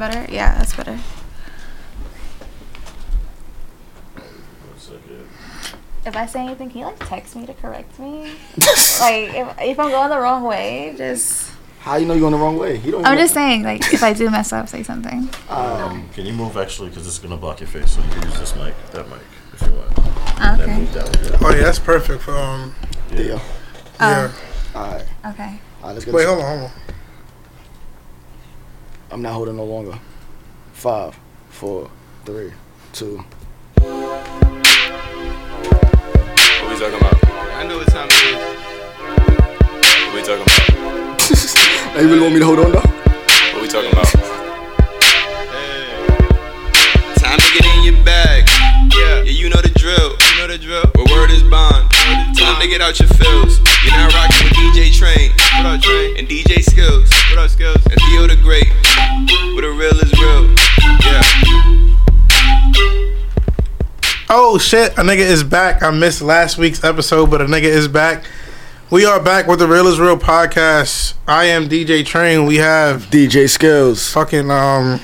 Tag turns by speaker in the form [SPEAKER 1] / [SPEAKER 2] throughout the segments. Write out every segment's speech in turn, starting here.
[SPEAKER 1] Better? Yeah, that's better. If I say anything, can you like text me to correct me? like if, if I'm going the wrong way, just
[SPEAKER 2] How you know you're on the wrong way? He don't.
[SPEAKER 1] I'm just saying like if I do mess up, say something.
[SPEAKER 2] Um,
[SPEAKER 3] Can you move actually? Because it's gonna block your face. So you can use this mic, that mic, if you want. And then
[SPEAKER 1] Ah, Okay.
[SPEAKER 3] move down.
[SPEAKER 4] Oh yeah, that's perfect for um.
[SPEAKER 2] yeah.
[SPEAKER 4] Yeah.
[SPEAKER 2] All right.
[SPEAKER 1] Okay.
[SPEAKER 2] All right. Let's get.
[SPEAKER 4] Wait,
[SPEAKER 2] this-
[SPEAKER 4] hold on, hold
[SPEAKER 2] I'm not holding no longer. Five, four, three, two.
[SPEAKER 5] What we talking about? I know what time it is. What we talking about?
[SPEAKER 2] Now you really want me to hold on though?
[SPEAKER 5] What we talking about? Time to get in your bag. Yeah, you know the drill. You know the drill. Where word is bond. Time to get out your feels. You're not rocking with DJ Train. What up, Train? And DJ Skills. What up, Skills? And Theo the Great. Where the real is real. Yeah.
[SPEAKER 4] on. Oh shit, a nigga is back. I missed last week's episode, but a nigga is back. We are back with the Real is Real podcast. I am DJ Train. We have
[SPEAKER 2] DJ Skills.
[SPEAKER 4] fucking um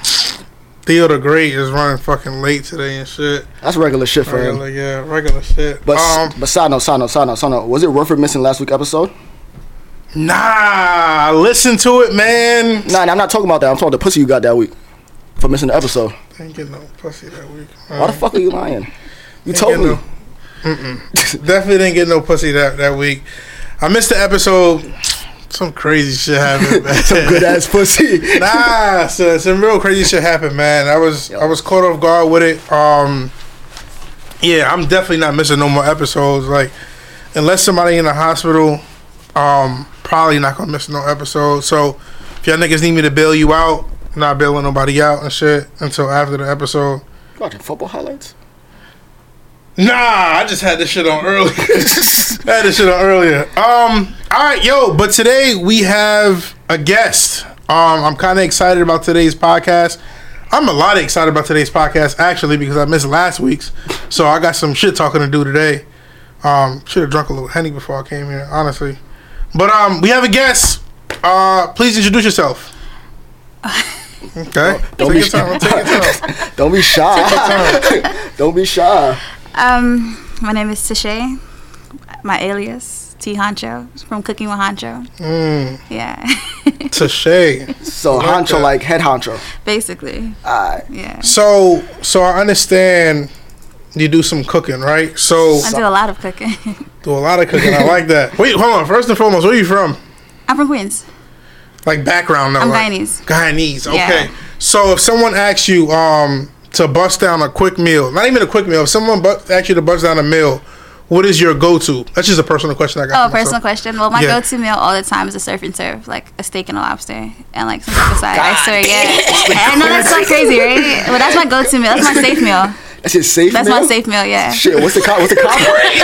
[SPEAKER 4] Theo the Great is running fucking late today and shit. Um,
[SPEAKER 2] That's regular shit for him.
[SPEAKER 4] Regular, yeah, regular shit.
[SPEAKER 2] But
[SPEAKER 4] um,
[SPEAKER 2] but side note, side note, side note, side note. Was it Rutherford missing last week episode?
[SPEAKER 4] nah, listen to it, man.
[SPEAKER 2] Nah, nah, I'm not talking about that. I'm talking the pussy you got that week for missing the episode.
[SPEAKER 4] Ain't getting no pussy that week.
[SPEAKER 2] Why the fuck are you lying? You told me.
[SPEAKER 4] Definitely didn't get no pussy that, that week. I missed the episode. Some crazy shit happened, man.
[SPEAKER 2] Some good ass pussy.
[SPEAKER 4] nah, so some real crazy shit happened, man. I was I was caught off guard with it. Um, yeah, I'm definitely not missing no more episodes. Like, unless somebody in the hospital, um, probably not gonna miss no episode. So, if y'all niggas need me to bail you out, I'm not bailing nobody out and shit until after the episode.
[SPEAKER 2] You watching football highlights?
[SPEAKER 4] Nah, I just had this shit on earlier. I had this shit on earlier. Um, all right, yo, but today we have a guest. Um, I'm kind of excited about today's podcast. I'm a lot excited about today's podcast actually because I missed last week's, so I got some shit talking to do today. Um, should have drunk a little henny before I came here, honestly. But um, we have a guest. Uh, please introduce yourself. Okay,
[SPEAKER 2] Don't
[SPEAKER 4] take
[SPEAKER 2] be
[SPEAKER 4] your time. Take your time.
[SPEAKER 2] Don't be shy. Don't be shy.
[SPEAKER 1] Um, my name is Tashay. My alias T Honcho from Cooking with Honcho.
[SPEAKER 4] Mm,
[SPEAKER 1] Yeah,
[SPEAKER 4] Tashay.
[SPEAKER 2] So
[SPEAKER 4] Like
[SPEAKER 2] honcho
[SPEAKER 4] that.
[SPEAKER 2] like head honcho.
[SPEAKER 1] basically.
[SPEAKER 2] Alright.
[SPEAKER 1] Yeah,
[SPEAKER 4] So, so I understand you do some cooking, right? So
[SPEAKER 1] I do a lot of cooking.
[SPEAKER 4] do a lot of cooking. I like that. Wait, hold on. First and foremost, where you from?
[SPEAKER 1] I'm from Queens.
[SPEAKER 4] Like background though.
[SPEAKER 1] I'm
[SPEAKER 4] like-
[SPEAKER 1] Guyanese.
[SPEAKER 4] Guyanese. Okay.
[SPEAKER 1] Yeah.
[SPEAKER 4] So if someone asks you um to bust down a quick meal, not even a quick meal, if someone bu- asks you to bust down a meal, what is your go-to? That's just a personal question I got.
[SPEAKER 1] Oh,
[SPEAKER 4] for
[SPEAKER 1] personal
[SPEAKER 4] myself.
[SPEAKER 1] question. Well, my
[SPEAKER 4] Yeah.
[SPEAKER 1] go-to meal all the time is a surf and serve, like a steak and a lobster, and like some side I swear, yeah. I know that's like crazy, right? But that's my go-to meal. That's my safe meal.
[SPEAKER 2] That's his safe.
[SPEAKER 1] That's
[SPEAKER 2] man?
[SPEAKER 1] my safe meal. Yeah.
[SPEAKER 2] Shit, what's the co- what's the complex?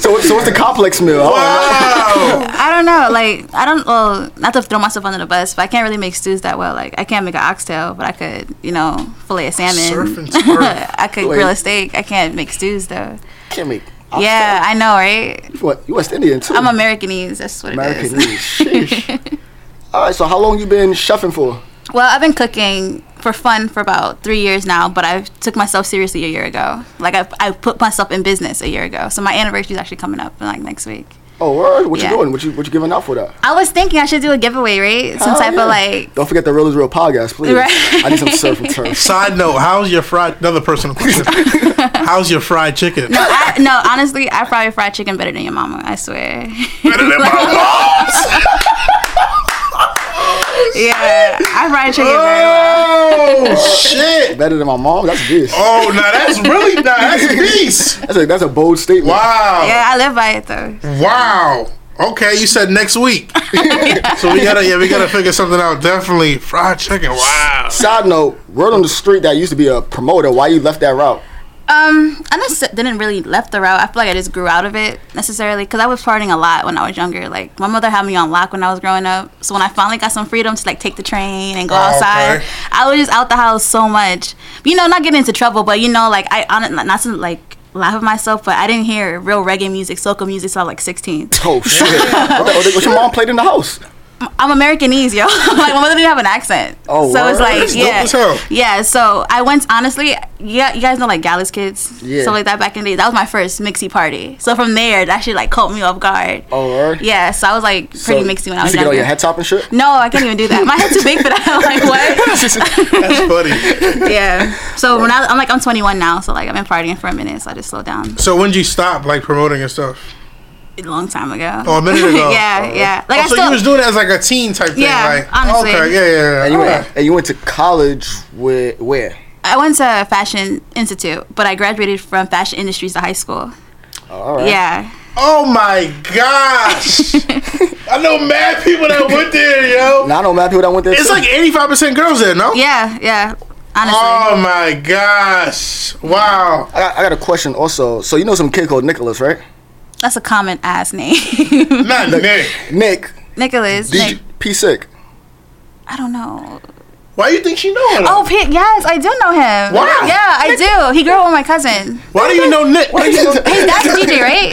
[SPEAKER 2] so what- so what's the complex meal? I don't know.
[SPEAKER 4] Wow.
[SPEAKER 1] I don't know. Like I don't. Well, not to throw myself under the bus, but I can't really make stews that well. Like I can't make an oxtail, but I could, you know, fillet a salmon.
[SPEAKER 4] Surf and turf.
[SPEAKER 1] I could
[SPEAKER 2] Wait.
[SPEAKER 1] grill a steak. I can't make stews though.
[SPEAKER 2] Can't make.
[SPEAKER 1] Yeah, I know, right?
[SPEAKER 2] What you West Indian too?
[SPEAKER 1] I'm Americanese. That's what it is.
[SPEAKER 2] American. Sheesh. All right. So how long you been chefing for?
[SPEAKER 1] Well, I've been cooking for fun for about three years now, but I took myself seriously a year ago. Like I, I put myself in business a year ago. So my anniversary is actually coming up like next week.
[SPEAKER 2] Oh, word. What
[SPEAKER 1] Yeah.
[SPEAKER 2] you doing? What you what you giving out for that?
[SPEAKER 1] I was thinking I should do a giveaway, right? Some
[SPEAKER 2] Hell
[SPEAKER 1] type
[SPEAKER 2] yeah.
[SPEAKER 1] of like.
[SPEAKER 2] Don't forget the real is real podcast, please.
[SPEAKER 1] Right.
[SPEAKER 2] I need some surf and turf.
[SPEAKER 4] Side note: How's your fried? Another personal question. how's your fried chicken?
[SPEAKER 1] No, I, no, honestly, I probably fried chicken better than your mama. I swear.
[SPEAKER 4] Better than my
[SPEAKER 1] yeah, I fried chicken very well.
[SPEAKER 4] Oh shit.
[SPEAKER 2] Better than my mom. That's this.
[SPEAKER 4] Oh, now that's really now that's beast.
[SPEAKER 2] That's a that's a bold statement.
[SPEAKER 4] Wow,
[SPEAKER 1] Yeah, I live by it though.
[SPEAKER 4] wow. Okay, you said next week, so we gotta yeah we gotta figure something out. Definitely fried chicken. Wow.
[SPEAKER 2] Side note: Word on the street that used to be a promoter. Why you left that route?
[SPEAKER 1] Um, I just didn't really left the route. I feel like I just grew out of it necessarily because I was partying a lot when I was younger. Like my mother had me on lock when I was growing up. So when I finally got some freedom to like take the train and go
[SPEAKER 4] Oh,
[SPEAKER 1] outside,
[SPEAKER 4] okay.
[SPEAKER 1] I was just out the house so much. You know, not getting into trouble, but you know, like I hon- not to like laugh at myself, but I didn't hear real reggae music, soca music till I was, like 16.
[SPEAKER 2] Oh shit! what, the- what your mom played in the house?
[SPEAKER 1] I'm Americanese, yo. like my mother didn't have an accent.
[SPEAKER 2] Oh,
[SPEAKER 1] so it's
[SPEAKER 2] word?
[SPEAKER 1] like
[SPEAKER 2] That's
[SPEAKER 4] dope
[SPEAKER 1] yeah,
[SPEAKER 4] as hell.
[SPEAKER 1] yeah. So I went honestly, yeah. You guys know like Gallus kids,
[SPEAKER 2] Yeah.
[SPEAKER 1] stuff like that back in the day. That was my first mixie party. So from there, that shit like caught me off guard.
[SPEAKER 2] Oh, word?
[SPEAKER 1] Yeah, so I was like pretty
[SPEAKER 2] So,
[SPEAKER 1] mixy when I
[SPEAKER 2] you
[SPEAKER 1] was
[SPEAKER 2] used to get
[SPEAKER 1] younger.
[SPEAKER 2] all your head top and shit.
[SPEAKER 1] no, I can't even do that. My head's too big for that. like what?
[SPEAKER 4] That's funny.
[SPEAKER 1] Yeah. So when I, I'm like I'm 21 now, so like I've been partying for a minute, so I just slowed down.
[SPEAKER 4] So when did you stop like promoting your stuff?
[SPEAKER 1] a long time ago.
[SPEAKER 4] Oh, a minute ago.
[SPEAKER 1] yeah,
[SPEAKER 4] Oh.
[SPEAKER 1] yeah.
[SPEAKER 4] Like
[SPEAKER 1] Like
[SPEAKER 4] oh,
[SPEAKER 1] I
[SPEAKER 4] so
[SPEAKER 1] still,
[SPEAKER 4] you was doing it as like a teen type thing.
[SPEAKER 1] Yeah,
[SPEAKER 4] like,
[SPEAKER 1] honestly.
[SPEAKER 4] Okay, yeah, yeah, yeah.
[SPEAKER 2] And you
[SPEAKER 4] All
[SPEAKER 2] went
[SPEAKER 4] right.
[SPEAKER 2] and you went to college with where?
[SPEAKER 1] I went to Fashion Institute, but I graduated from Fashion Industries to high school.
[SPEAKER 2] Oh, all right.
[SPEAKER 1] Yeah,
[SPEAKER 4] Oh my gosh! I know mad people that went there, yo.
[SPEAKER 2] Now I know mad people that went there.
[SPEAKER 4] It's
[SPEAKER 2] too.
[SPEAKER 4] like eighty-five percent girls there, no?
[SPEAKER 1] yeah, yeah. Honestly,
[SPEAKER 2] Um,
[SPEAKER 4] Oh my gosh! Wow.
[SPEAKER 2] I got, I got a question also. So you know some kid called Nicholas, right?
[SPEAKER 1] that's a common ass name,
[SPEAKER 4] Not Nick.
[SPEAKER 2] Nick,
[SPEAKER 1] Nicholas.
[SPEAKER 2] did
[SPEAKER 1] Nick,
[SPEAKER 2] you P sick?
[SPEAKER 1] I don't know.
[SPEAKER 4] Why you think she know him?
[SPEAKER 1] Oh, P- yes, I do know him.
[SPEAKER 4] Wow.
[SPEAKER 1] Yeah, I do. He grew up with my cousin.
[SPEAKER 4] Why do you know Nick? Why do you know?
[SPEAKER 1] His dad's DJ, right?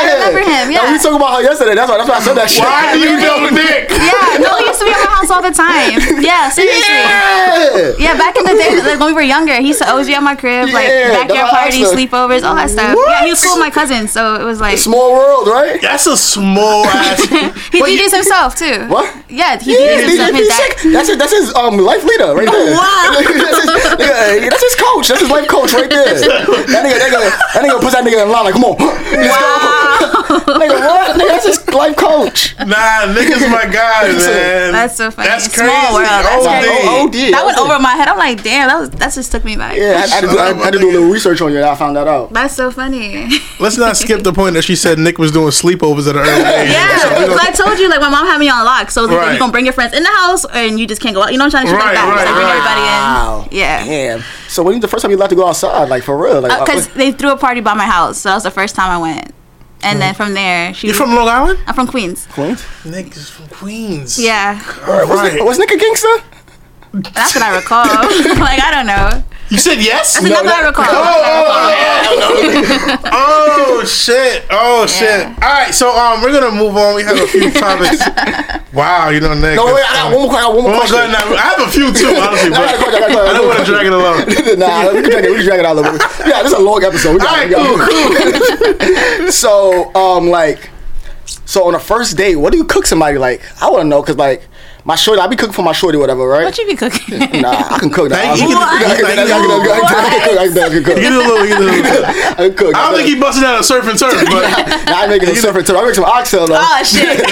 [SPEAKER 1] I remember him,
[SPEAKER 2] Now,
[SPEAKER 1] yeah.
[SPEAKER 2] we talking about her yesterday. That's why. That's why I said that shit.
[SPEAKER 4] Why do you know Nick?
[SPEAKER 1] Yeah, no, he used to be at my house all the time. Yeah, seriously. Yeah.
[SPEAKER 2] Yeah.
[SPEAKER 1] back in the day, like when we were younger, he used to always be at my crib, like
[SPEAKER 2] Yeah,
[SPEAKER 1] backyard
[SPEAKER 2] that's what I
[SPEAKER 1] parties,
[SPEAKER 2] said.
[SPEAKER 1] sleepovers, all that stuff. Yeah, he was cool with my cousin, so it was like
[SPEAKER 2] Small world, right?
[SPEAKER 4] That's a small ass.
[SPEAKER 1] He
[SPEAKER 4] Well,
[SPEAKER 1] DJs himself too.
[SPEAKER 2] What?
[SPEAKER 1] Yeah, he
[SPEAKER 2] Yeah,
[SPEAKER 1] DJs himself.
[SPEAKER 2] P
[SPEAKER 1] His
[SPEAKER 2] sick.
[SPEAKER 1] dad.
[SPEAKER 2] That's his, that's his um life leader right there.
[SPEAKER 1] Wow.
[SPEAKER 2] that's, his, yeah, that's his coach. That's his life coach right there. That nigga, that nigga, that nigga puts that nigga in line like, come on, let's go. nigga, what? Nigga, that's his life coach.
[SPEAKER 4] Nah, Nick is my guy, man.
[SPEAKER 1] That's so funny.
[SPEAKER 4] That's crazy.
[SPEAKER 1] Small world, that's
[SPEAKER 4] OD.
[SPEAKER 1] crazy.
[SPEAKER 2] Oh, oh, dear.
[SPEAKER 1] That went over my head. I'm like, damn, that was that just took me back.
[SPEAKER 2] Yeah, I, I, had to do, I had to do a little research on you, and I found that out.
[SPEAKER 1] That's so funny.
[SPEAKER 4] Let's not skip the point that she said Nick was doing sleepovers at an early age.
[SPEAKER 1] Yeah,
[SPEAKER 4] So we
[SPEAKER 1] because
[SPEAKER 4] gonna-
[SPEAKER 1] I told you, like, my mom had me on lock. So it was like,
[SPEAKER 4] Right.
[SPEAKER 1] you going to bring your friends in the house and you just can't go out. You know what I'm trying to like
[SPEAKER 4] Right,
[SPEAKER 1] that.
[SPEAKER 4] right,
[SPEAKER 1] It's like, bring
[SPEAKER 4] right.
[SPEAKER 1] everybody in. Yeah.
[SPEAKER 2] Damn. So when you the first time you allowed to go outside, like for real, like uh,
[SPEAKER 1] Because they threw a party by my house. So that was the first time I went. And then from there, she
[SPEAKER 4] you
[SPEAKER 1] was-
[SPEAKER 4] from Long Island?
[SPEAKER 1] I'm from Queens.
[SPEAKER 2] Queens?
[SPEAKER 4] Nick is from Queens.
[SPEAKER 1] Yeah.
[SPEAKER 4] All
[SPEAKER 2] Was,
[SPEAKER 4] right.
[SPEAKER 2] was Nick a gangster?
[SPEAKER 1] That's what I recall. like, I don't know.
[SPEAKER 4] You said yes?
[SPEAKER 1] That's another I recall.
[SPEAKER 4] Oh shit! Oh shit!
[SPEAKER 1] Yeah.
[SPEAKER 4] All right, so um, we're gonna move on. We have a few topics. wow, you know, Nick.
[SPEAKER 2] No, wait,
[SPEAKER 4] that's
[SPEAKER 2] I got one
[SPEAKER 4] funny.
[SPEAKER 2] more, I got one more
[SPEAKER 4] Oh,
[SPEAKER 2] question.
[SPEAKER 4] good. Now, I have a few too, honestly,
[SPEAKER 2] No, I got a
[SPEAKER 4] but
[SPEAKER 2] question, I got a question, question.
[SPEAKER 4] I don't want to drag it along.
[SPEAKER 2] nah, we can drag it. We can drag it out a little bit. Yeah, this is a long episode. We
[SPEAKER 4] All
[SPEAKER 2] got-
[SPEAKER 4] right,
[SPEAKER 2] we got-
[SPEAKER 4] cool, cool.
[SPEAKER 2] So, um, like, so on a first date, what do you cook somebody like? I want to know because like my shorty, I be cooking for my shorty, whatever, right?
[SPEAKER 1] What you be cooking?
[SPEAKER 2] nah, I can cook. Nah, I
[SPEAKER 4] Thank you.
[SPEAKER 2] I can- I can- I can- I can- I can cook. I can
[SPEAKER 4] Get it a little. Get it a little.
[SPEAKER 2] cook. I can cook.
[SPEAKER 4] I don't think he busted out a surf and turf, but
[SPEAKER 2] Nah, I make it a separate turn. I make some oxtail though.
[SPEAKER 1] oh, shit.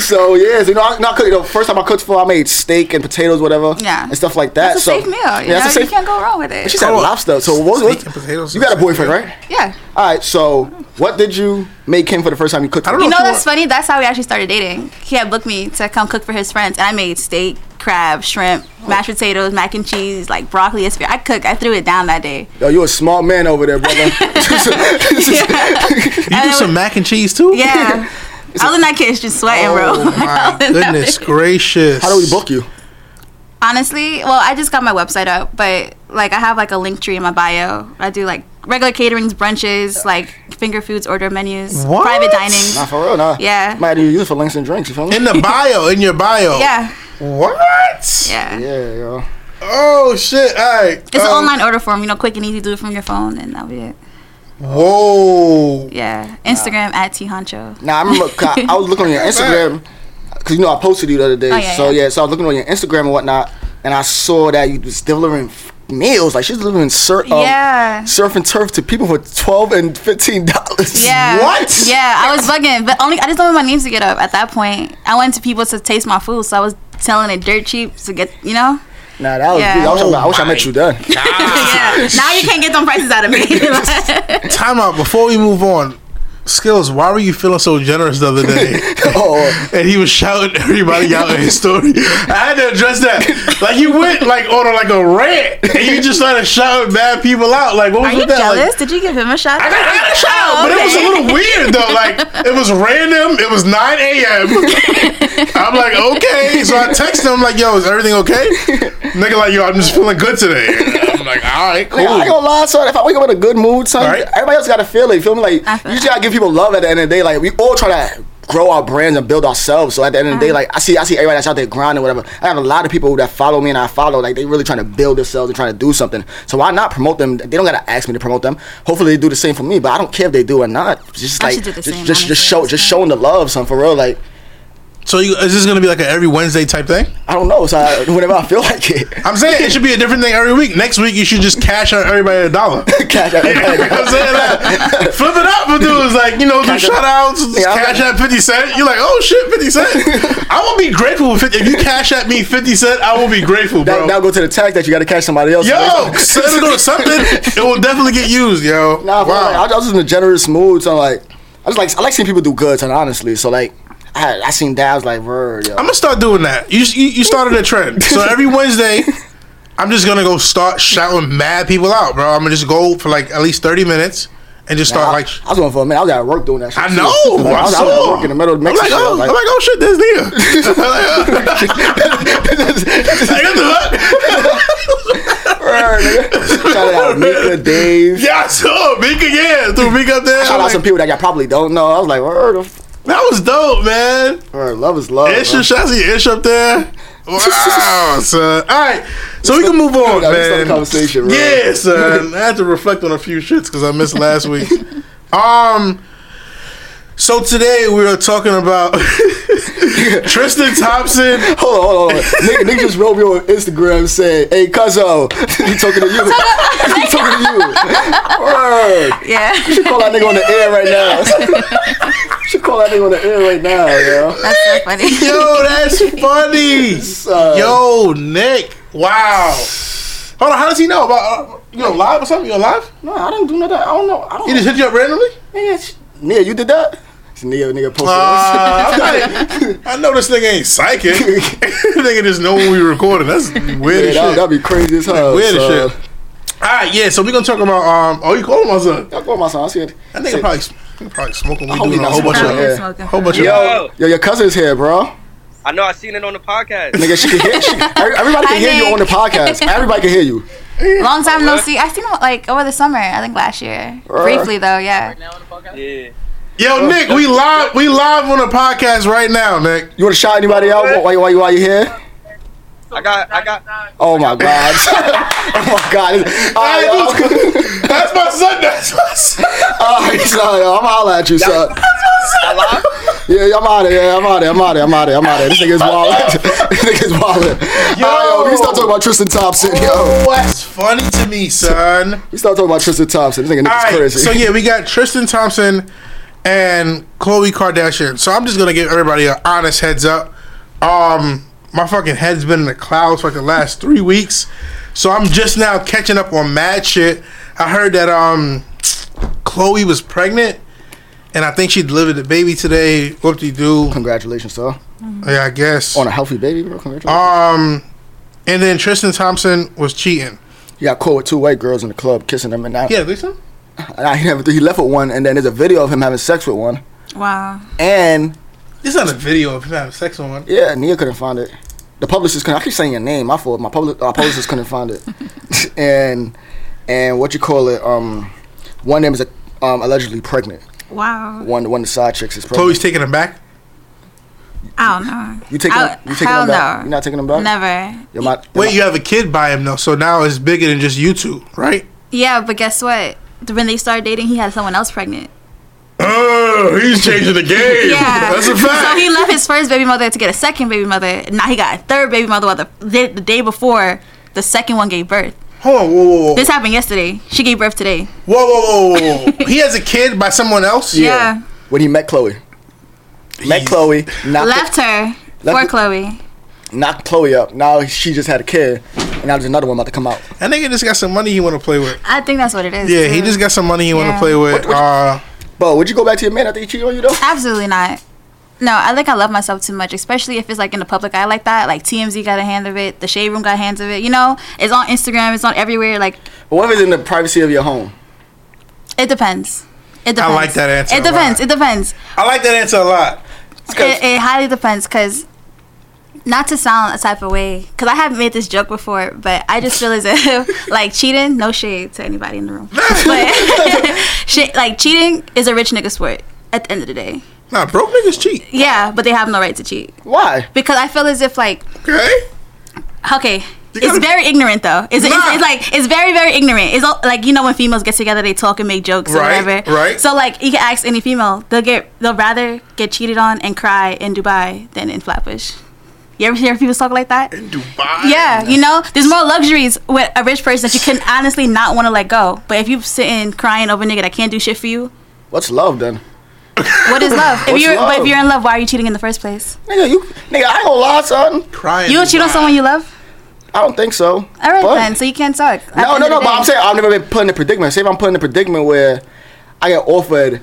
[SPEAKER 2] So yeah, so, you know, I, no, I cooked, you know, first time I cooked for, I made steak and potatoes, whatever,
[SPEAKER 1] Yeah.
[SPEAKER 2] and stuff like that.
[SPEAKER 1] It's a
[SPEAKER 2] so,
[SPEAKER 1] safe meal. You, know?
[SPEAKER 2] that's a
[SPEAKER 1] you
[SPEAKER 2] safe.
[SPEAKER 1] can't go wrong with it.
[SPEAKER 2] She said
[SPEAKER 4] Cool.
[SPEAKER 2] lobster. So what? what
[SPEAKER 4] Steak and potatoes
[SPEAKER 2] you
[SPEAKER 4] is
[SPEAKER 2] got a
[SPEAKER 4] safe,
[SPEAKER 2] boyfriend,
[SPEAKER 4] yeah.
[SPEAKER 2] right?
[SPEAKER 1] Yeah.
[SPEAKER 2] All right. So what did you make him for the first time you cooked?
[SPEAKER 4] I don't
[SPEAKER 2] for
[SPEAKER 1] You
[SPEAKER 2] him?
[SPEAKER 1] know
[SPEAKER 4] Sure.
[SPEAKER 1] that's funny. That's how we actually started dating. He had booked me to come cook for his friends, and I made steak, crab, shrimp, mashed potatoes, mac and cheese, like broccoli. It's I cooked. I threw it down that day.
[SPEAKER 2] Yo, you a small man over there, brother.
[SPEAKER 4] you do some mac and cheese too.
[SPEAKER 1] Yeah. I was in that kitchen just sweating,
[SPEAKER 4] Oh
[SPEAKER 1] bro. I
[SPEAKER 4] my
[SPEAKER 1] was in that
[SPEAKER 4] goodness
[SPEAKER 1] bitch.
[SPEAKER 4] gracious!
[SPEAKER 2] How do we book you?
[SPEAKER 1] Honestly, well, I just got my website up, but like I have like a link tree in my bio. I do like regular caterings, brunches, like finger foods, order menus,
[SPEAKER 4] What?
[SPEAKER 1] private dining.
[SPEAKER 2] Nah, for real, nah.
[SPEAKER 1] Yeah.
[SPEAKER 2] Might even use it for links and drinks. You feel me?
[SPEAKER 4] In the bio, in your bio.
[SPEAKER 1] Yeah,
[SPEAKER 4] What?
[SPEAKER 1] yeah.
[SPEAKER 2] Yeah, yo.
[SPEAKER 4] Oh shit! All right.
[SPEAKER 1] It's an
[SPEAKER 4] um,
[SPEAKER 1] online order form, you know, quick and easy. Do it from your phone, and that'll be it.
[SPEAKER 4] Whoa.
[SPEAKER 1] Yeah, Instagram at T Honcho.
[SPEAKER 2] Nah, I remember 'cause I, I was looking on your Instagram because you know I posted you the other day.
[SPEAKER 1] Oh, yeah,
[SPEAKER 2] so
[SPEAKER 1] yeah.
[SPEAKER 2] yeah. so I was looking on your Instagram and whatnot, and I saw that you was delivering f- meals. Like she's delivering sur- um,
[SPEAKER 1] Yeah.
[SPEAKER 2] surf and turf to people for twelve and fifteen dollars.
[SPEAKER 1] Yeah.
[SPEAKER 4] What?
[SPEAKER 1] Yeah, I was bugging, but only I just don't want my names to get up at that point. I went to people to taste my food, so I was selling it dirt cheap to get, you know.
[SPEAKER 2] Nah, that was.
[SPEAKER 1] Yeah.
[SPEAKER 2] good. I, wish I, I wish I
[SPEAKER 4] Oh
[SPEAKER 2] met you then.
[SPEAKER 1] yeah. Now you can't get them prices out of me.
[SPEAKER 4] Time out before we move on. Skills, why were you feeling so generous the other day?
[SPEAKER 2] oh,
[SPEAKER 4] and he was shouting everybody out in his story. I had to address that. Like you went like on a, like a rant, and you just started shouting bad people out. Like what was
[SPEAKER 1] Are you
[SPEAKER 4] with that? Like,
[SPEAKER 1] jealous? Did you give him a shot?
[SPEAKER 4] I got out of shout,
[SPEAKER 1] Oh,
[SPEAKER 4] but it was a
[SPEAKER 1] okay.
[SPEAKER 4] little weird though. Like it was random. It was 9 a.m. I'm like, okay. So I text him like, yo, is everything okay? Nigga, like, yo, I'm just feeling good today. I'm like, all right, cool.
[SPEAKER 2] Nigga, I ain't gonna lie, son. If I wake up in a good mood, son,
[SPEAKER 4] Right.
[SPEAKER 2] everybody else gotta feel it. You feel me? Like
[SPEAKER 1] I feel
[SPEAKER 2] you just gotta give people love at the end of the day. Like we all try to grow our brands and build ourselves. So at the end of the day,
[SPEAKER 1] Uh-huh.
[SPEAKER 2] like I see, I see everybody that's out there grinding, whatever. I have a lot of people that follow me and I follow, like they really trying to build themselves and trying to do something. So why not promote them? They don't gotta ask me to promote them. Hopefully they do the same for me, but I don't care if they do or not. It's Just
[SPEAKER 1] I
[SPEAKER 2] like
[SPEAKER 1] should do the
[SPEAKER 2] just
[SPEAKER 1] same,
[SPEAKER 2] just, just
[SPEAKER 1] honestly.
[SPEAKER 2] show just showing the love, son, for real. Like
[SPEAKER 4] So you, is this gonna be like a every Wednesday type thing?
[SPEAKER 2] I don't know, so I, whenever I feel like it,
[SPEAKER 4] I'm saying it should be a different thing every week. Next week you should just cash out everybody a dollar.
[SPEAKER 2] cash out.
[SPEAKER 4] You know what I'm saying? Like, flip it up and do is like, you know, do
[SPEAKER 2] Cash out.
[SPEAKER 4] shout outs,
[SPEAKER 2] Yeah, I'm
[SPEAKER 4] cash
[SPEAKER 2] gonna-
[SPEAKER 4] out 50 Cent. You're like, oh shit, 50 Cent. I will be grateful if, if you cash at me 50 Cent, I will be grateful, bro.
[SPEAKER 2] That, now go to the tax that you gotta catch somebody else.
[SPEAKER 4] yo, send it on something. It will definitely get used, yo.
[SPEAKER 2] Nah, bro,
[SPEAKER 4] wow.
[SPEAKER 2] like, I was just in a generous mood, so like, I just like I like seeing people do good, son, honestly. So like, I, I seen that, I was like, word, yo.
[SPEAKER 4] I'm gonna start doing that. You, you you started a trend. So every Wednesday, I'm just gonna go start shouting mad people out, bro. I'm gonna just go for like at least 30 minutes and just start
[SPEAKER 2] I,
[SPEAKER 4] like.
[SPEAKER 2] I was going for a minute. I was at work doing that shit.
[SPEAKER 4] I
[SPEAKER 2] too.
[SPEAKER 4] know.
[SPEAKER 2] Like, I,
[SPEAKER 4] I
[SPEAKER 2] was, I was at
[SPEAKER 4] saw.
[SPEAKER 2] work in the middle of
[SPEAKER 4] I'm like,
[SPEAKER 2] Mexico.
[SPEAKER 4] oh, I'm like, oh shit, there's Nia. like, what the fuck?
[SPEAKER 2] word, nigga. Shout out Mika, Dave.
[SPEAKER 4] Yeah, I saw Mika. Yeah, threw Mika up there.
[SPEAKER 2] Shout
[SPEAKER 4] I'm
[SPEAKER 2] out some
[SPEAKER 4] like,
[SPEAKER 2] people that I probably don't know. I was like, word, of-
[SPEAKER 4] that was dope, man.
[SPEAKER 2] word love is love.
[SPEAKER 4] Ish,
[SPEAKER 2] bro.
[SPEAKER 4] shout out to Ish up there. Wow, son. All right, so we can move on,
[SPEAKER 2] Yeah, we start the
[SPEAKER 4] man.
[SPEAKER 2] conversation, bro.
[SPEAKER 4] Yeah, son. I had to reflect on a few shits because I missed last week. Um, so today we are talking about Tristan Thompson.
[SPEAKER 2] Hold on, hold on. nigga, nigga just wrote me on Instagram saying, hey, Cuzzo, he talking to you. he talking to you. Word.
[SPEAKER 1] Yeah,
[SPEAKER 2] should call that nigga on the air right now. should call that nigga on the air right now, yo.
[SPEAKER 1] that's so funny.
[SPEAKER 4] Yo, that's funny.
[SPEAKER 2] Son.
[SPEAKER 4] Yo, Nick. Wow. Hold on, how does he know about uh, you know live or something? You on live?
[SPEAKER 2] No, I don't do nothing. I don't know. I
[SPEAKER 4] He
[SPEAKER 2] don't.
[SPEAKER 4] just hit you up randomly?
[SPEAKER 2] Nigga, sh- Nia, you did that? It's Nia, nigga posted.
[SPEAKER 4] Uh, I'm like, I know this nigga ain't psychic. nigga just know when we recording. That's
[SPEAKER 2] yeah,
[SPEAKER 4] weird
[SPEAKER 2] that,
[SPEAKER 4] as shit.
[SPEAKER 2] that'd be crazy as hell.
[SPEAKER 4] Weird
[SPEAKER 2] so.
[SPEAKER 4] as shit. All right, yeah. So we gonna talk about um. Oh, you calling my son?
[SPEAKER 2] Y'all call my son. I see it.
[SPEAKER 4] That nigga probably, nigga probably smoking weed
[SPEAKER 2] hope he
[SPEAKER 4] doing a
[SPEAKER 2] not
[SPEAKER 4] whole bunch
[SPEAKER 2] smoking.
[SPEAKER 4] of
[SPEAKER 2] Yeah.
[SPEAKER 1] Smoking.
[SPEAKER 4] whole bunch of.
[SPEAKER 2] Yo, yo, your cousin's here, bro.
[SPEAKER 5] I know I seen it on the podcast.
[SPEAKER 2] Nigga, she can hear. She, every- everybody can
[SPEAKER 1] Hi,
[SPEAKER 2] hear you
[SPEAKER 1] Nick.
[SPEAKER 2] on the podcast. Everybody can hear you.
[SPEAKER 1] Long time no see. I seen him like over the summer. I think last year,
[SPEAKER 2] Bruh.
[SPEAKER 1] briefly though. Yeah.
[SPEAKER 5] Yeah.
[SPEAKER 4] Yo, Nick, we live. We live on a podcast right now, Nick.
[SPEAKER 2] You want to shout anybody out while, while, you- while you here?
[SPEAKER 5] I got, I got.
[SPEAKER 2] Oh my god. oh my god. All right, yo.
[SPEAKER 4] That's my son. That's my son.
[SPEAKER 2] All right, son, yo. I'm holla at you, son. Yeah, I'm out of here. I'm out of here. I'm out of here. I'm out of here. I'm out of here. This nigga's wild. this nigga's wild. Yo. All right, yo, we can start talking about Tristan Thompson, yo.
[SPEAKER 4] Oh, that's funny to me, son.
[SPEAKER 2] We start talking about Tristan Thompson. This nigga
[SPEAKER 4] All
[SPEAKER 2] nigga's
[SPEAKER 4] right,
[SPEAKER 2] crazy.
[SPEAKER 4] so yeah, we got Tristan Thompson and Khloe Kardashian. So I'm just gonna give everybody an honest heads up. Um, my fucking head's been in the clouds for like the last three weeks, so I'm just now catching up on mad shit. I heard that um, Khloe was pregnant, and I think she delivered the baby today. Whoop de doo.
[SPEAKER 2] Congratulations, sir.
[SPEAKER 4] Yeah, I guess.
[SPEAKER 2] On a healthy baby, bro. Congratulations.
[SPEAKER 4] Um, and then Tristan Thompson was cheating.
[SPEAKER 2] you got caught with two white girls in the club kissing them, and now
[SPEAKER 4] Uh, Yeah, listen.
[SPEAKER 2] and I, he, never, he left with one, and then there's a video of him having sex with one.
[SPEAKER 1] Wow.
[SPEAKER 2] And
[SPEAKER 4] This is not a video of him having sex with one.
[SPEAKER 2] yeah, Nia couldn't find it. The publicist couldn't. I keep saying your name. My fault. My public, our publicist couldn't find it. and and what you call it? Um, one of them is um, allegedly pregnant.
[SPEAKER 1] Wow.
[SPEAKER 2] One one of the side chicks is pregnant.
[SPEAKER 4] Chloe's taking him back.
[SPEAKER 1] I don't know.
[SPEAKER 2] You taking
[SPEAKER 1] I-
[SPEAKER 2] them, you taking
[SPEAKER 1] hell
[SPEAKER 2] them back?
[SPEAKER 1] no.
[SPEAKER 2] You're not taking them back.
[SPEAKER 1] Never.
[SPEAKER 2] You're not,
[SPEAKER 4] Wait, you have a kid by him though, so now it's bigger than just you two, right?
[SPEAKER 1] Yeah, but guess what? When they started dating, he had someone else pregnant.
[SPEAKER 4] Oh, he's changing the game.
[SPEAKER 1] Yeah, So he left his first baby mother to get a second baby mother. and Now he got a third baby mother. While the, the, the day before, the second one gave birth.
[SPEAKER 4] Hold on, whoa, whoa, whoa,
[SPEAKER 1] This happened yesterday. She gave birth today.
[SPEAKER 4] whoa, whoa, whoa, whoa, whoa. he has a kid by someone else.
[SPEAKER 1] Yeah.
[SPEAKER 2] when he met Chloe. Met Chloe, knocked,
[SPEAKER 1] Left her
[SPEAKER 2] Left-
[SPEAKER 1] for Chloe.
[SPEAKER 2] knocked Chloe up. Now she just had a kid, and now there's another one about to come out.
[SPEAKER 4] that nigga just got some money he want to play with.
[SPEAKER 1] I think that's what it is.
[SPEAKER 4] Yeah, he
[SPEAKER 1] too.
[SPEAKER 4] just got some money he want to
[SPEAKER 1] Yeah.
[SPEAKER 4] play with. Uh,
[SPEAKER 2] Bro, would you go back to your man after he cheated on you though?
[SPEAKER 1] Absolutely not. No, I think I love myself too much, especially if it's like in the public eye like that. Like TMZ got a hand of it, the Shade Room got hands of it. You know, it's on Instagram, it's on everywhere. Like
[SPEAKER 2] What if it's in the privacy of your home?
[SPEAKER 1] it depends. It depends.
[SPEAKER 4] like that answer
[SPEAKER 1] It
[SPEAKER 4] a lot.
[SPEAKER 1] depends. It depends.
[SPEAKER 4] I like that answer a lot.
[SPEAKER 1] It, it highly depends because not to sound a type of way because I have made this joke before, but I just feel as if like cheating, no shade to anybody in the room, but shit, like cheating is a rich nigga sport at the end of the day.
[SPEAKER 4] Nah, broke niggas cheat.
[SPEAKER 1] Yeah, but they have no right to cheat
[SPEAKER 2] Why?
[SPEAKER 1] because I feel as if like
[SPEAKER 4] Okay.
[SPEAKER 1] okay.
[SPEAKER 4] gotta-
[SPEAKER 1] It's very ignorant though. It's,
[SPEAKER 4] Nah.
[SPEAKER 1] it's, it's like it's very very ignorant. It's all, like you know when females get together, they talk and make jokes
[SPEAKER 4] Right,
[SPEAKER 1] or whatever.
[SPEAKER 4] right.
[SPEAKER 1] So like you can ask any female, they'll get they'll rather get cheated on and cry in Dubai than in Flatbush. You ever hear people talk like that?
[SPEAKER 4] Dubai.
[SPEAKER 1] Yeah, you know, there's more luxuries with a rich person that you can honestly not want to let go. But if you sitting crying over a nigga that can't do shit for you,
[SPEAKER 2] What's love then?
[SPEAKER 1] what is love? If
[SPEAKER 2] What's
[SPEAKER 1] you're but
[SPEAKER 2] love?
[SPEAKER 1] if you're in love, why are you cheating in the first place?
[SPEAKER 2] Nigga, you nigga, I ain't gonna lie, son.
[SPEAKER 4] Crying.
[SPEAKER 1] You would cheat on
[SPEAKER 4] Dubai.
[SPEAKER 1] someone you love.
[SPEAKER 2] I don't think so.
[SPEAKER 1] All right
[SPEAKER 2] But-
[SPEAKER 1] then, so you can't talk. At the
[SPEAKER 2] No,
[SPEAKER 1] end
[SPEAKER 2] no,
[SPEAKER 1] of the
[SPEAKER 2] no. But
[SPEAKER 1] day.
[SPEAKER 2] I'm saying I've never been put in a predicament. Say if I'm put in a predicament where I get offered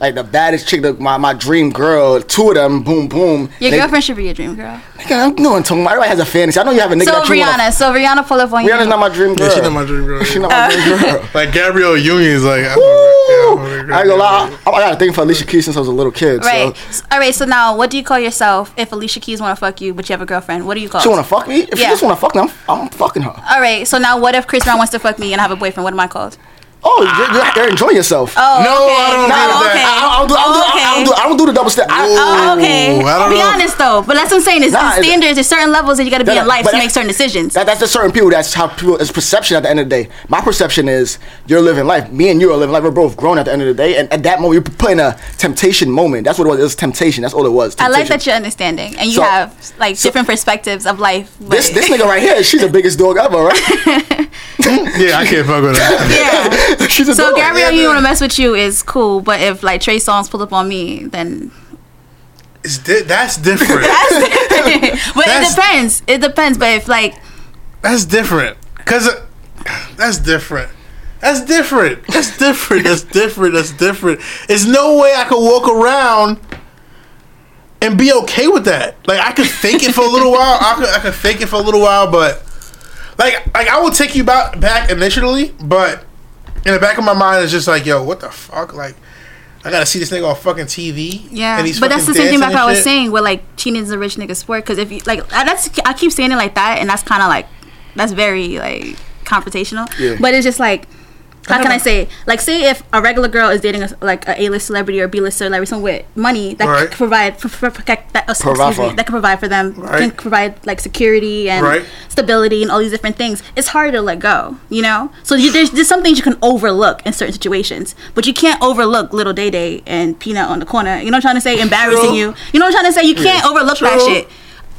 [SPEAKER 2] like the baddest chick, the, my my dream girl, two of them, boom, boom.
[SPEAKER 1] your
[SPEAKER 2] They-
[SPEAKER 1] girlfriend should be your dream girl.
[SPEAKER 2] Nigga, I'm doing talking. about- Everybody has a fantasy. I know you have a nigga
[SPEAKER 1] So
[SPEAKER 2] that you wanna-
[SPEAKER 1] Rihanna, so Rihanna pull up on you.
[SPEAKER 2] Rihanna's not my dream girl.
[SPEAKER 4] Yeah, she not my dream girl.
[SPEAKER 2] She not my dream girl.
[SPEAKER 4] Like Gabrielle Union is like. I'm
[SPEAKER 2] Woo!
[SPEAKER 4] a- yeah, I'm a
[SPEAKER 2] I ain't gonna lie. I, I got a thing for Alicia Keys since I was a little kid.
[SPEAKER 1] Right.
[SPEAKER 2] So.
[SPEAKER 1] S- All right. So now, what do you call yourself if Alicia Keys want to fuck you, but you have a girlfriend? What do you call?
[SPEAKER 2] She wanna fuck me? If she
[SPEAKER 1] Yeah.
[SPEAKER 2] just wanna fuck me, I'm, I'm fucking her.
[SPEAKER 1] All right. So now, what if Chris Brown wants to fuck me and I have a boyfriend? What am I called?
[SPEAKER 2] Oh, you're, you're out there enjoying yourself.
[SPEAKER 1] Oh,
[SPEAKER 4] No,
[SPEAKER 1] okay.
[SPEAKER 4] I don't agree
[SPEAKER 1] Oh,
[SPEAKER 4] with that.
[SPEAKER 1] okay.
[SPEAKER 2] I, I don't do, I don't do, I don't do, I don't do the double step.
[SPEAKER 1] Oh,
[SPEAKER 2] I,
[SPEAKER 4] Ooh,
[SPEAKER 1] okay.
[SPEAKER 4] I don't
[SPEAKER 1] Be
[SPEAKER 4] know.
[SPEAKER 1] honest though, but that's what I'm saying. It's
[SPEAKER 2] Nah,
[SPEAKER 1] there's
[SPEAKER 2] it-
[SPEAKER 1] standards. There's certain levels that you got to be
[SPEAKER 2] That-
[SPEAKER 1] in life
[SPEAKER 2] but
[SPEAKER 1] to
[SPEAKER 2] that-
[SPEAKER 1] make certain decisions.
[SPEAKER 2] That, that's the certain people. That's how people. It's perception. At the end of the day, my perception is you're living life. Me and you are living life. We're both grown. At the end of the day, and at that moment, you're put in a temptation moment. That's what it was. It was temptation. That's all it was.
[SPEAKER 1] I like
[SPEAKER 2] temptation.
[SPEAKER 1] that you're understanding and you
[SPEAKER 2] So-
[SPEAKER 1] have like different perspectives of life.
[SPEAKER 2] This
[SPEAKER 1] but-
[SPEAKER 2] this nigga right here, she's the biggest dog ever, right?
[SPEAKER 4] Yeah, I can't fuck with her.
[SPEAKER 1] yeah.
[SPEAKER 2] she's a
[SPEAKER 1] So
[SPEAKER 2] dog.
[SPEAKER 1] Gabrielle,
[SPEAKER 4] yeah.
[SPEAKER 1] you want to mess with you is cool, but if like Trey Songz pull up on me, then
[SPEAKER 4] It's di- that's different.
[SPEAKER 1] but it
[SPEAKER 4] That's-
[SPEAKER 1] depends. It depends. But if like
[SPEAKER 4] That's different. Cause uh, that's different. That's different. That's different. That's different. That's different. It's no way I could walk around and be okay with that. Like I could fake it for a little while. I could I could fake it for a little while, but like like I will take you back back initially, but in the back of my mind it's just like, yo, what the fuck? Like I gotta see this nigga on fucking TV.
[SPEAKER 1] yeah,
[SPEAKER 4] and he's
[SPEAKER 1] but that's the
[SPEAKER 4] fucking
[SPEAKER 1] same thing
[SPEAKER 4] dancing
[SPEAKER 1] back I
[SPEAKER 4] and
[SPEAKER 1] was
[SPEAKER 4] shit.
[SPEAKER 1] saying where like cheating is a rich nigga sport because if you like I- that's I keep saying it like that and that's kind of like that's very like confrontational.
[SPEAKER 2] Yeah.
[SPEAKER 1] But it's just like. How can I say? it? Like, say if a regular girl is dating a, like a A-list celebrity or B-list celebrity, someone with money that
[SPEAKER 4] Right.
[SPEAKER 1] could provide, pro- pro- protect- that, uh, excuse
[SPEAKER 2] Provide
[SPEAKER 1] me,
[SPEAKER 2] for-
[SPEAKER 1] that could provide for them, can
[SPEAKER 4] Right.
[SPEAKER 1] provide like security and
[SPEAKER 4] Right.
[SPEAKER 1] stability and all these different things. It's hard to let go, you know. So you, there's there's some things you can overlook in certain situations, but you can't overlook little day day and peanut on the corner. You know what I'm trying to say? Embarrassing
[SPEAKER 4] True.
[SPEAKER 1] you. You know what I'm trying to say? You can't overlook that
[SPEAKER 4] True.
[SPEAKER 1] shit.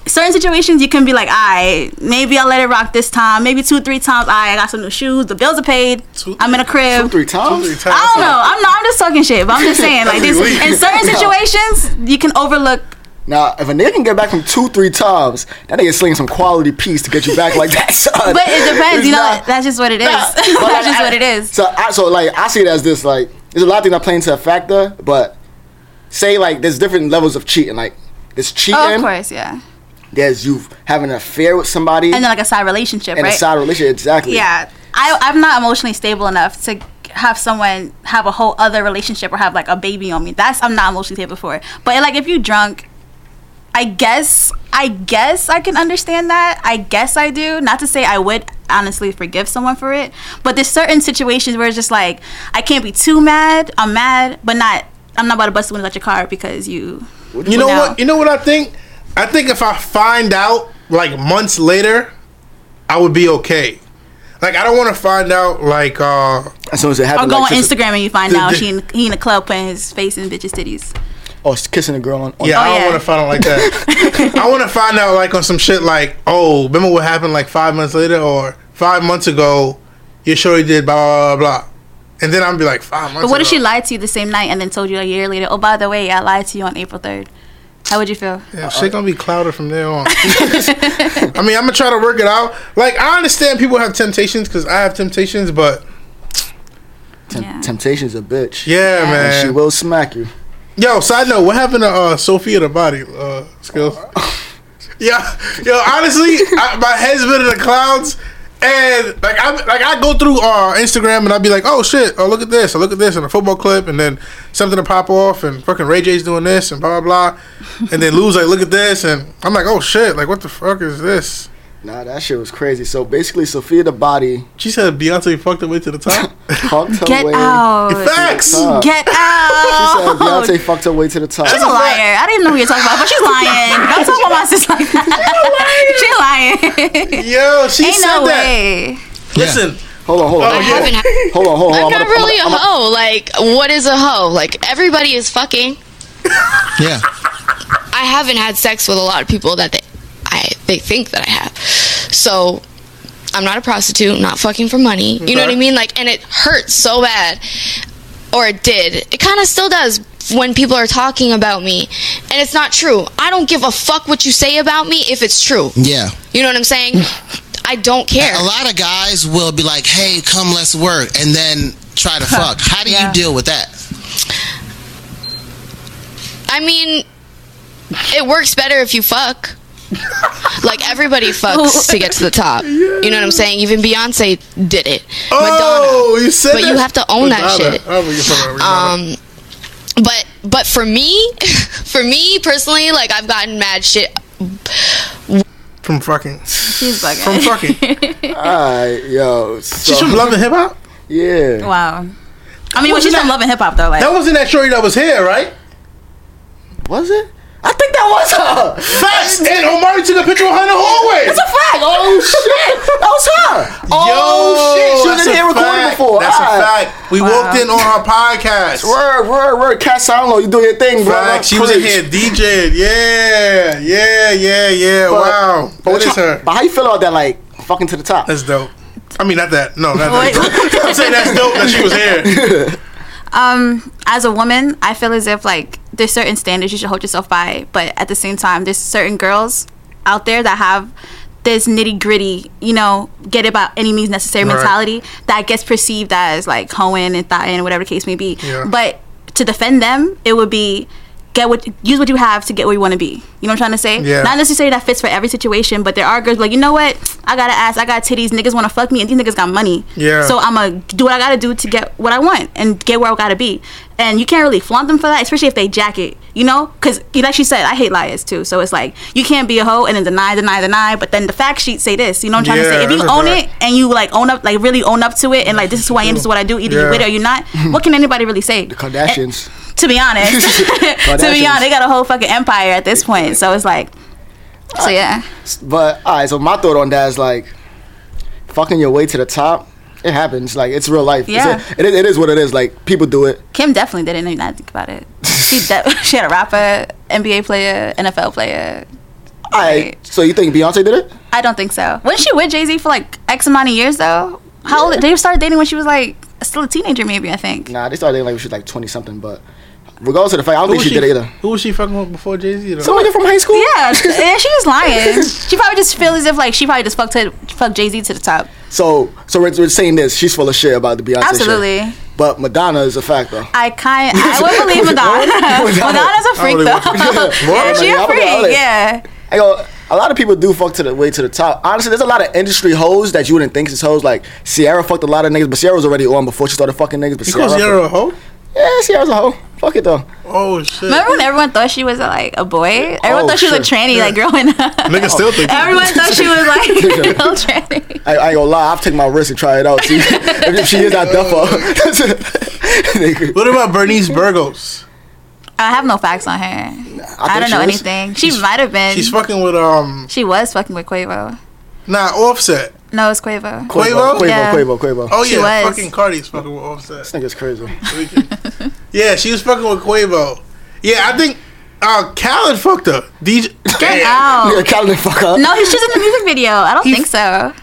[SPEAKER 1] Certain situations you can be like, I maybe I'll let it rock this time. Maybe two, three times. I I got some new shoes. The bills are paid.
[SPEAKER 4] Two-
[SPEAKER 1] I'm in a crib.
[SPEAKER 2] Three times.
[SPEAKER 4] Three times.
[SPEAKER 1] I don't know. I'm not. I'm just talking shit. But I'm just saying, like this.
[SPEAKER 4] That's
[SPEAKER 1] In certain situations, you can overlook.
[SPEAKER 2] Now, if a nigga can get back from two, three times, that nigga slinging some quality piece to get you back like that, son.
[SPEAKER 1] But it depends.
[SPEAKER 2] It's
[SPEAKER 1] You know,
[SPEAKER 2] not-
[SPEAKER 1] that's just what it is.
[SPEAKER 2] Nah, but like,
[SPEAKER 1] that's just
[SPEAKER 2] I-
[SPEAKER 1] what it is.
[SPEAKER 2] So, I, so like I see it as this like there's a lot of things that play into a factor, but say like there's different levels of cheating. Like there's cheating,
[SPEAKER 1] Oh, of course, yeah.
[SPEAKER 2] there's you having an affair with somebody,
[SPEAKER 1] and then like a side relationship,
[SPEAKER 2] and
[SPEAKER 1] right?
[SPEAKER 2] a side relationship. Exactly.
[SPEAKER 1] yeah, I I'm not emotionally stable enough to have someone have a whole other relationship or have like a baby on me. That's I'm not emotionally stable for. But like if you drunk, I guess I guess I can understand that. I guess I do. Not to say I would honestly forgive someone for it, but there's certain situations where it's just like I can't be too mad. I'm mad, but not. I'm not about to bust the windows out your car because you.
[SPEAKER 4] You know
[SPEAKER 1] No.
[SPEAKER 4] what? You know what I think? I think if I find out like months later, I would be okay. Like I don't want to find out like uh
[SPEAKER 2] As soon as it
[SPEAKER 1] Or
[SPEAKER 2] happens,
[SPEAKER 1] go
[SPEAKER 2] like,
[SPEAKER 1] on
[SPEAKER 2] just-
[SPEAKER 1] Instagram and you find
[SPEAKER 4] the-
[SPEAKER 1] out
[SPEAKER 4] the-
[SPEAKER 1] she in, he in the club putting his face in bitches' titties.
[SPEAKER 2] or s- kissing a girl on. on
[SPEAKER 4] yeah, I
[SPEAKER 1] Oh,
[SPEAKER 4] don't
[SPEAKER 1] yeah.
[SPEAKER 4] want to find out like that. I want to find out like on some shit like oh remember what happened like five months later or five months ago you sure did blah blah blah, blah. and then i will be like five months.
[SPEAKER 1] But what if
[SPEAKER 4] ago.
[SPEAKER 1] she lied to you the same night and then told you a year later, oh, by the way, I lied to you on April 3rd? How would you feel?
[SPEAKER 4] Yeah, shit gonna be clouded from there on. I mean, I'm gonna try to work it out. Like, I understand people have temptations because I have temptations, but
[SPEAKER 2] Tem-
[SPEAKER 1] Yeah.
[SPEAKER 2] Temptation's a bitch.
[SPEAKER 4] yeah,
[SPEAKER 1] Yeah.
[SPEAKER 2] And
[SPEAKER 4] man,
[SPEAKER 2] she will smack you.
[SPEAKER 4] Yo, side note, what happened to uh, Sophia the body uh, skills? yeah, yo, honestly, I, my head's been in the clouds, and like I like I go through uh, Instagram and I'd be like, oh shit, oh look at this, oh look at this, and a football clip, and then something to pop off, and fucking Ray J's doing this, and blah blah blah, and then Lou's like, look at this, and I'm like, oh shit, like what the fuck is this?
[SPEAKER 2] Nah, that shit was crazy. So basically, Sophia the Body
[SPEAKER 4] She said Beyonce fucked her way to the top.
[SPEAKER 2] punked her
[SPEAKER 1] Get
[SPEAKER 2] way.
[SPEAKER 1] out.
[SPEAKER 4] Facts.
[SPEAKER 2] Huh.
[SPEAKER 1] Get
[SPEAKER 2] She
[SPEAKER 1] out.
[SPEAKER 2] said Beyonce fucked her way to the top.
[SPEAKER 1] She's a liar. I didn't know who you're talking about, but she's lying. Don't talk about my sister like that. She's lying.
[SPEAKER 4] Yo, she
[SPEAKER 1] Ain't
[SPEAKER 4] said
[SPEAKER 1] no
[SPEAKER 4] that.
[SPEAKER 1] way.
[SPEAKER 4] Listen,
[SPEAKER 2] Hold on, hold on,
[SPEAKER 4] Oh,
[SPEAKER 2] hold
[SPEAKER 4] yeah.
[SPEAKER 2] on,
[SPEAKER 6] haven't-
[SPEAKER 2] hold on, hold on.
[SPEAKER 6] I'm
[SPEAKER 2] I'm
[SPEAKER 6] not
[SPEAKER 2] gonna-
[SPEAKER 6] really a
[SPEAKER 2] I'm gonna-
[SPEAKER 6] hoe. Like, what is a hoe? Like, everybody is fucking.
[SPEAKER 7] Yeah.
[SPEAKER 6] I haven't had sex with a lot of people that they, I they think that I have. So I'm not a prostitute, not fucking for money. You know what I mean? Like, and it hurts so bad, or it did. It kind of still does when people are talking about me, and it's not true. I don't give a fuck what you say about me if it's true.
[SPEAKER 7] Yeah.
[SPEAKER 6] You know what I'm saying? I don't care.
[SPEAKER 7] A lot of guys will be like, "Hey, come, let's work," and then try to fuck. How do
[SPEAKER 1] Yeah.
[SPEAKER 7] you deal with that?
[SPEAKER 6] I mean, it works better if you fuck. like everybody fucks to get to the top. You know what I'm saying? Even Beyonce did it.
[SPEAKER 4] oh,
[SPEAKER 6] Madonna.
[SPEAKER 4] you said
[SPEAKER 6] But
[SPEAKER 4] that?
[SPEAKER 6] you have to own that
[SPEAKER 4] Madonna.
[SPEAKER 6] shit.
[SPEAKER 4] Oh, but you're fucking with Madonna.
[SPEAKER 6] Um, but but for me, for me personally, like I've gotten mad shit.
[SPEAKER 4] from fucking.
[SPEAKER 1] She's bugging.
[SPEAKER 4] From fucking.
[SPEAKER 2] Alright, yo.
[SPEAKER 4] She's from
[SPEAKER 2] So,
[SPEAKER 4] Love and Hip Hop?
[SPEAKER 2] yeah.
[SPEAKER 1] Wow. I mean, well, she's from Love and Hip Hop though. Like,
[SPEAKER 4] That wasn't that shorty that was here, right?
[SPEAKER 2] Was it? I think that was her.
[SPEAKER 4] Facts! And Omari took a picture of her in the hallway!
[SPEAKER 2] That's a fact. Oh shit, that was her. Oh
[SPEAKER 4] Yo,
[SPEAKER 2] shit, she
[SPEAKER 4] that's
[SPEAKER 2] was in
[SPEAKER 4] a
[SPEAKER 2] here recording
[SPEAKER 4] fact.
[SPEAKER 2] before.
[SPEAKER 4] That's
[SPEAKER 2] All
[SPEAKER 4] a
[SPEAKER 2] right.
[SPEAKER 4] fact. We walked in on her podcast.
[SPEAKER 2] Word, word, word. Cat Soundlo, you do your thing, bro.
[SPEAKER 4] Fact. She was in here DJing. Yeah, yeah, yeah, yeah. wow.
[SPEAKER 2] But, what Uh,
[SPEAKER 4] that is
[SPEAKER 2] you-
[SPEAKER 4] her.
[SPEAKER 2] but how you feel about that? Like fucking to the top.
[SPEAKER 4] That's dope. I mean, not that. No, not
[SPEAKER 1] Wait.
[SPEAKER 4] that. I'm saying that's dope that she was here.
[SPEAKER 1] um, as a woman, I feel as if like there's certain standards you should hold yourself by, but at the same time, there's certain girls out there that have this nitty gritty, you know, get it by any means necessary
[SPEAKER 4] Right.
[SPEAKER 1] mentality that gets perceived as like hoeing and thotting, whatever the case may be.
[SPEAKER 4] Yeah.
[SPEAKER 1] But to defend them, it would be get what use what you have to get where you want to be. You know what I'm trying to say?
[SPEAKER 4] Yeah.
[SPEAKER 1] Not necessarily that fits for every situation, but there are girls like you know what? I got to ass, I got titties, niggas want to fuck me, and these niggas got money.
[SPEAKER 4] Yeah.
[SPEAKER 1] So I'm gonna do what I gotta do to get what I want and get where I gotta be. And you can't really flaunt them for that, especially if they jacket, you know? Because, like she said, I hate liars too. So it's like, you can't be a hoe and then deny, deny, deny, but then the fact sheet say this. You know what I'm trying
[SPEAKER 4] Yeah,
[SPEAKER 1] to say? If you
[SPEAKER 4] that's
[SPEAKER 1] own
[SPEAKER 4] right.
[SPEAKER 1] it and you like own up, like really own up to it and like, this is who I am, this is what I do, either
[SPEAKER 4] Yeah.
[SPEAKER 1] you with it or you're not, what can anybody really say? The
[SPEAKER 2] Kardashians.
[SPEAKER 1] To be honest, to be honest, they got a whole fucking empire at this point. So it's like, so yeah.
[SPEAKER 2] But all right, so my thought on that is like, fucking your way to the top. It happens. Like it's real life. It's a-
[SPEAKER 1] Yeah.
[SPEAKER 2] it, is, it is what it is. Like people do it.
[SPEAKER 1] Kim definitely didn't even have to think about it. She de- she had a rapper, NBA player, NFL player.
[SPEAKER 2] All right. So you think Beyonce did it?
[SPEAKER 1] I don't think so. Wasn't she with Jay Z for like X amount of years though? How old they started dating when she was like still a teenager maybe I think.
[SPEAKER 2] Nah, they started dating like when she was like twenty something. But regardless of the fact, I don't
[SPEAKER 4] Who
[SPEAKER 2] think
[SPEAKER 4] was
[SPEAKER 2] she, did it either.
[SPEAKER 4] Who was she fucking with before Jay Z? though?
[SPEAKER 2] Somebody from high school.
[SPEAKER 1] Yeah, yeah, she was lying. She probably just feels as if like she probably just fucked her, fucked Jay Z to the top.
[SPEAKER 2] So so we're, we're saying this. She's full of shit about the Beyonce. shit.
[SPEAKER 1] Absolutely.
[SPEAKER 2] But Madonna is a fact though.
[SPEAKER 1] I kind I would believe Madonna. Madonna's a freak though.
[SPEAKER 4] really
[SPEAKER 1] yeah, she
[SPEAKER 2] Like, I
[SPEAKER 1] a
[SPEAKER 2] would be
[SPEAKER 1] freak.
[SPEAKER 2] honest.
[SPEAKER 1] Yeah.
[SPEAKER 2] I go, a lot of people do fuck to the way to the top. Honestly, there's a lot of industry hoes that you wouldn't think is hoes. Like Sierra fucked a lot of niggas, but Sierra was already on before she started fucking niggas. But
[SPEAKER 4] You call Sierra a hoe?
[SPEAKER 2] yeah, Sierra's a hoe. Fuck it though.
[SPEAKER 4] Oh, shit.
[SPEAKER 1] Remember when everyone thought she was like a boy? Everyone
[SPEAKER 2] Oh,
[SPEAKER 1] thought she was a
[SPEAKER 2] shit.
[SPEAKER 1] tranny like growing up.
[SPEAKER 4] Niggas still think.
[SPEAKER 1] Everyone thought she was like a little tranny.
[SPEAKER 2] I, I ain't gonna lie, I'll take my risk and try it out. See, if she is that duff up.
[SPEAKER 4] What about Bernice Burgos?
[SPEAKER 1] I have no facts on her. I, don't know anything. She might have been.
[SPEAKER 4] She's fucking with, um,
[SPEAKER 1] she was fucking with Quavo.
[SPEAKER 4] nah, Offset.
[SPEAKER 1] No, it's Quavo.
[SPEAKER 2] Quavo, Quavo,
[SPEAKER 1] Yeah.
[SPEAKER 2] Quavo, Quavo.
[SPEAKER 4] Oh,
[SPEAKER 1] She
[SPEAKER 4] yeah.
[SPEAKER 1] was.
[SPEAKER 4] Fucking Cardi's fucking with Offset.
[SPEAKER 2] This nigga's crazy.
[SPEAKER 4] Yeah, she was fucking with Quavo. Yeah, I think uh Khaled fucked her. DJ
[SPEAKER 1] Get
[SPEAKER 4] Yeah.
[SPEAKER 2] Yeah,
[SPEAKER 1] out.
[SPEAKER 2] Calvin fuck
[SPEAKER 1] Oh.
[SPEAKER 2] up.
[SPEAKER 1] No, he's just in the music video. I don't think so.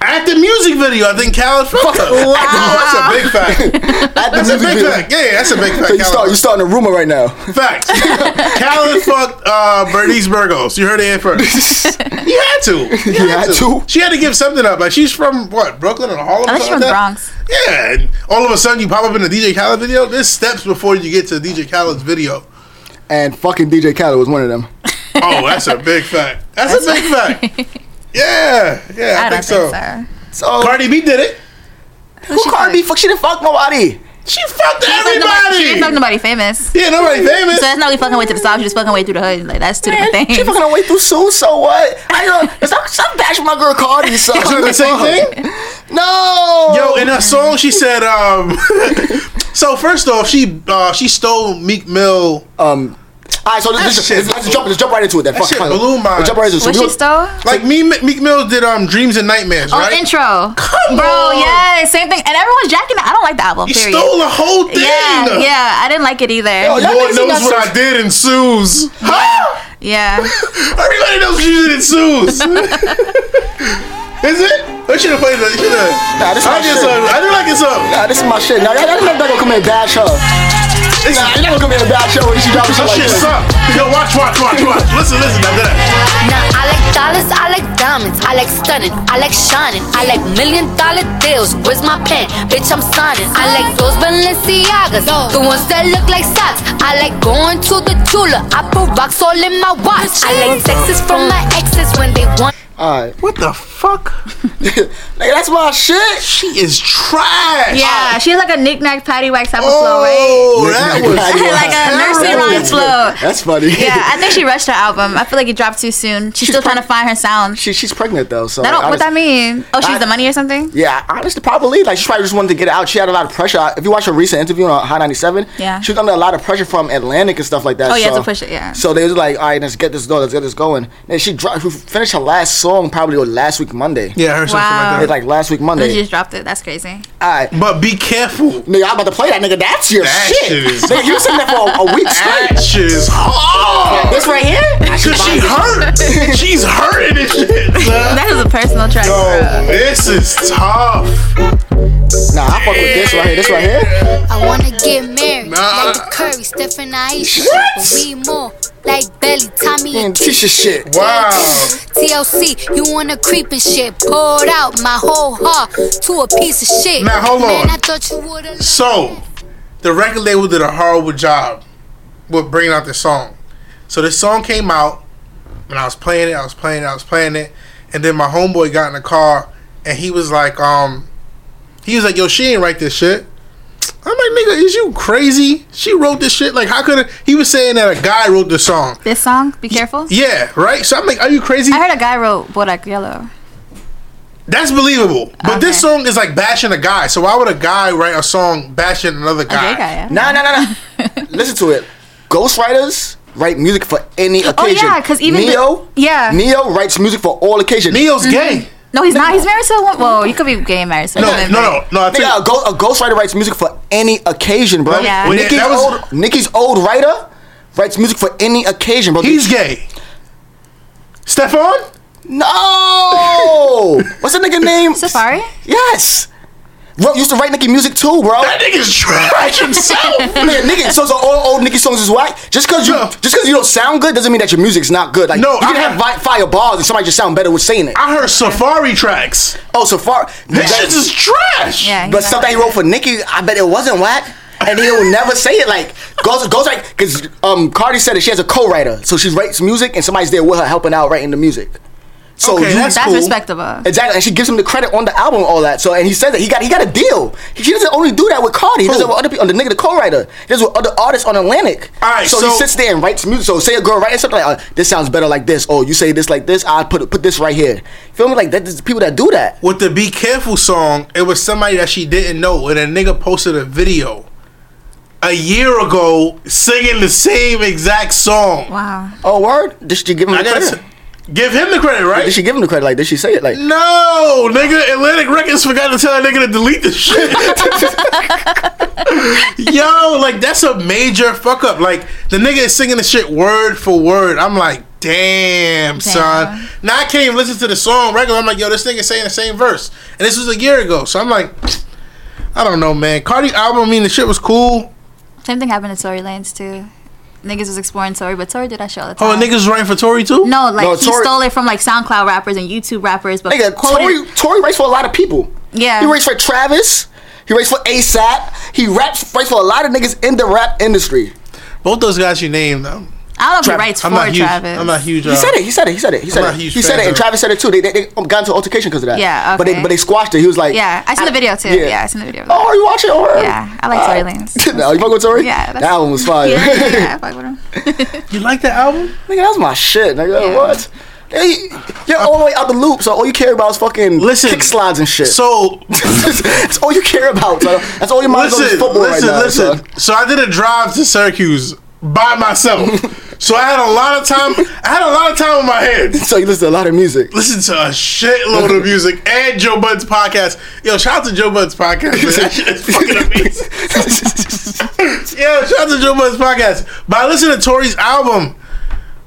[SPEAKER 4] At the music video, I think Khaled fucked her.
[SPEAKER 1] Wow.
[SPEAKER 4] Oh, that's a big fact.
[SPEAKER 2] At the
[SPEAKER 4] That's a
[SPEAKER 2] music
[SPEAKER 4] big
[SPEAKER 2] video.
[SPEAKER 4] fact. Yeah, yeah, that's a big fact.
[SPEAKER 2] So you
[SPEAKER 4] Khaled
[SPEAKER 2] start, you starting a rumor right now.
[SPEAKER 4] Facts. Khaled fucked uh, Bernice Burgos. You heard it here first. he had to. He
[SPEAKER 2] He had to.
[SPEAKER 4] She had to give something up. Like she's from what Brooklyn or Harlem.
[SPEAKER 1] I think
[SPEAKER 4] or
[SPEAKER 1] she's from
[SPEAKER 4] something
[SPEAKER 1] the
[SPEAKER 4] like
[SPEAKER 1] Bronx.
[SPEAKER 4] that? Yeah. And all of a sudden, you pop up in the DJ Khaled video. There's steps before you get to DJ Khaled's video.
[SPEAKER 2] And fucking DJ Khaled was one of them.
[SPEAKER 4] Oh, that's a big fact. That's, a big fact. Yeah, yeah, I,
[SPEAKER 1] I,
[SPEAKER 4] think,
[SPEAKER 1] don't
[SPEAKER 4] so.
[SPEAKER 1] think so.
[SPEAKER 2] So
[SPEAKER 4] Cardi B did it.
[SPEAKER 1] Who she
[SPEAKER 2] Cardi B,
[SPEAKER 1] fuck?
[SPEAKER 2] fuck, she didn't fuck nobody.
[SPEAKER 4] She fucked
[SPEAKER 1] She ain't fuck nobody, she ain't fuck
[SPEAKER 4] everybody.
[SPEAKER 1] nobody famous.
[SPEAKER 4] Yeah, nobody famous.
[SPEAKER 1] So that's not we fucking way to the top. She just fucking way through the hood. Like that's two different things.
[SPEAKER 2] She fucking her way through soon, so what? I don't. Stop, stop bashing my girl Cardi. So
[SPEAKER 4] Is that the same thing?
[SPEAKER 2] No.
[SPEAKER 4] Yo, in her song, she said, um, so first off, she uh, she stole Meek Mill.
[SPEAKER 2] um. All right, so let's, let's,
[SPEAKER 4] shit
[SPEAKER 2] let's, let's jump, let's jump right into it. Then
[SPEAKER 4] That
[SPEAKER 2] fuck,
[SPEAKER 4] shit
[SPEAKER 2] fuck it.
[SPEAKER 4] blew my-
[SPEAKER 2] Let's jump right into it. So
[SPEAKER 1] What
[SPEAKER 2] we
[SPEAKER 1] she
[SPEAKER 2] go-
[SPEAKER 1] stole?
[SPEAKER 4] Like, me, Meek Mill did um, Dreams and Nightmares,
[SPEAKER 1] Oh,
[SPEAKER 4] right?
[SPEAKER 1] intro.
[SPEAKER 4] Come
[SPEAKER 1] Bro,
[SPEAKER 4] on.
[SPEAKER 1] yeah, same thing. And everyone's jacking it. I don't like the album.
[SPEAKER 4] You
[SPEAKER 1] period.
[SPEAKER 4] stole the whole thing.
[SPEAKER 1] yeah, yeah. I didn't like it either.
[SPEAKER 2] Yo, y'all
[SPEAKER 4] Lord
[SPEAKER 2] niggas ain't
[SPEAKER 4] knows
[SPEAKER 2] got
[SPEAKER 4] what
[SPEAKER 2] some-
[SPEAKER 4] I did in Sue's. Huh?
[SPEAKER 1] yeah.
[SPEAKER 4] Everybody knows what you did in Sue's. Is it? They should have played that. Should have.
[SPEAKER 2] Nah, this my
[SPEAKER 4] I like this
[SPEAKER 2] shit.
[SPEAKER 4] song. I do like this song.
[SPEAKER 2] Nah, this is my shit. Now, y'all, y'all not gonna come here and bash her. Nah, you're not gonna come here and bash her when she dropping shit
[SPEAKER 4] That
[SPEAKER 2] like
[SPEAKER 4] shit
[SPEAKER 2] this.
[SPEAKER 4] sucked. Yo, watch, watch, watch, watch. Listen, listen. Now do that.
[SPEAKER 8] Nah, I like dollars, I like diamonds, I like stunning, I like shining, I like million dollar deals. Where's my pen? Bitch, I'm signing. I like those Balenciagas, the ones that look like socks. I like going to the jeweler, I put rocks all in my watch. I like texts from my exes when they want.
[SPEAKER 2] All right,
[SPEAKER 4] What the fuck?
[SPEAKER 2] nigga, that's my shit.
[SPEAKER 4] She is trash.
[SPEAKER 1] Yeah. She's like a knick-knack paddywhack type of flow, right?
[SPEAKER 4] Oh, that was
[SPEAKER 1] like a nursery
[SPEAKER 4] terrible.
[SPEAKER 1] rhyme flow.
[SPEAKER 2] That's funny.
[SPEAKER 1] Yeah, I think she rushed her album. I feel like it dropped too soon. She's, still trying to find her sound.
[SPEAKER 2] She, she's pregnant though, so
[SPEAKER 1] I don't.
[SPEAKER 2] like,
[SPEAKER 1] What that
[SPEAKER 2] honest-
[SPEAKER 1] mean? Oh, she's
[SPEAKER 2] I-
[SPEAKER 1] the money or something?
[SPEAKER 2] Yeah, honestly, probably. Like, she probably just wanted to get it out. She had a lot of pressure. If you watch her recent interview on High 97,
[SPEAKER 1] Yeah.
[SPEAKER 2] she was under a lot of pressure from Atlantic and stuff like that.
[SPEAKER 1] Oh, you
[SPEAKER 2] so,
[SPEAKER 1] have to push it, yeah.
[SPEAKER 2] So they was like, all right, let's get this going, let's get this going. And she dropped, she finished her last song probably on last week Monday.
[SPEAKER 4] Yeah, her
[SPEAKER 1] Wow.
[SPEAKER 4] something
[SPEAKER 2] It's
[SPEAKER 4] like
[SPEAKER 2] like
[SPEAKER 4] that.
[SPEAKER 2] last week
[SPEAKER 1] But
[SPEAKER 2] Monday.
[SPEAKER 1] she just dropped it. That's crazy.
[SPEAKER 2] all right.
[SPEAKER 4] But be careful.
[SPEAKER 2] Nigga, I'm about to play that nigga. That's your
[SPEAKER 4] That
[SPEAKER 2] shit.
[SPEAKER 4] shit is-
[SPEAKER 2] nigga, you sitting there for a, a week straight.
[SPEAKER 4] That shit is hard.
[SPEAKER 2] This right here? I should
[SPEAKER 4] Cause
[SPEAKER 2] buy
[SPEAKER 4] she
[SPEAKER 2] this.
[SPEAKER 4] hurt. She's hurting and shit. son.
[SPEAKER 1] That is a personal track. uh, bro.
[SPEAKER 4] Yo, this is tough.
[SPEAKER 2] Nah, I fuck with this right here. This right here.
[SPEAKER 8] I wanna get married,
[SPEAKER 4] Nah.
[SPEAKER 8] like the Curry, Steph and Aisha. But we more like Belly, Tommy,
[SPEAKER 2] And
[SPEAKER 8] and
[SPEAKER 2] Tisha shit.
[SPEAKER 4] Wow.
[SPEAKER 7] Mm.
[SPEAKER 8] TLC, you wanna creep and shit. Poured out my whole heart to a piece of shit.
[SPEAKER 4] Now, hold on.
[SPEAKER 8] Man, I thought you would've.
[SPEAKER 4] So, the record label did a horrible job with bringing out this song. So this song came out, and I was playing it, I was playing it, I was playing it, and then my homeboy got in the car, and he was like, um, he was like, yo, she ain't write this shit. I'm like, nigga, is you crazy? She wrote this shit. Like, how could it? He was saying that a guy wrote the song.
[SPEAKER 1] This song, be careful.
[SPEAKER 4] Yeah, right. So I'm like, are you crazy?
[SPEAKER 1] I heard a guy wrote Bodak Yellow.
[SPEAKER 4] That's believable. But this song is like bashing a guy. So why would a guy write a song bashing another guy?
[SPEAKER 1] Jay guy. yeah.
[SPEAKER 2] Nah, nah, nah, nah. Listen to it. Ghostwriters write music for any occasion.
[SPEAKER 1] Oh, yeah, 'cause even the-
[SPEAKER 2] Neo,
[SPEAKER 1] yeah.
[SPEAKER 2] Neo writes music for all occasions.
[SPEAKER 4] Neil's
[SPEAKER 1] Mm-hmm.
[SPEAKER 4] gay.
[SPEAKER 1] No, he's not. He's married to a woman. Whoa, you could be gay and married to a
[SPEAKER 4] No,
[SPEAKER 1] woman.
[SPEAKER 4] no, no, no. I think
[SPEAKER 2] Nigga, a, ghost, a ghostwriter writes music for any occasion, bro.
[SPEAKER 1] Yeah.
[SPEAKER 4] When it-
[SPEAKER 2] Nicki's,
[SPEAKER 4] that was-
[SPEAKER 2] old, Nicki's old writer writes music for any occasion, bro.
[SPEAKER 4] he's gay. Stefan?
[SPEAKER 2] no. What's that nigga name?
[SPEAKER 1] Safari.
[SPEAKER 2] Yes. Bro, used to write Nicki music too, bro.
[SPEAKER 4] That nigga's trash himself.
[SPEAKER 2] Nigga, Nicki songs are all old Nicki songs is whack. Just cause you
[SPEAKER 4] Yo.
[SPEAKER 2] just cause you don't sound good doesn't mean that your music's not good. Like
[SPEAKER 4] No,
[SPEAKER 2] you can
[SPEAKER 4] I-
[SPEAKER 2] have vi- fire bars and somebody just sound better with saying it.
[SPEAKER 4] I heard Safari tracks.
[SPEAKER 2] oh, so far
[SPEAKER 4] This
[SPEAKER 2] that-
[SPEAKER 4] shit is trash.
[SPEAKER 1] Yeah. he's
[SPEAKER 2] But
[SPEAKER 1] not
[SPEAKER 2] stuff that he
[SPEAKER 1] gay.
[SPEAKER 2] wrote for Nicki, I bet it wasn't whack. And he will never say it like goes goes like because um Cardi said that she has a co-writer, so she writes music and somebody's there with her helping out writing the music. So
[SPEAKER 4] Okay,
[SPEAKER 2] you-
[SPEAKER 4] that's
[SPEAKER 1] That's
[SPEAKER 4] cool.
[SPEAKER 1] respectable.
[SPEAKER 2] exactly, and she gives him the credit on the album and all that. So and he says that he got he got a deal. He, she doesn't only do that with Cardi. He does it with other people, the nigga the co-writer. He does it with other artists on Atlantic.
[SPEAKER 4] All right,
[SPEAKER 2] so,
[SPEAKER 4] so-
[SPEAKER 2] he sits there and writes music. So say a girl writing something like uh, this sounds better like this. Oh, you say this like this. I put put this right here. Feel me? Like that, there's people that do that.
[SPEAKER 4] With the Be Careful song, it was somebody that she didn't know, and a nigga posted a video a year ago singing the same exact song.
[SPEAKER 1] Wow.
[SPEAKER 2] Oh, word? Did she give him
[SPEAKER 4] I
[SPEAKER 2] the
[SPEAKER 4] gotta
[SPEAKER 2] credit?
[SPEAKER 4] s- give him the credit, right?
[SPEAKER 2] Did she give him the credit? Like, did she say it? Like,
[SPEAKER 4] No, nigga, Atlantic Records forgot to tell that nigga to delete this shit. Yo, like that's a major fuck up. Like the nigga is singing the shit word for word. I'm like, damn, son. Now I can't even listen to the song regular. I'm like, yo, this nigga saying the same verse, and this was a year ago. So I'm like, I don't know, man. Cardi album, I mean, the shit was cool.
[SPEAKER 1] Same thing happened to Tory Lanez too. Niggas was exploring Tory, but Tory did that shit all the time.
[SPEAKER 4] Oh, and niggas was writing for Tory too.
[SPEAKER 1] No, like
[SPEAKER 2] No,
[SPEAKER 1] he
[SPEAKER 2] Tory-
[SPEAKER 1] stole it from like SoundCloud rappers and YouTube rappers, but
[SPEAKER 2] nigga,
[SPEAKER 1] quoted-
[SPEAKER 2] Tory, Tory writes for a lot of people.
[SPEAKER 1] Yeah.
[SPEAKER 2] He writes for Travis. He writes for ASAP. He raps, writes for a lot of niggas in the rap industry.
[SPEAKER 4] both those guys you named. Um,
[SPEAKER 1] I don't know if he
[SPEAKER 2] Trav-
[SPEAKER 1] writes
[SPEAKER 4] I'm
[SPEAKER 1] for
[SPEAKER 4] not huge.
[SPEAKER 1] Travis.
[SPEAKER 4] I'm not huge.
[SPEAKER 2] He
[SPEAKER 4] uh,
[SPEAKER 2] said it. He said it. He said it. He said
[SPEAKER 4] not
[SPEAKER 2] it.
[SPEAKER 4] huge
[SPEAKER 2] He said
[SPEAKER 4] fans
[SPEAKER 2] it. And
[SPEAKER 4] of-
[SPEAKER 2] Travis said it too. They, they, they got into altercation because of that.
[SPEAKER 1] Yeah,
[SPEAKER 2] But they
[SPEAKER 1] okay.
[SPEAKER 2] but they squashed it. He was like,
[SPEAKER 1] Yeah, I seen the video too. Yeah, I seen the video of that.
[SPEAKER 2] Oh, are you watching? Or
[SPEAKER 1] Yeah, I like Tory Lanez.
[SPEAKER 2] no, you fuck with Tory?
[SPEAKER 1] Yeah, that's-
[SPEAKER 2] that one was fire.
[SPEAKER 1] yeah, yeah, yeah, I fuck with him.
[SPEAKER 4] You like that album?
[SPEAKER 2] Nigga, that's my shit, nigga.
[SPEAKER 1] Yeah.
[SPEAKER 2] What? Hey, you're all the way out the loop, so all you care about is fucking
[SPEAKER 4] Listen,
[SPEAKER 2] kick slides and shit.
[SPEAKER 4] So
[SPEAKER 2] that's all you care about. So that's all your mind is on
[SPEAKER 4] listen,
[SPEAKER 2] is football
[SPEAKER 4] listen,
[SPEAKER 2] right now.
[SPEAKER 4] listen.
[SPEAKER 2] So.
[SPEAKER 4] So I did a drive to Syracuse by myself. so I had a lot of time. I had a lot of time on my hands.
[SPEAKER 2] so you listen to a lot of music.
[SPEAKER 4] Listen to a shitload of music and Joe Budden's podcast. Yo, shout out to Joe Budden's podcast. man. That shit is fucking amazing. Yo, shout out to Joe Budden's podcast. But I listened to Tori's album.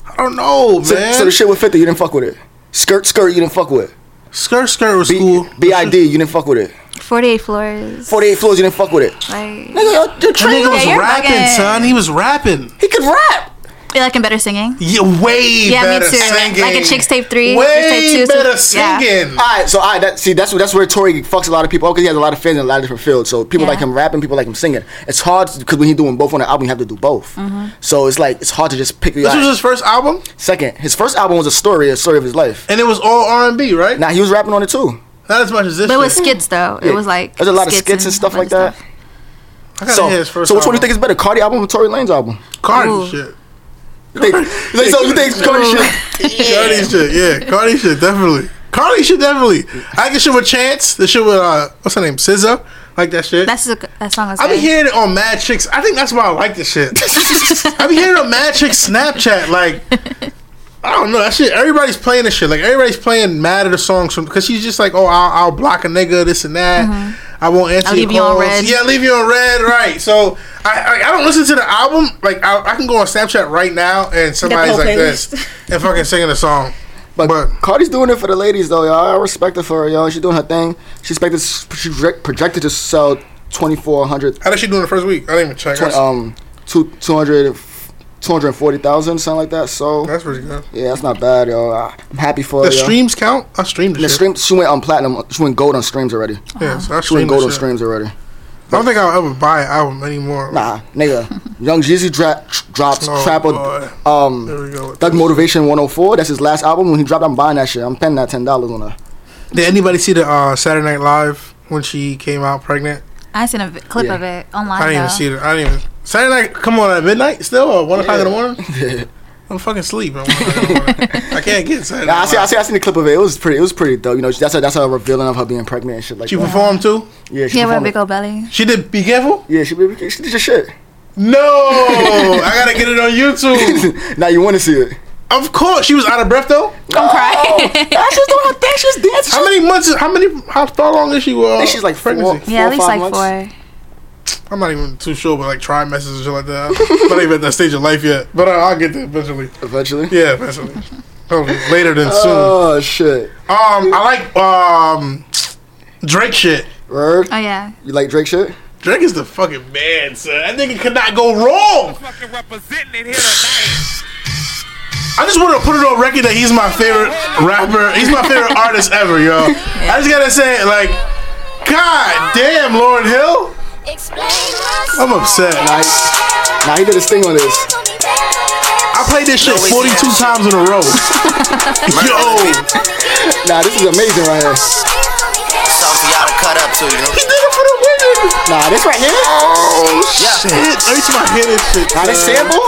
[SPEAKER 4] I don't know,
[SPEAKER 2] So,
[SPEAKER 4] man.
[SPEAKER 2] so the shit with 50, you didn't fuck with it. Skirt, skirt, you didn't fuck with.
[SPEAKER 4] Skirt Skirt was
[SPEAKER 2] B-
[SPEAKER 4] cool.
[SPEAKER 2] BID, you didn't fuck with it.
[SPEAKER 1] 48 floors.
[SPEAKER 2] 48 floors, you didn't fuck with it.
[SPEAKER 1] Like,
[SPEAKER 2] Nigga, you're, you're
[SPEAKER 4] That nigga
[SPEAKER 2] trained.
[SPEAKER 4] was
[SPEAKER 1] you're
[SPEAKER 4] rapping,
[SPEAKER 1] bugging.
[SPEAKER 4] son. He was rapping.
[SPEAKER 2] He could rap.
[SPEAKER 1] you like him better singing?
[SPEAKER 4] Yeah, way
[SPEAKER 1] Yeah, me
[SPEAKER 4] better
[SPEAKER 1] too.
[SPEAKER 4] singing.
[SPEAKER 1] Like a Chicks Tape 3,
[SPEAKER 4] Way
[SPEAKER 1] Chicks Tape 2,
[SPEAKER 4] better
[SPEAKER 1] so- yeah.
[SPEAKER 4] singing.
[SPEAKER 2] All right, so all right, that, see, that's that's where Tory fucks a lot of people because he has a lot of fans in a lot of different fields. So people
[SPEAKER 1] Yeah.
[SPEAKER 2] like him rapping, people like him singing. It's hard because when he's doing both on the album, you have to do both. So it's like it's hard to Mm-hmm. just pick.
[SPEAKER 4] This was
[SPEAKER 2] like-
[SPEAKER 4] his first album,
[SPEAKER 2] Second, his first album was a story, a story of his life.
[SPEAKER 4] and it was all R and B, right?
[SPEAKER 2] Now he was rapping on it too.
[SPEAKER 4] Not as much as this.
[SPEAKER 1] But it was
[SPEAKER 4] shit.
[SPEAKER 1] skits though. It was like
[SPEAKER 2] there's a lot of skits and stuff
[SPEAKER 1] a bunch
[SPEAKER 2] like
[SPEAKER 1] of
[SPEAKER 2] that.
[SPEAKER 1] stuff.
[SPEAKER 4] I gotta
[SPEAKER 2] So,
[SPEAKER 4] hear his first
[SPEAKER 2] so which one do you
[SPEAKER 4] album.
[SPEAKER 2] think is better, Cardi album or Tory Lane's album?
[SPEAKER 4] Cardi
[SPEAKER 1] Ooh.
[SPEAKER 4] shit.
[SPEAKER 2] You think- you think- so you think Cardi shit?
[SPEAKER 4] Cardi shit. Yeah, Cardi shit definitely. Cardi shit definitely. I get shit with Chance. The shit with uh, what's her name, SZA. Like that shit.
[SPEAKER 1] That's a, good- that song is
[SPEAKER 4] I be
[SPEAKER 1] good.
[SPEAKER 4] hearing it on Mad Chicks. I think that's why I like this shit. I be hearing it on Mad Chicks Snapchat. Like, I don't know. That shit, everybody's playing this shit. Like, everybody's playing mad at the songs from, because she's just like, oh, I'll, I'll block a nigga, this and that. I won't answer
[SPEAKER 1] Mm-hmm. I'll
[SPEAKER 4] your
[SPEAKER 1] leave you on
[SPEAKER 4] calls.
[SPEAKER 1] red.
[SPEAKER 4] Yeah, leave you on red, right. So, I, I, I don't listen to the album. Like, I, I can go on Snapchat right now and somebody's
[SPEAKER 1] whole
[SPEAKER 4] like
[SPEAKER 1] playlist.
[SPEAKER 4] this and fucking singing a song.
[SPEAKER 2] But,
[SPEAKER 4] But-
[SPEAKER 2] Cardi's doing it for the ladies though, y'all. I respect her for her, y'all. She's doing her thing. She's expected, she project- projected to sell twenty four hundred,
[SPEAKER 4] How did she do in the first week? I didn't even check. That's,
[SPEAKER 2] um, two two hundred. 240,000, something like that. So,
[SPEAKER 4] that's pretty good.
[SPEAKER 2] yeah, that's not bad, yo. I- I'm happy for
[SPEAKER 4] The
[SPEAKER 2] her, yo.
[SPEAKER 4] streams count? I streamed the,
[SPEAKER 2] The
[SPEAKER 4] shit.
[SPEAKER 2] stream, she went on platinum. She went gold on streams already.
[SPEAKER 4] yeah, so I
[SPEAKER 2] She went
[SPEAKER 4] streamed the
[SPEAKER 2] gold on
[SPEAKER 4] shit.
[SPEAKER 2] streams already.
[SPEAKER 4] I don't think I'll ever buy an album anymore.
[SPEAKER 2] Nah, nigga. Young Jeezy dra- drops
[SPEAKER 4] Oh,
[SPEAKER 2] Trapper.
[SPEAKER 4] boy. There we
[SPEAKER 2] Um,
[SPEAKER 4] go.
[SPEAKER 2] Thug Motivation 104. That's his last album. When he dropped, I'm buying that shit. I'm penning that ten dollars on her.
[SPEAKER 4] Did anybody see the uh, Saturday Night Live when she came out pregnant?
[SPEAKER 1] I seen a vi- clip
[SPEAKER 2] Yeah.
[SPEAKER 1] of it
[SPEAKER 4] I,
[SPEAKER 1] online.
[SPEAKER 4] didn't even
[SPEAKER 1] though.
[SPEAKER 4] see it. I didn't even. Saturday Night, come on at midnight still or one o'clock in the morning.
[SPEAKER 2] Yeah.
[SPEAKER 4] I'm fucking asleep. At 1 o'clock in the morning. I can't get Saturday.
[SPEAKER 2] Nah, I
[SPEAKER 4] Night
[SPEAKER 2] see. I
[SPEAKER 4] Live.
[SPEAKER 2] see. I seen the clip of it. It was pretty. It was pretty dope. You know, that's a that's a revealing of her being pregnant and shit like
[SPEAKER 4] She
[SPEAKER 2] that.
[SPEAKER 4] performed too.
[SPEAKER 2] Yeah, she
[SPEAKER 1] Yeah, with a
[SPEAKER 2] performed-
[SPEAKER 1] big old belly.
[SPEAKER 4] She did. Be careful.
[SPEAKER 2] Yeah, she, be- she did your shit.
[SPEAKER 4] No, I gotta get it on YouTube.
[SPEAKER 2] now you want to see it?
[SPEAKER 4] Of course, she was out of breath though.
[SPEAKER 1] I'm crying.
[SPEAKER 2] That's just doing her thing. She's dancing.
[SPEAKER 4] How many months? Is, how many? How far along is she? Uh,
[SPEAKER 2] think she's like four.
[SPEAKER 4] pregnancy.
[SPEAKER 1] yeah,
[SPEAKER 2] Four or
[SPEAKER 1] at least
[SPEAKER 2] five
[SPEAKER 1] like
[SPEAKER 2] months?
[SPEAKER 1] four.
[SPEAKER 4] I'm not even too sure, but like trimesters and shit like that. I'm not even at that stage of life yet, but uh, I'll get there eventually.
[SPEAKER 2] Eventually.
[SPEAKER 4] Yeah, eventually. Probably later than soon.
[SPEAKER 2] Oh shit.
[SPEAKER 4] Um, I like um Drake shit.
[SPEAKER 2] Word.
[SPEAKER 1] Oh yeah.
[SPEAKER 2] You like Drake shit?
[SPEAKER 4] Drake is the fucking man, son. That nigga could not go wrong. I just want to put it on record that he's my favorite rapper. He's my favorite artist ever, yo. I just gotta say, it, like, God damn, Lauren Hill. I'm upset.
[SPEAKER 2] Nah, he, nah, he did his thing on this.
[SPEAKER 4] I played this shit 42 times in a row. yo,
[SPEAKER 2] Nah, this is amazing right here.
[SPEAKER 9] Something for y'all to cut up to, you know?
[SPEAKER 4] he did it for the women.
[SPEAKER 2] Nah, this right here. Oh,
[SPEAKER 9] Yeah.
[SPEAKER 4] Shit, every time I hear this shit,
[SPEAKER 2] Now this
[SPEAKER 4] son.
[SPEAKER 2] sample?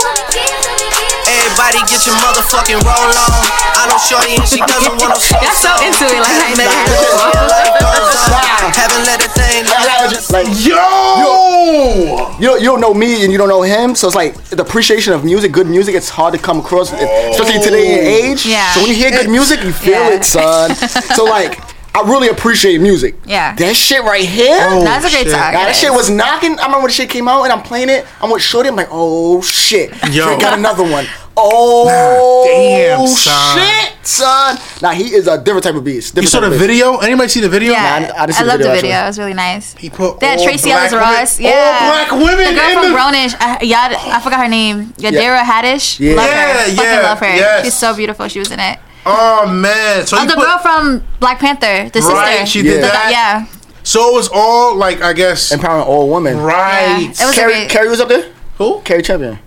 [SPEAKER 9] Everybody get your motherfucking roll on. I know Shorty and she doesn't want no slow
[SPEAKER 1] That's so
[SPEAKER 9] song.
[SPEAKER 1] into it. Like I ain't never heard it before.
[SPEAKER 9] Haven't let a thing
[SPEAKER 2] Like, like,
[SPEAKER 4] yo.
[SPEAKER 2] you don't, you don't know me and you don't know him, so it's like the appreciation of music, good music. It's hard to come across, especially today and age.
[SPEAKER 1] Oh. Yeah.
[SPEAKER 2] So when you hear good music, you feel
[SPEAKER 1] Yeah.
[SPEAKER 2] it, son. so like, I really appreciate music.
[SPEAKER 1] Yeah. Oh.
[SPEAKER 2] That shit right here.
[SPEAKER 1] That's a great
[SPEAKER 4] shit.
[SPEAKER 1] song.
[SPEAKER 2] Nah, that
[SPEAKER 1] It
[SPEAKER 2] shit
[SPEAKER 1] is.
[SPEAKER 2] was knocking. I remember when the shit came out and I'm playing it. I'm with Shorty. I'm like, oh shit.
[SPEAKER 4] Yo.
[SPEAKER 2] Drake got another one. Oh
[SPEAKER 4] damn, son.
[SPEAKER 2] shit, son. Now he is a different type of beast. Different
[SPEAKER 4] You saw
[SPEAKER 2] type
[SPEAKER 4] the
[SPEAKER 2] of beast.
[SPEAKER 4] video? Anybody see the video?
[SPEAKER 1] Yeah,
[SPEAKER 2] Nah, I-
[SPEAKER 1] I,
[SPEAKER 2] I just seen the
[SPEAKER 1] love the
[SPEAKER 2] video,
[SPEAKER 1] video.
[SPEAKER 2] actually.
[SPEAKER 1] It was really nice.
[SPEAKER 4] He put
[SPEAKER 1] They had
[SPEAKER 4] all
[SPEAKER 1] Tracy
[SPEAKER 4] black
[SPEAKER 1] Ellis
[SPEAKER 4] women-
[SPEAKER 1] Ross. Yeah.
[SPEAKER 4] all black women
[SPEAKER 1] The girl
[SPEAKER 4] in
[SPEAKER 1] from
[SPEAKER 4] the-
[SPEAKER 1] Grownish. I, Yad, I forgot her name. Yadira Haddish.
[SPEAKER 2] Yeah.
[SPEAKER 1] Love
[SPEAKER 4] Yeah,
[SPEAKER 1] her.
[SPEAKER 4] yeah,
[SPEAKER 1] Fucking love her.
[SPEAKER 4] yes.
[SPEAKER 1] She's so beautiful. She was in it.
[SPEAKER 4] Oh man! So
[SPEAKER 1] Oh,
[SPEAKER 4] he
[SPEAKER 1] the
[SPEAKER 4] put-
[SPEAKER 1] girl from Black Panther, the
[SPEAKER 4] right?
[SPEAKER 1] sister.
[SPEAKER 4] She did
[SPEAKER 2] Yeah.
[SPEAKER 4] that.
[SPEAKER 1] yeah.
[SPEAKER 4] So it was all like I guess
[SPEAKER 2] Empowering all women.
[SPEAKER 4] right.
[SPEAKER 1] Yeah. It was a
[SPEAKER 2] Carrie,
[SPEAKER 1] great-
[SPEAKER 2] Carrie was up there.
[SPEAKER 4] Who?
[SPEAKER 2] Carrie Champion.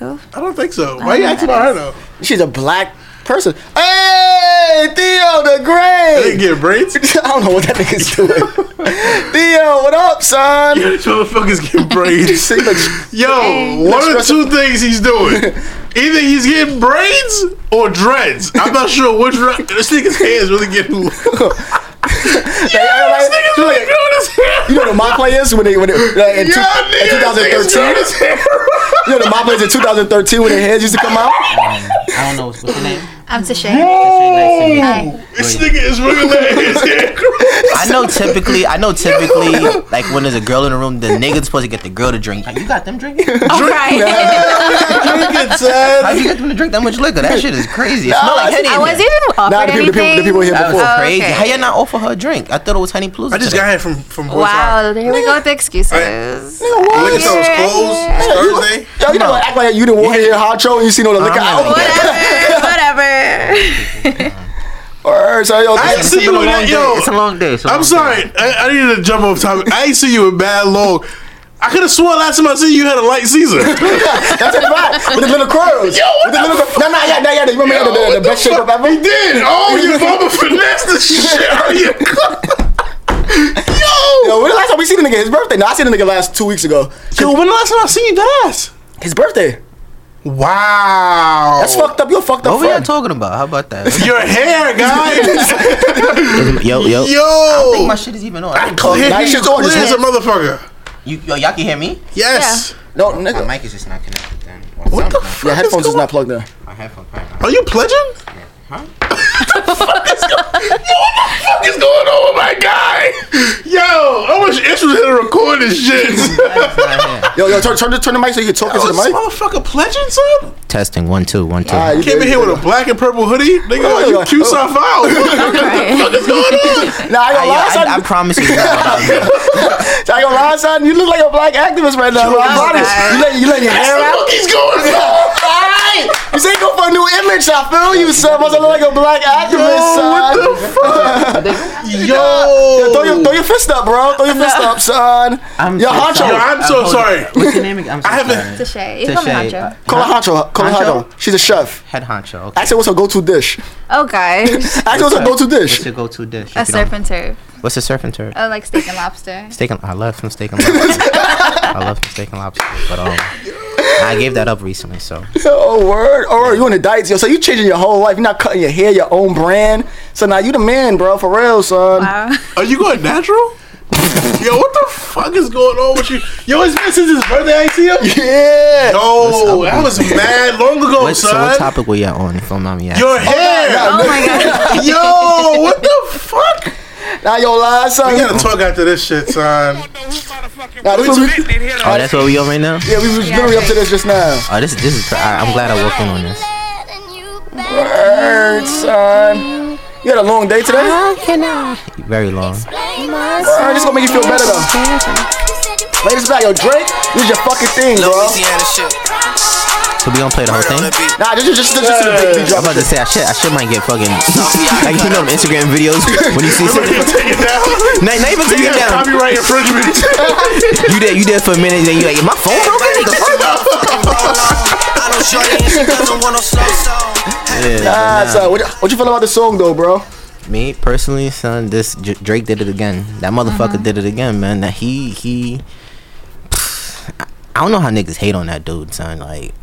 [SPEAKER 1] Who?
[SPEAKER 4] I don't think so. Why you acting about her though?
[SPEAKER 2] She's a black person. Hey, Theo the
[SPEAKER 4] They
[SPEAKER 2] Great.
[SPEAKER 4] get braids.
[SPEAKER 2] I don't know what that nigga's doing. Theo, what up, son?
[SPEAKER 4] This motherfucker's getting braids.
[SPEAKER 2] See, look,
[SPEAKER 4] Yo, one of two things he's doing. Either he's getting braids or dreads. I'm not sure which. Re- this nigga's hair is really getting. long.
[SPEAKER 2] everybody-
[SPEAKER 4] This nigga's really
[SPEAKER 2] Julia,
[SPEAKER 4] growing his hair.
[SPEAKER 2] You know the my play is when they when they, like, in, two,
[SPEAKER 4] Yeah,
[SPEAKER 2] in
[SPEAKER 4] nigga, this nigga's
[SPEAKER 2] 2013.
[SPEAKER 4] growing his hair.
[SPEAKER 2] You know the my play is in 2013 when the heads used to come out.
[SPEAKER 10] I don't know what's what's your name.
[SPEAKER 1] I'm Tashay.
[SPEAKER 4] This nigga is really letting his hair grow.
[SPEAKER 10] I know typically, I know typically, like when there's a girl in the room, the nigga's supposed to get the girl to drink. Like, you got them drinking?
[SPEAKER 1] All right.
[SPEAKER 2] Drink it, son.
[SPEAKER 10] How you get them to drink that much liquor? That shit is crazy. It
[SPEAKER 2] Nah,
[SPEAKER 10] smell like
[SPEAKER 2] it's-
[SPEAKER 10] Henny.
[SPEAKER 1] I
[SPEAKER 10] in
[SPEAKER 1] wasn't
[SPEAKER 10] there.
[SPEAKER 1] even offered
[SPEAKER 2] Nah, the people, the people,
[SPEAKER 1] anything.
[SPEAKER 2] the people here
[SPEAKER 10] That was
[SPEAKER 2] before.
[SPEAKER 1] Oh,
[SPEAKER 10] crazy.
[SPEAKER 1] okay.
[SPEAKER 10] How you not offer her a drink? I thought it was Henny Plus.
[SPEAKER 4] I just got here from from Boys
[SPEAKER 1] wow, there we go with the excuses.
[SPEAKER 10] Oh,
[SPEAKER 4] Liquor store was
[SPEAKER 1] Yeah,
[SPEAKER 4] closed
[SPEAKER 1] yeah.
[SPEAKER 4] Thursday.
[SPEAKER 2] Yo, you know, what? act like you didn't want to hear Hacho and you seen all the liquor out.
[SPEAKER 10] I'm
[SPEAKER 1] Whatever, whatever.
[SPEAKER 2] Alright, so yo,
[SPEAKER 4] I ain't
[SPEAKER 2] this-
[SPEAKER 4] see you in that. Yo,
[SPEAKER 10] It's a long day. It's a long
[SPEAKER 4] I'm
[SPEAKER 10] day.
[SPEAKER 4] sorry. I, I needed to jump off topic. I ain't see you in bad long. I could have sworn last time I seen you, you had a light season.
[SPEAKER 2] that's it, right? With the little curls. with the little curls. No, no, yeah, no, yeah. You remember
[SPEAKER 4] Yo,
[SPEAKER 2] the, the,
[SPEAKER 4] what
[SPEAKER 2] the best shape up ever?
[SPEAKER 4] He did. Oh, your mama finessed the shit out of you. Yo.
[SPEAKER 2] Yo, when the last time we seen the nigga? His birthday. No, I seen the nigga last two weeks ago.
[SPEAKER 4] Yo, when the last time I seen you dance?
[SPEAKER 2] His birthday.
[SPEAKER 4] Wow.
[SPEAKER 2] That's fucked up. You're fucked up.
[SPEAKER 10] What were y'all
[SPEAKER 2] friend.
[SPEAKER 10] talking about? How about that?
[SPEAKER 4] Your hair, guys.
[SPEAKER 10] yo, yo.
[SPEAKER 4] Yo.
[SPEAKER 10] My shit is even on. I
[SPEAKER 4] Clear
[SPEAKER 10] can call you.
[SPEAKER 2] Nah,
[SPEAKER 4] you
[SPEAKER 2] shit's on.
[SPEAKER 4] clear
[SPEAKER 2] It's
[SPEAKER 4] as a motherfucker.
[SPEAKER 10] you. Yo, y'all can hear me?
[SPEAKER 4] Yes.
[SPEAKER 2] No,
[SPEAKER 10] My
[SPEAKER 2] nigga.
[SPEAKER 10] mic is just not connected then.
[SPEAKER 4] What the fuck?
[SPEAKER 2] Your
[SPEAKER 4] is
[SPEAKER 2] headphones is
[SPEAKER 4] going-
[SPEAKER 2] not plugged in.
[SPEAKER 10] My headphone probably not.
[SPEAKER 4] Are you pledging?
[SPEAKER 10] Huh?
[SPEAKER 4] fuck is going on with my guy? Yo, I wish Ish was here to record this shit.
[SPEAKER 10] It's not here.
[SPEAKER 2] Yo, yo, turn, turn, the- turn the mic so you can talk into the
[SPEAKER 4] this
[SPEAKER 2] mic.
[SPEAKER 4] motherfucker pledging, son?
[SPEAKER 10] Testing one two one two.
[SPEAKER 2] Alright, you
[SPEAKER 4] Came in
[SPEAKER 2] good,
[SPEAKER 4] here
[SPEAKER 2] you
[SPEAKER 4] with a black and purple hoodie. Nigga,
[SPEAKER 2] Oh,
[SPEAKER 4] like you
[SPEAKER 2] yeah.
[SPEAKER 4] cute off out. What the fuck is going
[SPEAKER 2] good.
[SPEAKER 4] on?
[SPEAKER 2] Nah, I
[SPEAKER 10] I,
[SPEAKER 2] ain't gonna lie,
[SPEAKER 10] I,
[SPEAKER 2] son.
[SPEAKER 10] I, promise you. Yo,
[SPEAKER 2] I ain't gonna lie, son. You look like a black activist right now. bro. I promise. You let you let your hair out.
[SPEAKER 4] What is going on?
[SPEAKER 2] Alright, you say go for a new image. I feel you, son. Must I look like a black activist, son.
[SPEAKER 4] What the fuck?
[SPEAKER 2] Yo, throw,
[SPEAKER 4] Yo.
[SPEAKER 2] your, throw your fist up, bro. Throw your fist up, son.
[SPEAKER 10] I'm
[SPEAKER 2] Yo,
[SPEAKER 10] so
[SPEAKER 2] Honcho.
[SPEAKER 4] Yo, I'm so
[SPEAKER 10] hold
[SPEAKER 4] sorry.
[SPEAKER 10] on. What's your name again? I'm so
[SPEAKER 4] I haven't-
[SPEAKER 10] sorry.
[SPEAKER 1] Tashay, you call me
[SPEAKER 10] Tashay,
[SPEAKER 1] Honcho.
[SPEAKER 2] Call her Honcho. Call her
[SPEAKER 10] Honcho?
[SPEAKER 2] Honcho. She's a chef.
[SPEAKER 10] Head honcho. Okay.
[SPEAKER 2] Ask her what's her go-to dish.
[SPEAKER 1] Oh gosh,
[SPEAKER 2] Ask her what's her go-to
[SPEAKER 10] What's
[SPEAKER 2] dish.
[SPEAKER 10] your go-to dish? if
[SPEAKER 1] a
[SPEAKER 10] you don't-
[SPEAKER 1] surf and turf.
[SPEAKER 10] What's a surf and turf?
[SPEAKER 1] Oh, like steak and lobster.
[SPEAKER 10] Steak and I love some steak and lobster. I love some steak and lobster, but um, I gave that up recently. So
[SPEAKER 2] Oh, word. Or you on a diet, yo. So you changing your whole life. You're not cutting your hair, your own brand. So now you the man, bro. For real, son.
[SPEAKER 1] Wow.
[SPEAKER 4] Are you going natural? Yo, what the fuck is going on with you? Yo, it's been since his birthday I ain't see him.
[SPEAKER 2] Yeah.
[SPEAKER 4] Yo,
[SPEAKER 10] What's up,
[SPEAKER 4] that was mad long ago,
[SPEAKER 10] what, so what
[SPEAKER 4] son.
[SPEAKER 10] topic were you on? If I'm not me
[SPEAKER 4] Your
[SPEAKER 10] asking.
[SPEAKER 4] hair.
[SPEAKER 1] Oh my god.
[SPEAKER 4] Yo, what the fuck?
[SPEAKER 2] Now you lie,
[SPEAKER 4] We
[SPEAKER 2] son.
[SPEAKER 4] gotta talk after this shit, son.
[SPEAKER 2] Nah, this was,
[SPEAKER 10] Oh, that's where we on right now.
[SPEAKER 2] yeah, we was
[SPEAKER 1] Yeah,
[SPEAKER 2] literally up to
[SPEAKER 1] okay.
[SPEAKER 2] this just now.
[SPEAKER 10] Oh, this this is. I, I'm glad I walked in on this.
[SPEAKER 2] Word, son. You had a long day today?
[SPEAKER 10] Very long.
[SPEAKER 2] Word, this gonna make you feel better, though. Ladies back, yo, Drake, this is your fucking thing, bro.
[SPEAKER 9] Louisiana shit.
[SPEAKER 10] So we gonna play the whole
[SPEAKER 9] Murder on
[SPEAKER 10] thing.
[SPEAKER 9] the beat.
[SPEAKER 2] Nah, just, just, just, just the big beat
[SPEAKER 10] I'm
[SPEAKER 2] drop.
[SPEAKER 10] about to say I shit. I shit might get fucking. like you know them Instagram videos when you see something.
[SPEAKER 4] Take it down.
[SPEAKER 10] Not, not even
[SPEAKER 4] You
[SPEAKER 10] taking it
[SPEAKER 4] got
[SPEAKER 10] down.
[SPEAKER 4] copyright infringement.
[SPEAKER 10] You there, you there for a minute, then you like, is my phone broken? The fuck?
[SPEAKER 9] I know shorty and she doesn't want no slow song.
[SPEAKER 2] Nah, son, what, you- what you feel about the song, though, bro?
[SPEAKER 10] Me personally, son, this J- Drake did it again. That motherfucker
[SPEAKER 1] Mm-hmm.
[SPEAKER 10] did it again, man. That he he. I don't know how niggas hate on that dude, son. Like,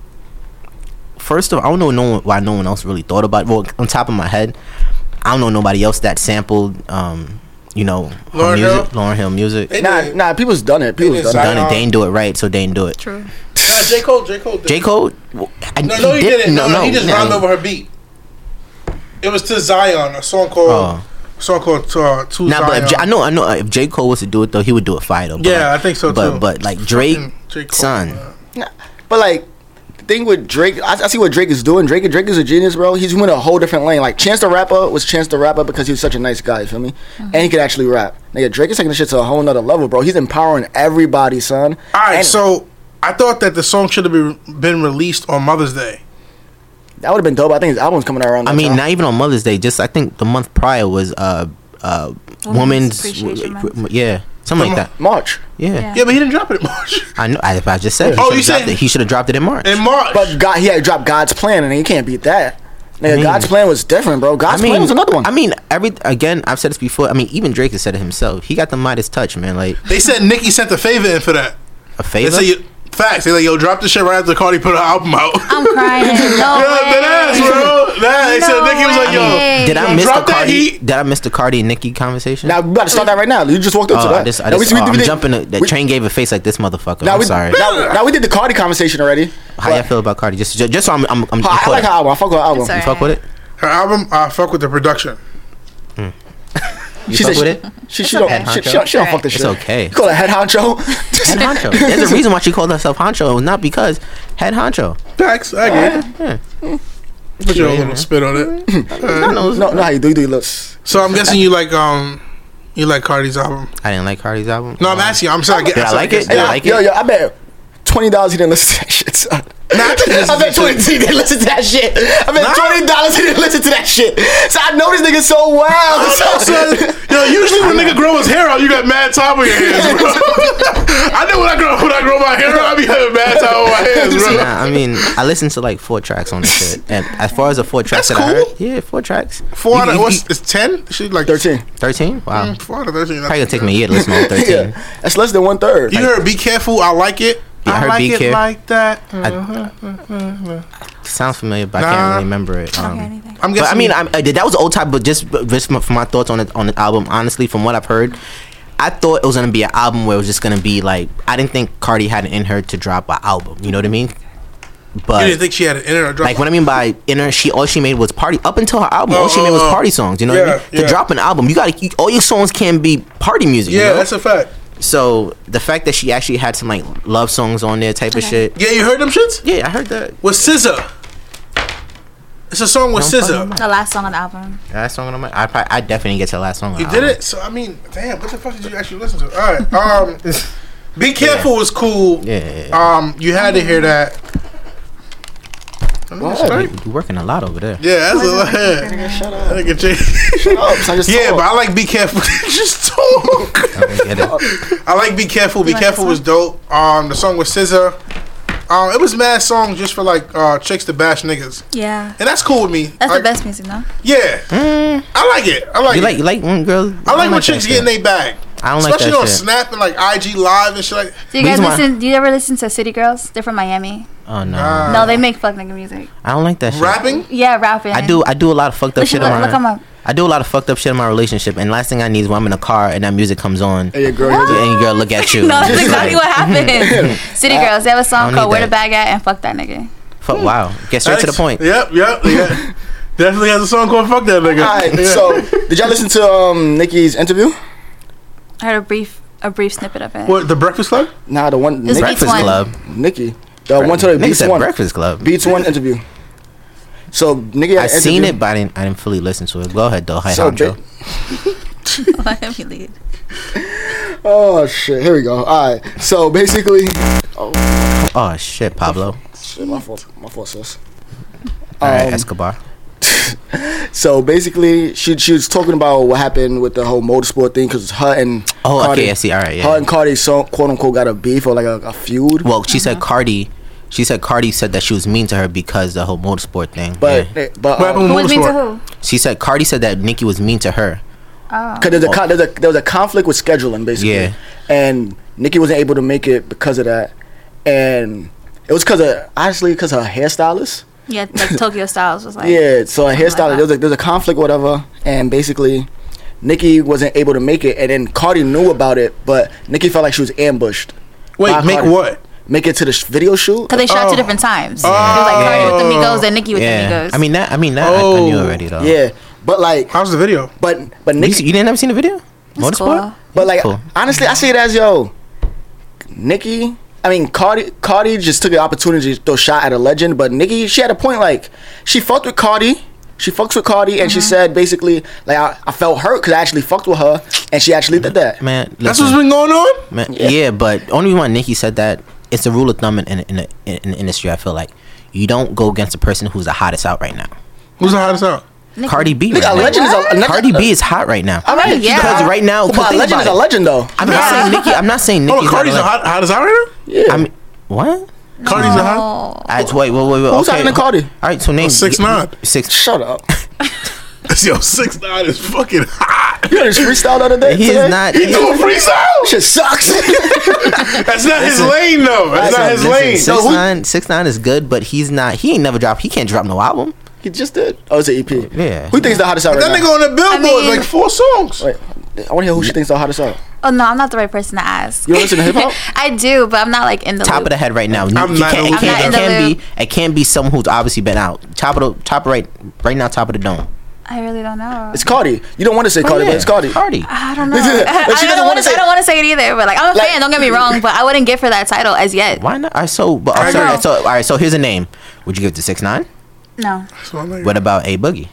[SPEAKER 10] first of all, I don't know no one, why no one else really thought about. Well, on top of my head, I don't know nobody else that sampled. Um, you know, her
[SPEAKER 4] Lauryn Hill?
[SPEAKER 10] music, Lauren Hill music. They
[SPEAKER 2] Nah, nah, people's done it. People's
[SPEAKER 4] It
[SPEAKER 2] done
[SPEAKER 4] is,
[SPEAKER 2] it.
[SPEAKER 10] done
[SPEAKER 4] I-
[SPEAKER 10] it. They ain't do it right, so they ain't do it.
[SPEAKER 1] True.
[SPEAKER 4] Nah, J. Cole, J. Cole. Did.
[SPEAKER 10] J Cole, no,
[SPEAKER 4] no, no, he didn't. No, no, he just rhymed over her beat. It was to Zion, a song called,
[SPEAKER 10] Oh.
[SPEAKER 4] song called uh, to
[SPEAKER 10] Nah,
[SPEAKER 4] Zion.
[SPEAKER 10] but if J- I know, I know. uh, If J Cole was to do it though, he would do it fire though. But
[SPEAKER 4] Yeah,
[SPEAKER 10] like-
[SPEAKER 4] I think so,
[SPEAKER 10] but,
[SPEAKER 4] too. Mm,
[SPEAKER 10] But like Drake,
[SPEAKER 4] J. Cole,
[SPEAKER 10] son,
[SPEAKER 4] man.
[SPEAKER 2] Nah, but like the thing with Drake, I, I see what Drake is doing. Drake, Drake is a genius, bro. He's went a whole different lane. Like Chance the Rapper was Chance the Rapper because he was such a nice guy, you feel me? And he could actually rap. Nigga, Drake is taking this shit to a whole nother level, bro. He's empowering everybody, son.
[SPEAKER 4] All right,
[SPEAKER 2] And
[SPEAKER 4] so I thought that the song should have been, been released on Mother's Day.
[SPEAKER 2] that would have been dope. I think his album's coming out around.
[SPEAKER 10] I
[SPEAKER 2] that
[SPEAKER 10] mean,
[SPEAKER 2] time.
[SPEAKER 10] not even on Mother's Day. Just I think the month prior was uh uh
[SPEAKER 1] Women's
[SPEAKER 10] women's,
[SPEAKER 1] Appreciation
[SPEAKER 10] w- yeah. something like that.
[SPEAKER 2] March.
[SPEAKER 10] Yeah.
[SPEAKER 4] Yeah. but he didn't drop it in March.
[SPEAKER 10] I know. I, if I just said.
[SPEAKER 4] Oh,
[SPEAKER 10] he
[SPEAKER 4] you
[SPEAKER 10] should have dropped
[SPEAKER 4] said-
[SPEAKER 10] it. He should have dropped it in March.
[SPEAKER 4] In March.
[SPEAKER 2] But God, he had dropped God's plan, and he can't beat that. Nigga,
[SPEAKER 10] I mean-
[SPEAKER 2] God's plan was different, bro. God's plan was another one.
[SPEAKER 10] I mean, every again, I've said this before. I mean, even Drake has said it himself. He got the Midas touch, man. Like
[SPEAKER 4] They said Nicki sent a favor in for that.
[SPEAKER 10] a
[SPEAKER 4] They
[SPEAKER 10] favor.
[SPEAKER 4] say you, facts. They like yo, drop the shit right after Cardi put her album out.
[SPEAKER 1] I'm crying. No
[SPEAKER 4] yeah,
[SPEAKER 1] way.
[SPEAKER 4] that ass, bro. That they said
[SPEAKER 1] No
[SPEAKER 4] Nicki was like yo,
[SPEAKER 1] way.
[SPEAKER 10] did I miss the
[SPEAKER 4] drop that
[SPEAKER 10] Cardi?
[SPEAKER 4] heat.
[SPEAKER 10] Did I miss the Cardi and Nicki conversation?
[SPEAKER 2] now we got to start that right now. You just walked up to
[SPEAKER 10] Oh,
[SPEAKER 2] that.
[SPEAKER 10] I just, I
[SPEAKER 2] Now,
[SPEAKER 10] just,
[SPEAKER 2] we-
[SPEAKER 10] oh,
[SPEAKER 2] we-
[SPEAKER 10] I'm
[SPEAKER 2] we-
[SPEAKER 10] jumping. The, the
[SPEAKER 2] we-
[SPEAKER 10] train gave a face like this motherfucker.
[SPEAKER 2] Now
[SPEAKER 10] I'm
[SPEAKER 2] we,
[SPEAKER 10] sorry.
[SPEAKER 2] Now, now we did the Cardi conversation already.
[SPEAKER 10] how you feel about Cardi? Just, ju- just so I'm, I'm,
[SPEAKER 4] Oh,
[SPEAKER 10] I'm
[SPEAKER 2] I, I
[SPEAKER 10] caught
[SPEAKER 2] like her
[SPEAKER 10] up.
[SPEAKER 2] album. I fuck with her album.
[SPEAKER 1] It's alright.
[SPEAKER 10] You fuck with it.
[SPEAKER 4] her album. I fuck with the production.
[SPEAKER 10] You
[SPEAKER 2] She
[SPEAKER 10] fuck
[SPEAKER 2] said
[SPEAKER 10] with it.
[SPEAKER 2] She, she
[SPEAKER 1] It's
[SPEAKER 2] don't,
[SPEAKER 1] okay.
[SPEAKER 2] she, she don't, she don't fuck this
[SPEAKER 10] It's
[SPEAKER 2] shit.
[SPEAKER 10] okay.
[SPEAKER 2] You call it head honcho?
[SPEAKER 10] Head honcho. There's a reason why she called herself honcho. It was not because head honcho.
[SPEAKER 4] Facts. I get it. Put your
[SPEAKER 10] Yeah,
[SPEAKER 4] little
[SPEAKER 10] man.
[SPEAKER 4] spit on it.
[SPEAKER 10] No, no, it's-
[SPEAKER 2] no, no, how you do, you do, you looks.
[SPEAKER 4] so I'm guessing you like um, you like Cardi's album.
[SPEAKER 10] I didn't like Cardi's album.
[SPEAKER 4] No, I'm
[SPEAKER 10] Um,
[SPEAKER 4] asking. you. I'm sorry.
[SPEAKER 10] Did I
[SPEAKER 4] sorry,
[SPEAKER 10] like
[SPEAKER 4] guess-
[SPEAKER 10] it? Did
[SPEAKER 2] yo,
[SPEAKER 10] I like
[SPEAKER 2] yo,
[SPEAKER 10] it?
[SPEAKER 2] yo, I bet twenty dollars he didn't listen to that shit. Son. I bet twenty he didn't listen to that shit. I bet twenty dollars he didn't listen to that shit. So I know this nigga so well.
[SPEAKER 4] Yo,
[SPEAKER 2] So,
[SPEAKER 4] usually when nigga grow his hair out, you got mad time on your hands, bro. I know when I grow when I grow my hair out, I be having mad time on my hands, bro.
[SPEAKER 10] Nah, Uh, I mean, I listened to like four tracks on this shit, and as far as the four tracks
[SPEAKER 4] That's
[SPEAKER 10] that I
[SPEAKER 4] cool.
[SPEAKER 10] heard, yeah, four tracks.
[SPEAKER 4] Four out of what's it's ten? She like Ah,
[SPEAKER 2] Thirteen.
[SPEAKER 10] Thirteen? Wow,
[SPEAKER 4] Four out of thirteen. that's
[SPEAKER 10] probably Mm. gonna take
[SPEAKER 4] good.
[SPEAKER 10] me a year to listen to all thirteen.
[SPEAKER 2] Yeah, that's less than one third.
[SPEAKER 4] You heard "Be Careful." I like it.
[SPEAKER 10] Yeah, I heard
[SPEAKER 4] like
[SPEAKER 10] Be Mm.
[SPEAKER 4] it
[SPEAKER 10] Caref-
[SPEAKER 4] like that.
[SPEAKER 10] Sounds familiar, but I
[SPEAKER 4] Nah.
[SPEAKER 10] can't really remember it. Um,
[SPEAKER 4] I'm
[SPEAKER 10] But
[SPEAKER 4] guessing.
[SPEAKER 10] I mean, I'm, uh, that was old type, but just but just from my thoughts on it on the album. Honestly, from what I've heard, I thought it was gonna be an album where it was just gonna be like I didn't think Cardi had it in her to drop an album. You know what I mean?
[SPEAKER 4] you
[SPEAKER 10] But
[SPEAKER 4] didn't think she had an internet drop.
[SPEAKER 10] like what I mean by inner, she all she made was party up until her album. all she made was
[SPEAKER 4] Oh, oh, oh.
[SPEAKER 10] party songs. You know
[SPEAKER 4] Yeah,
[SPEAKER 10] what I mean?
[SPEAKER 4] yeah.
[SPEAKER 10] To drop an album, you gotta you, all your songs can be party music.
[SPEAKER 4] yeah,
[SPEAKER 10] you know?
[SPEAKER 4] that's a fact.
[SPEAKER 10] so the fact that she actually had some like love songs on there, type of shit.
[SPEAKER 4] Yeah, you heard them shits
[SPEAKER 10] Yeah, I heard that.
[SPEAKER 4] with SZA. It's a song with
[SPEAKER 10] Don't fuck
[SPEAKER 4] SZA.
[SPEAKER 10] with
[SPEAKER 1] The last song on the album.
[SPEAKER 10] Last song on my, I probably, I definitely get to the last song. on
[SPEAKER 4] You
[SPEAKER 10] the
[SPEAKER 4] did
[SPEAKER 10] album.
[SPEAKER 4] it. So I mean, damn, what the fuck did you actually listen to? All right. Um, be careful was cool.
[SPEAKER 10] Yeah, yeah,
[SPEAKER 4] Um, you had to hear that.
[SPEAKER 2] Oh,
[SPEAKER 10] You, you working a lot over there.
[SPEAKER 4] Yeah, that's a lot. Shut up.
[SPEAKER 2] Oh, so I just
[SPEAKER 4] Yeah,
[SPEAKER 2] told.
[SPEAKER 4] but I like be careful. Just talk.
[SPEAKER 10] Get it.
[SPEAKER 4] I like Be Careful. Be Careful was dope. Um, the song with SZA. Um, it was mad song just for like uh chicks to bash niggas,
[SPEAKER 1] Yeah.
[SPEAKER 4] and that's cool with me.
[SPEAKER 1] That's
[SPEAKER 4] Like,
[SPEAKER 1] the best music, though.
[SPEAKER 4] Yeah, I like it. I like.
[SPEAKER 10] Mm. You
[SPEAKER 4] it.
[SPEAKER 10] like you like when girls?
[SPEAKER 4] I like when
[SPEAKER 10] that
[SPEAKER 4] chicks
[SPEAKER 10] shit.
[SPEAKER 4] get in their bag.
[SPEAKER 10] I don't like
[SPEAKER 4] Especially
[SPEAKER 10] that
[SPEAKER 4] on
[SPEAKER 10] shit. Uh-huh.
[SPEAKER 4] Snap and like IG Live and shit like.
[SPEAKER 1] Do you guys
[SPEAKER 10] Reason why-
[SPEAKER 1] listen? Do you ever listen to City Girls? They're from Miami.
[SPEAKER 10] Oh no,
[SPEAKER 4] Nah.
[SPEAKER 1] no, they make fuck nigga music.
[SPEAKER 10] I don't like that shit.
[SPEAKER 4] Uh, Rapping?
[SPEAKER 1] Yeah, rapping.
[SPEAKER 10] I do I do a lot of fucked up
[SPEAKER 1] Look,
[SPEAKER 10] shit
[SPEAKER 1] look,
[SPEAKER 10] in my.
[SPEAKER 1] look, I'm a-
[SPEAKER 10] I do a lot of fucked up shit in my relationship, and last thing I need is when I'm in a car and that music comes on,
[SPEAKER 2] Hey, your girl,
[SPEAKER 10] and
[SPEAKER 2] your girl.
[SPEAKER 10] your girl look at you.
[SPEAKER 1] no, that's
[SPEAKER 10] Just
[SPEAKER 1] exactly
[SPEAKER 10] like,
[SPEAKER 1] what happened. City Girls. They have a
[SPEAKER 10] I
[SPEAKER 1] song
[SPEAKER 10] don't
[SPEAKER 1] called
[SPEAKER 10] need
[SPEAKER 1] "Where the
[SPEAKER 10] that.
[SPEAKER 1] Bag At" and "Fuck That Nigga."
[SPEAKER 10] Fuck, wow, get straight to the
[SPEAKER 4] Thanks.
[SPEAKER 10] point.
[SPEAKER 4] Yep, yep, yeah. Definitely has a song called "Fuck That Nigga."
[SPEAKER 2] All right,
[SPEAKER 4] Yeah.
[SPEAKER 2] so did y'all listen to um, Nicki's interview?
[SPEAKER 1] I heard a brief, a brief snippet of it.
[SPEAKER 4] what the Breakfast Club?
[SPEAKER 2] Nah, the one
[SPEAKER 1] It's
[SPEAKER 2] Nicki,
[SPEAKER 1] Beats
[SPEAKER 10] Breakfast
[SPEAKER 1] One.
[SPEAKER 10] Club.
[SPEAKER 2] Nicki, the one to the
[SPEAKER 10] Nigga
[SPEAKER 2] Beats
[SPEAKER 10] said
[SPEAKER 2] One,
[SPEAKER 10] Breakfast Club.
[SPEAKER 2] Beats One interview. So Nicki, had
[SPEAKER 10] I
[SPEAKER 2] an
[SPEAKER 10] seen
[SPEAKER 2] interview.
[SPEAKER 10] it, but I didn't I didn't fully listen to it. Go ahead though, hi
[SPEAKER 2] So
[SPEAKER 10] Honcho.
[SPEAKER 2] ba-
[SPEAKER 1] Miami lead.
[SPEAKER 2] Oh shit! Here we go. All right. So basically,
[SPEAKER 10] Oh shit,
[SPEAKER 2] Um,
[SPEAKER 10] Pablo.
[SPEAKER 2] shit, my fault. My fault, sis.
[SPEAKER 10] All right,
[SPEAKER 2] Um,
[SPEAKER 10] Escobar.
[SPEAKER 2] So basically, she she was talking about what happened with the whole motorsport thing because her and
[SPEAKER 10] Oh, okay, I see, all right, yeah.
[SPEAKER 2] her and Cardi so quote unquote got a beef or like a, a feud.
[SPEAKER 10] Well, she said Cardi. She said Cardi said that she was mean to her because the whole motorsport thing.
[SPEAKER 2] but
[SPEAKER 10] Yeah.
[SPEAKER 2] but
[SPEAKER 4] What happened
[SPEAKER 2] um,
[SPEAKER 4] with
[SPEAKER 1] Who was mean to
[SPEAKER 4] Motorsport?
[SPEAKER 1] who?
[SPEAKER 10] she said Cardi said that Nicki was mean to her.
[SPEAKER 2] uh, 'cause there's a, con- there's a there was a conflict with scheduling basically,
[SPEAKER 10] Yeah.
[SPEAKER 2] and Nikki wasn't able to make it because of that, and it was because of honestly because her hairstylist.
[SPEAKER 1] Yeah, like Tokyo Styles was like.
[SPEAKER 2] Yeah, so a
[SPEAKER 1] something like
[SPEAKER 2] hairstylist,
[SPEAKER 1] that.
[SPEAKER 2] there was a, there was a conflict, whatever, and basically, Nikki wasn't able to make it, and then Cardi knew about it, but Nikki felt like she was ambushed.
[SPEAKER 4] Wait,
[SPEAKER 2] by
[SPEAKER 4] make
[SPEAKER 2] Cardi.
[SPEAKER 4] what?
[SPEAKER 2] Make it to the sh- video shoot.
[SPEAKER 1] Cause they shot
[SPEAKER 4] Oh.
[SPEAKER 1] two different times. It was like Cardi with the Migos and Nicki with
[SPEAKER 10] Oh. yeah,
[SPEAKER 1] the Migos.
[SPEAKER 10] I mean that. I mean that. I, I knew
[SPEAKER 4] Oh.
[SPEAKER 10] already though.
[SPEAKER 2] Yeah, but like,
[SPEAKER 4] How's the video?
[SPEAKER 2] but but
[SPEAKER 10] You,
[SPEAKER 2] Nikki,
[SPEAKER 10] you didn't ever seen the video?
[SPEAKER 1] That's cool.
[SPEAKER 2] but like,
[SPEAKER 10] cool.
[SPEAKER 2] honestly, I see it as yo, Nikki. I mean, Cardi, Cardi just took an opportunity to throw a shot at a legend, but Nikki, she had a point. Like, she fucked with Cardi. She fucks with Cardi, and she said basically, like, I, I felt hurt because I actually fucked with her, and she actually did that.
[SPEAKER 10] Man,
[SPEAKER 4] That's
[SPEAKER 10] listen,
[SPEAKER 4] what's been going on.
[SPEAKER 10] man, yeah. but only one Nicki said that. It's a rule of thumb in in, in, in the industry. I feel like you don't go against the person who's the hottest out right now.
[SPEAKER 4] Who's the hottest out?
[SPEAKER 1] Nigga.
[SPEAKER 10] Cardi B.
[SPEAKER 2] Nigga,
[SPEAKER 10] right now.
[SPEAKER 2] legend is a- nigga-
[SPEAKER 10] Cardi B is hot right now.
[SPEAKER 2] All right,
[SPEAKER 1] yeah.
[SPEAKER 10] Because right now,
[SPEAKER 2] But
[SPEAKER 10] think about
[SPEAKER 2] legend is
[SPEAKER 10] it.
[SPEAKER 2] a legend though.
[SPEAKER 10] I'm not saying Nicki. I'm not saying Nicki.
[SPEAKER 4] Oh, Cardi's a hot, hot as hot right now.
[SPEAKER 2] Yeah.
[SPEAKER 10] I mean, what?
[SPEAKER 4] Cardi's a hot.
[SPEAKER 1] Oh.
[SPEAKER 10] That's wait, wait, wait, wait.
[SPEAKER 2] Who's
[SPEAKER 10] okay.
[SPEAKER 2] hotter than Cardi? Oh,
[SPEAKER 10] All right, so name
[SPEAKER 4] six nine.
[SPEAKER 10] Six.
[SPEAKER 2] Shut up.
[SPEAKER 4] Yo, six nine is fucking hot.
[SPEAKER 2] You know this freestyle the other day.
[SPEAKER 10] He
[SPEAKER 2] today?
[SPEAKER 10] is not.
[SPEAKER 4] You doing freestyle?
[SPEAKER 2] Shit sucks.
[SPEAKER 4] That's not his lane though. That's not his
[SPEAKER 10] Listen,
[SPEAKER 4] lane.
[SPEAKER 10] Six
[SPEAKER 4] So who-
[SPEAKER 10] nine, six nine is good, but he's not. He ain't never dropped. He can't drop no album.
[SPEAKER 2] he just did. Oh, it's an EP.
[SPEAKER 10] Yeah.
[SPEAKER 2] Who thinks the hottest out right
[SPEAKER 4] That
[SPEAKER 2] now?
[SPEAKER 4] nigga on the billboard
[SPEAKER 1] I mean-
[SPEAKER 4] like four songs.
[SPEAKER 2] Wait, I want to hear who she thinks the hottest out.
[SPEAKER 1] Oh no, I'm not the right person to ask.
[SPEAKER 2] You don't listen to hip hop?
[SPEAKER 1] I do, but I'm not like in the
[SPEAKER 10] Top
[SPEAKER 1] loop.
[SPEAKER 10] of the head right now.
[SPEAKER 4] I'm
[SPEAKER 10] You
[SPEAKER 4] not
[SPEAKER 10] can't-
[SPEAKER 4] in the
[SPEAKER 10] it can't-
[SPEAKER 1] loop.
[SPEAKER 10] it
[SPEAKER 1] I'm not in the
[SPEAKER 10] can't
[SPEAKER 1] loop.
[SPEAKER 10] be. It can't be someone who's obviously been out. Top of the top right right now. Top of the dome.
[SPEAKER 1] I really don't know.
[SPEAKER 2] It's Cardi. You don't want to say Cardi, but it's Cardi.
[SPEAKER 10] Cardi.
[SPEAKER 1] I don't know.
[SPEAKER 2] Like, she
[SPEAKER 1] I,
[SPEAKER 2] doesn't
[SPEAKER 1] don't
[SPEAKER 2] wanna
[SPEAKER 1] wanna,
[SPEAKER 2] say-
[SPEAKER 1] I don't want to say it either, but like I'm a
[SPEAKER 2] Like-
[SPEAKER 1] fan. Don't get me wrong, but I wouldn't give her that title as yet.
[SPEAKER 10] Why not? All right, so but
[SPEAKER 4] I
[SPEAKER 10] I'm sorry.
[SPEAKER 1] know.
[SPEAKER 10] So all right, so here's a name. Would you give it to six nine?
[SPEAKER 1] No.
[SPEAKER 4] That's what I'm like.
[SPEAKER 10] What about a boogie?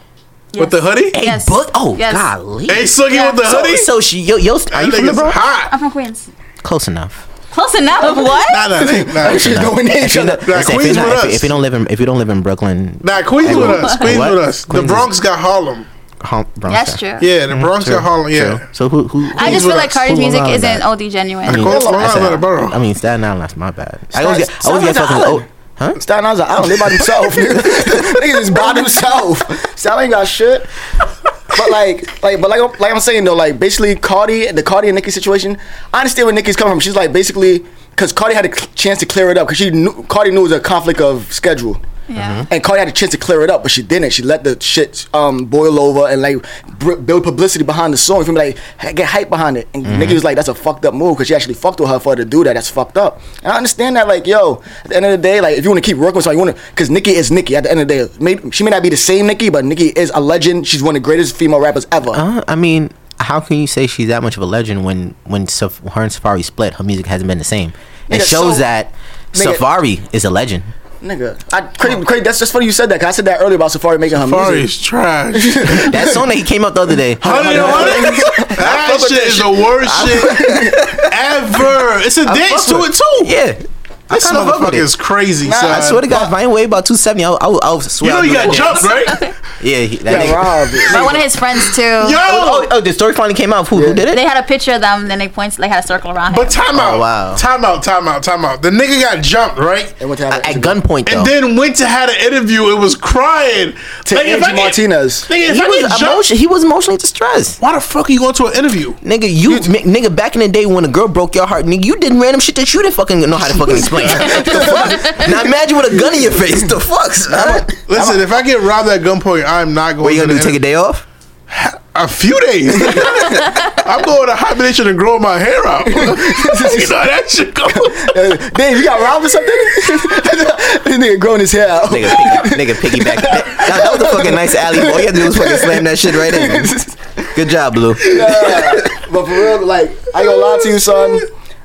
[SPEAKER 4] With the hoodie?
[SPEAKER 10] A
[SPEAKER 1] Yes.
[SPEAKER 10] book? Oh
[SPEAKER 1] Yes.
[SPEAKER 10] golly.
[SPEAKER 4] Hey, Sookie
[SPEAKER 1] Yeah.
[SPEAKER 4] with the
[SPEAKER 10] so,
[SPEAKER 4] hoodie?
[SPEAKER 10] so she yo yo are
[SPEAKER 4] that
[SPEAKER 10] you from the
[SPEAKER 4] nigga's
[SPEAKER 10] Bronx?
[SPEAKER 4] hot.
[SPEAKER 1] I'm from Queens.
[SPEAKER 10] Close enough.
[SPEAKER 1] Close enough. What?
[SPEAKER 4] Nah, nah, nah, nah.
[SPEAKER 2] She's going in each other.
[SPEAKER 4] Nah,
[SPEAKER 10] Listen, if,
[SPEAKER 4] Queens
[SPEAKER 10] you're not,
[SPEAKER 4] with
[SPEAKER 10] if,
[SPEAKER 4] us.
[SPEAKER 10] if you don't live in if you don't live in Brooklyn,
[SPEAKER 4] Nah, Queens with us. Queens Mm,
[SPEAKER 10] What?
[SPEAKER 4] with us. The
[SPEAKER 10] Queens is-
[SPEAKER 4] Bronx got Harlem.
[SPEAKER 10] hum, Bronx
[SPEAKER 1] That's
[SPEAKER 10] side.
[SPEAKER 1] true.
[SPEAKER 4] Yeah, the Bronx got Harlem.
[SPEAKER 10] True.
[SPEAKER 4] Yeah.
[SPEAKER 10] So who who?
[SPEAKER 1] I just
[SPEAKER 4] Queens
[SPEAKER 1] feel
[SPEAKER 4] with
[SPEAKER 1] like
[SPEAKER 4] us.
[SPEAKER 1] Cardi's
[SPEAKER 10] Who
[SPEAKER 1] music
[SPEAKER 10] allowed
[SPEAKER 1] isn't
[SPEAKER 10] that?
[SPEAKER 1] OD genuine.
[SPEAKER 4] Go
[SPEAKER 2] Hello.
[SPEAKER 4] Long
[SPEAKER 10] I,
[SPEAKER 4] Island, borough.
[SPEAKER 10] I mean Staten Island. That's my bad. I always get I always get
[SPEAKER 2] Staten
[SPEAKER 10] fucking
[SPEAKER 2] Island.
[SPEAKER 10] oh, huh?
[SPEAKER 2] Staten Island's an island. They by themselves, nigga. Niggas is by themselves. Staten ain't got shit. But like, like, but like, like I'm saying though, like basically Cardi, the Cardi and Nicki situation. I understand where Nicki's coming from. She's like basically because Cardi had a cl- chance to clear it up because she knew Cardi knew it was a conflict of schedule.
[SPEAKER 1] Yeah.
[SPEAKER 2] And Cardi had a chance to clear it up, but she didn't. She let the shit um, boil over and like br- build publicity behind the song. You feel me? Like ha- get hype behind it. And
[SPEAKER 10] Mm-hmm.
[SPEAKER 2] Nicki was like, "That's a fucked up move," because she actually fucked with her for her to do that. That's fucked up. And I understand that. Like, yo, at the end of the day, like if you want to keep working with someone, you want to, because Nicki is Nicki. At the end of the day, may- she may not be the same Nicki, but Nicki is a legend. She's one of the greatest female rappers ever.
[SPEAKER 10] Uh, I mean, how can you say she's that much of a legend when when Saf- her and Safari split? Her music hasn't been the same. It
[SPEAKER 2] Nigga,
[SPEAKER 10] shows
[SPEAKER 2] so-
[SPEAKER 10] that
[SPEAKER 2] Nigga-
[SPEAKER 10] Safari is a legend.
[SPEAKER 2] Nigga, I crazy, crazy. That's just funny you said that. Cause I said that earlier about Safari making her
[SPEAKER 4] Safari
[SPEAKER 2] music.
[SPEAKER 4] is trash.
[SPEAKER 10] That song that he came out the other day.
[SPEAKER 4] Hundred and one. That shit is the worst shit ever. It's a dance to it too.
[SPEAKER 10] Yeah. I
[SPEAKER 4] This
[SPEAKER 10] kind of fuck
[SPEAKER 4] motherfucker
[SPEAKER 10] with
[SPEAKER 4] is
[SPEAKER 10] it.
[SPEAKER 4] crazy.
[SPEAKER 2] Nah,
[SPEAKER 4] son.
[SPEAKER 10] I swear to God, if I ain't weigh about 270, I, I, I, I
[SPEAKER 4] You
[SPEAKER 10] swear.
[SPEAKER 4] know
[SPEAKER 10] I'd
[SPEAKER 4] you
[SPEAKER 10] do
[SPEAKER 4] got
[SPEAKER 10] that.
[SPEAKER 4] jumped, right?
[SPEAKER 10] Yeah, he, that
[SPEAKER 2] Yeah,
[SPEAKER 10] nigga-
[SPEAKER 2] Rob.
[SPEAKER 1] By one of his friends too.
[SPEAKER 10] Oh,
[SPEAKER 4] Yo.
[SPEAKER 10] oh, oh, the story finally came out. Who, who did it?
[SPEAKER 1] They had a picture of them, then they points. They had a circle around him.
[SPEAKER 4] But time out.
[SPEAKER 10] Oh, wow.
[SPEAKER 4] Time out, time out, time out. The nigga got jumped, right?
[SPEAKER 2] They went to have
[SPEAKER 10] At,
[SPEAKER 2] an
[SPEAKER 10] at
[SPEAKER 2] interview.
[SPEAKER 10] gunpoint, though.
[SPEAKER 4] And then went to had an interview. It was crying.
[SPEAKER 2] to
[SPEAKER 4] Like, if I
[SPEAKER 2] Angie
[SPEAKER 4] get-
[SPEAKER 2] Martinez.
[SPEAKER 4] Nigga, if
[SPEAKER 10] he
[SPEAKER 4] I get
[SPEAKER 10] was,
[SPEAKER 4] jumped-
[SPEAKER 10] emotion, he was emotionally distressed.
[SPEAKER 4] Why the fuck are you going to an interview?
[SPEAKER 10] Nigga, you, mi- nigga, back in the day when a girl broke your heart, nigga, you did random shit that you didn't fucking know how to fucking explain. the fuck? Now imagine with a gun in your face. The fuck, son?
[SPEAKER 4] Listen, if I get robbed at gunpoint, I'm not going.
[SPEAKER 10] What you
[SPEAKER 4] to
[SPEAKER 10] gonna do?
[SPEAKER 4] the
[SPEAKER 10] Take a day off?
[SPEAKER 4] a few days. I'm going to hibernation and growing my hair out. you know that shit. Go.
[SPEAKER 2] Uh, Dave, you got robbed or something? this nigga growing his hair out.
[SPEAKER 10] Nigga, piggy, nigga, piggyback. That, that was a fucking nice alley. All you had to do was fucking slam that shit right in. Good job, Blue.
[SPEAKER 2] But for real, like, I ain't gonna lie to you, son.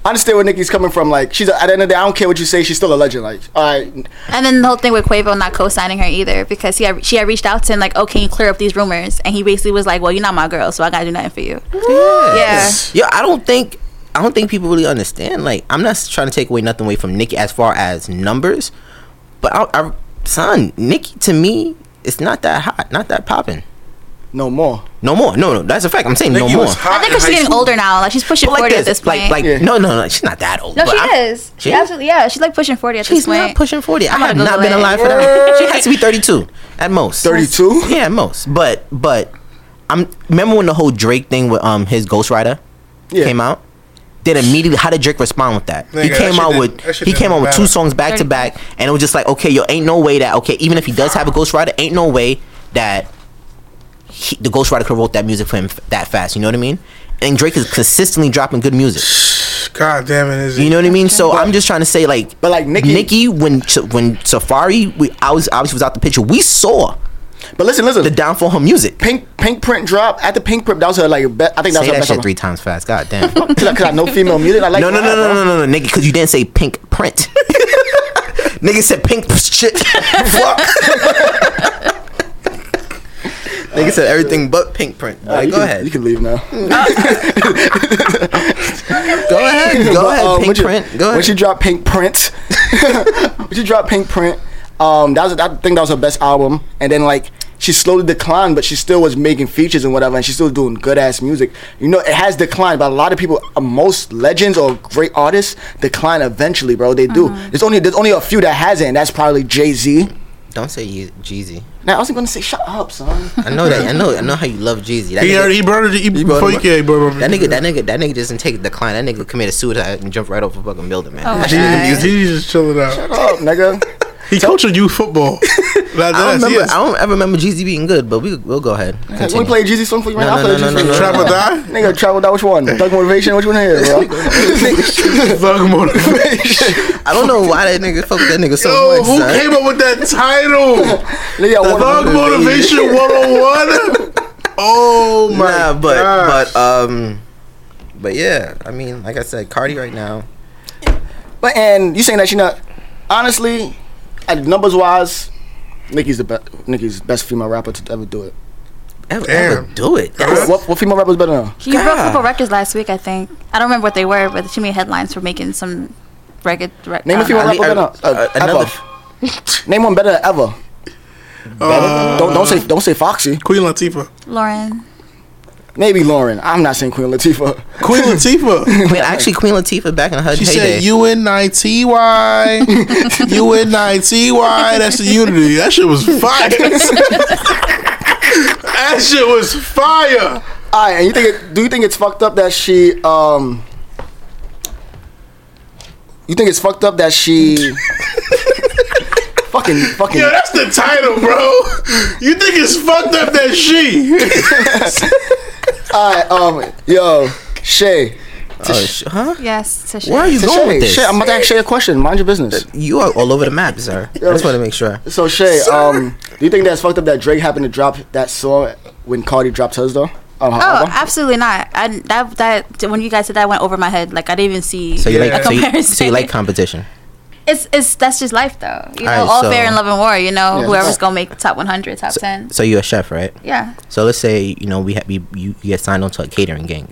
[SPEAKER 2] I understand where Nikki's coming from. Like, she's at the end of the day, I don't care what you say, she's still a legend. Like, all right,
[SPEAKER 1] And then the whole thing with Quavo not co-signing her either because he had, she had reached out to him like, "Oh, can you clear up these rumors?" And he basically was like, "Well, you're not my girl, so I gotta do nothing for you." Yeah.
[SPEAKER 10] Yo, I don't think I don't think people really understand. Like, I'm not trying to take away nothing away from Nikki as far as numbers, but I, I son, Nikki to me, it's not that hot, not that popping.
[SPEAKER 2] no more.
[SPEAKER 10] No more. No, no, that's a fact. I'm saying no more.
[SPEAKER 1] I think she's getting older now. Like she's pushing
[SPEAKER 10] But like
[SPEAKER 1] forty at
[SPEAKER 10] this,
[SPEAKER 1] this point.
[SPEAKER 10] like, like,
[SPEAKER 2] Yeah.
[SPEAKER 10] no, no, no, she's not that old.
[SPEAKER 1] no,
[SPEAKER 10] but
[SPEAKER 1] she
[SPEAKER 10] I'm-
[SPEAKER 1] is. She
[SPEAKER 10] is?
[SPEAKER 1] absolutely, yeah, she's like pushing forty at this
[SPEAKER 10] She's
[SPEAKER 1] point.
[SPEAKER 10] not pushing 40. I
[SPEAKER 1] I'm gonna
[SPEAKER 10] have not
[SPEAKER 1] Google
[SPEAKER 10] been
[SPEAKER 1] it.
[SPEAKER 10] alive for that. She has to be 32 at most.
[SPEAKER 2] 32?
[SPEAKER 10] Yeah, at most. But but I'm remember when the whole Drake thing with um his Ghost Rider
[SPEAKER 2] Yeah.
[SPEAKER 10] came out? Then immediately, how did Drake respond with that? he
[SPEAKER 4] Nigga, that
[SPEAKER 10] came
[SPEAKER 4] shit
[SPEAKER 10] out
[SPEAKER 4] didn't-
[SPEAKER 10] with
[SPEAKER 4] that shit
[SPEAKER 10] he came
[SPEAKER 4] didn't
[SPEAKER 10] out with
[SPEAKER 4] matter.
[SPEAKER 10] two songs back to back, and it was just like, okay, yo, ain't no way that okay, even if he does have a Ghost Rider, ain't no way that he, the Ghost Rider could have wrote that music for him f- that fast. You know what I mean? And Drake is consistently dropping good music.
[SPEAKER 4] God damn it! Is
[SPEAKER 10] You know what I mean? So
[SPEAKER 2] But-
[SPEAKER 10] I'm just trying to say, like,
[SPEAKER 2] But, like, Nicki-
[SPEAKER 10] Nicki, when when Safari, we I was obviously was out the picture. We saw
[SPEAKER 2] But listen, listen.
[SPEAKER 10] the downfall of her music.
[SPEAKER 2] pink, pink print drop. At the pink print, that was her, like, be- I think that was
[SPEAKER 10] Say
[SPEAKER 2] her
[SPEAKER 10] that
[SPEAKER 2] best
[SPEAKER 10] shit
[SPEAKER 2] album.
[SPEAKER 10] three times fast. God damn. no,
[SPEAKER 2] Cause, I- 'cause I know female music. I like
[SPEAKER 10] no, no,
[SPEAKER 2] rap,
[SPEAKER 10] no, no,
[SPEAKER 2] bro.
[SPEAKER 10] no, no, no, nigga, because you didn't say pink print. nigga said pink shit. Fuck. nigga said everything but pink print.
[SPEAKER 2] All right, Uh,
[SPEAKER 10] Like,
[SPEAKER 2] you
[SPEAKER 10] go
[SPEAKER 2] can-
[SPEAKER 10] ahead.
[SPEAKER 2] You can leave now.
[SPEAKER 10] go ahead. Go
[SPEAKER 2] But,
[SPEAKER 10] ahead.
[SPEAKER 2] um,
[SPEAKER 10] pink
[SPEAKER 2] when you-
[SPEAKER 10] print. Go
[SPEAKER 2] When
[SPEAKER 10] ahead.
[SPEAKER 2] she dropped Pink Print, when she dropped Pink Print, um, that was I think that was her best album. And then like she slowly declined, but she still was making features and whatever, and she's still doing good ass music. You know, it has declined, but a lot of people, uh, most legends or great artists, decline eventually, bro. They do. There's only there's only a few that hasn't, and that's probably Jay Z.
[SPEAKER 10] Don't say Ye- Jeezy.
[SPEAKER 2] Now I wasn't gonna say shut up, son.
[SPEAKER 10] I know that. I know. I know how you love Jeezy. That
[SPEAKER 4] He
[SPEAKER 10] nigga-
[SPEAKER 4] already he burned it he-
[SPEAKER 10] brought
[SPEAKER 4] before
[SPEAKER 10] him
[SPEAKER 4] you
[SPEAKER 10] up.
[SPEAKER 4] came, bro.
[SPEAKER 10] That nigga, that nigga, that nigga doesn't take decline. That nigga committed suicide and jumped right off a fucking building, man.
[SPEAKER 1] Oh my
[SPEAKER 10] That
[SPEAKER 4] He-
[SPEAKER 10] shit-
[SPEAKER 1] God.
[SPEAKER 4] He's just chilling out.
[SPEAKER 2] Shut up, nigga.
[SPEAKER 4] He coaching you football. That,
[SPEAKER 10] I don't
[SPEAKER 4] that's,
[SPEAKER 10] remember.
[SPEAKER 4] yes.
[SPEAKER 10] I don't ever remember Jeezy being good, but we we'll go ahead.
[SPEAKER 2] Hey, you wanna play a Jeezy song for you right
[SPEAKER 10] No,
[SPEAKER 2] now?
[SPEAKER 10] no,
[SPEAKER 2] I'll play a
[SPEAKER 10] no,
[SPEAKER 2] Jeezy
[SPEAKER 10] no,
[SPEAKER 2] song.
[SPEAKER 10] no,
[SPEAKER 4] Trap or die?
[SPEAKER 2] Nigga, travel die. Which one? Thug motivation. Which one here, bro?
[SPEAKER 4] Thug motivation.
[SPEAKER 10] I don't know why that nigga fuck with that nigga so
[SPEAKER 4] Yo,
[SPEAKER 10] much.
[SPEAKER 4] who
[SPEAKER 10] son.
[SPEAKER 4] came up with that title?
[SPEAKER 2] Nigga, I
[SPEAKER 4] Thug
[SPEAKER 2] wanna-
[SPEAKER 4] Motivation 101? Oh my
[SPEAKER 10] Nah, but
[SPEAKER 4] gosh.
[SPEAKER 10] but um, but yeah. I mean, like I said, Cardi right now.
[SPEAKER 2] But and you saying that she not honestly, at numbers wise, Nicki's the best. Nicki's best female rapper to ever do it.
[SPEAKER 10] Ever,
[SPEAKER 4] Damn.
[SPEAKER 10] ever do it?
[SPEAKER 2] What, what, what female rapper's better than her?
[SPEAKER 1] She broke a couple
[SPEAKER 10] God.
[SPEAKER 1] records last week, I think. I don't remember what they were, but she made headlines for making some record. Rec-
[SPEAKER 2] Name
[SPEAKER 1] I don't
[SPEAKER 2] a female
[SPEAKER 1] know.
[SPEAKER 2] rapper better than her.
[SPEAKER 10] uh,
[SPEAKER 2] Uh,
[SPEAKER 10] another-
[SPEAKER 2] ever. Name one better than ever. Better? don't don't
[SPEAKER 10] Uh,
[SPEAKER 2] say don't say Foxy.
[SPEAKER 4] Queen Latifah.
[SPEAKER 1] Lauren.
[SPEAKER 2] Maybe Lauren. I'm not saying Queen Latifah.
[SPEAKER 4] Queen Latifah.
[SPEAKER 10] Queen, actually, Queen Latifah back in her
[SPEAKER 4] She
[SPEAKER 10] heyday.
[SPEAKER 4] said U N I T Y. U N I T Y. That's the unity. That shit was fire. that shit was fire.
[SPEAKER 2] All right, and you think it, do you think it's fucked up that she um. You think it's fucked up that she fucking fucking
[SPEAKER 4] Yo, that's the title, bro. You think it's fucked up that she?
[SPEAKER 2] Alright, um, yo, Shay.
[SPEAKER 10] Oh, sh- huh?
[SPEAKER 1] Yes, Tisha.
[SPEAKER 10] Where are you
[SPEAKER 2] To
[SPEAKER 10] going
[SPEAKER 2] Shay,
[SPEAKER 10] with this?
[SPEAKER 2] Shay, I'm about to ask Shay a question. Mind your business.
[SPEAKER 10] you are all over the map, sir. I just want to make sure.
[SPEAKER 2] So Shay, um, do you think that's fucked up that Drake happened to drop that song when Cardi dropped hers though? Um, her
[SPEAKER 1] Oh,
[SPEAKER 2] album?
[SPEAKER 1] absolutely not. I, that that when you guys said that went over my head. Like I didn't even see.
[SPEAKER 10] So you like
[SPEAKER 1] a
[SPEAKER 10] so you,
[SPEAKER 1] comparison.
[SPEAKER 10] so you like competition.
[SPEAKER 1] It's it's that's just life though. You know,
[SPEAKER 10] Alright,
[SPEAKER 1] all
[SPEAKER 10] so-
[SPEAKER 1] fair and love and war. You know,
[SPEAKER 2] Yeah.
[SPEAKER 1] whoever's gonna make top 100, top 10.
[SPEAKER 10] So you're a chef, right?
[SPEAKER 1] Yeah.
[SPEAKER 10] So let's say you know we have you, you get signed onto a catering gang,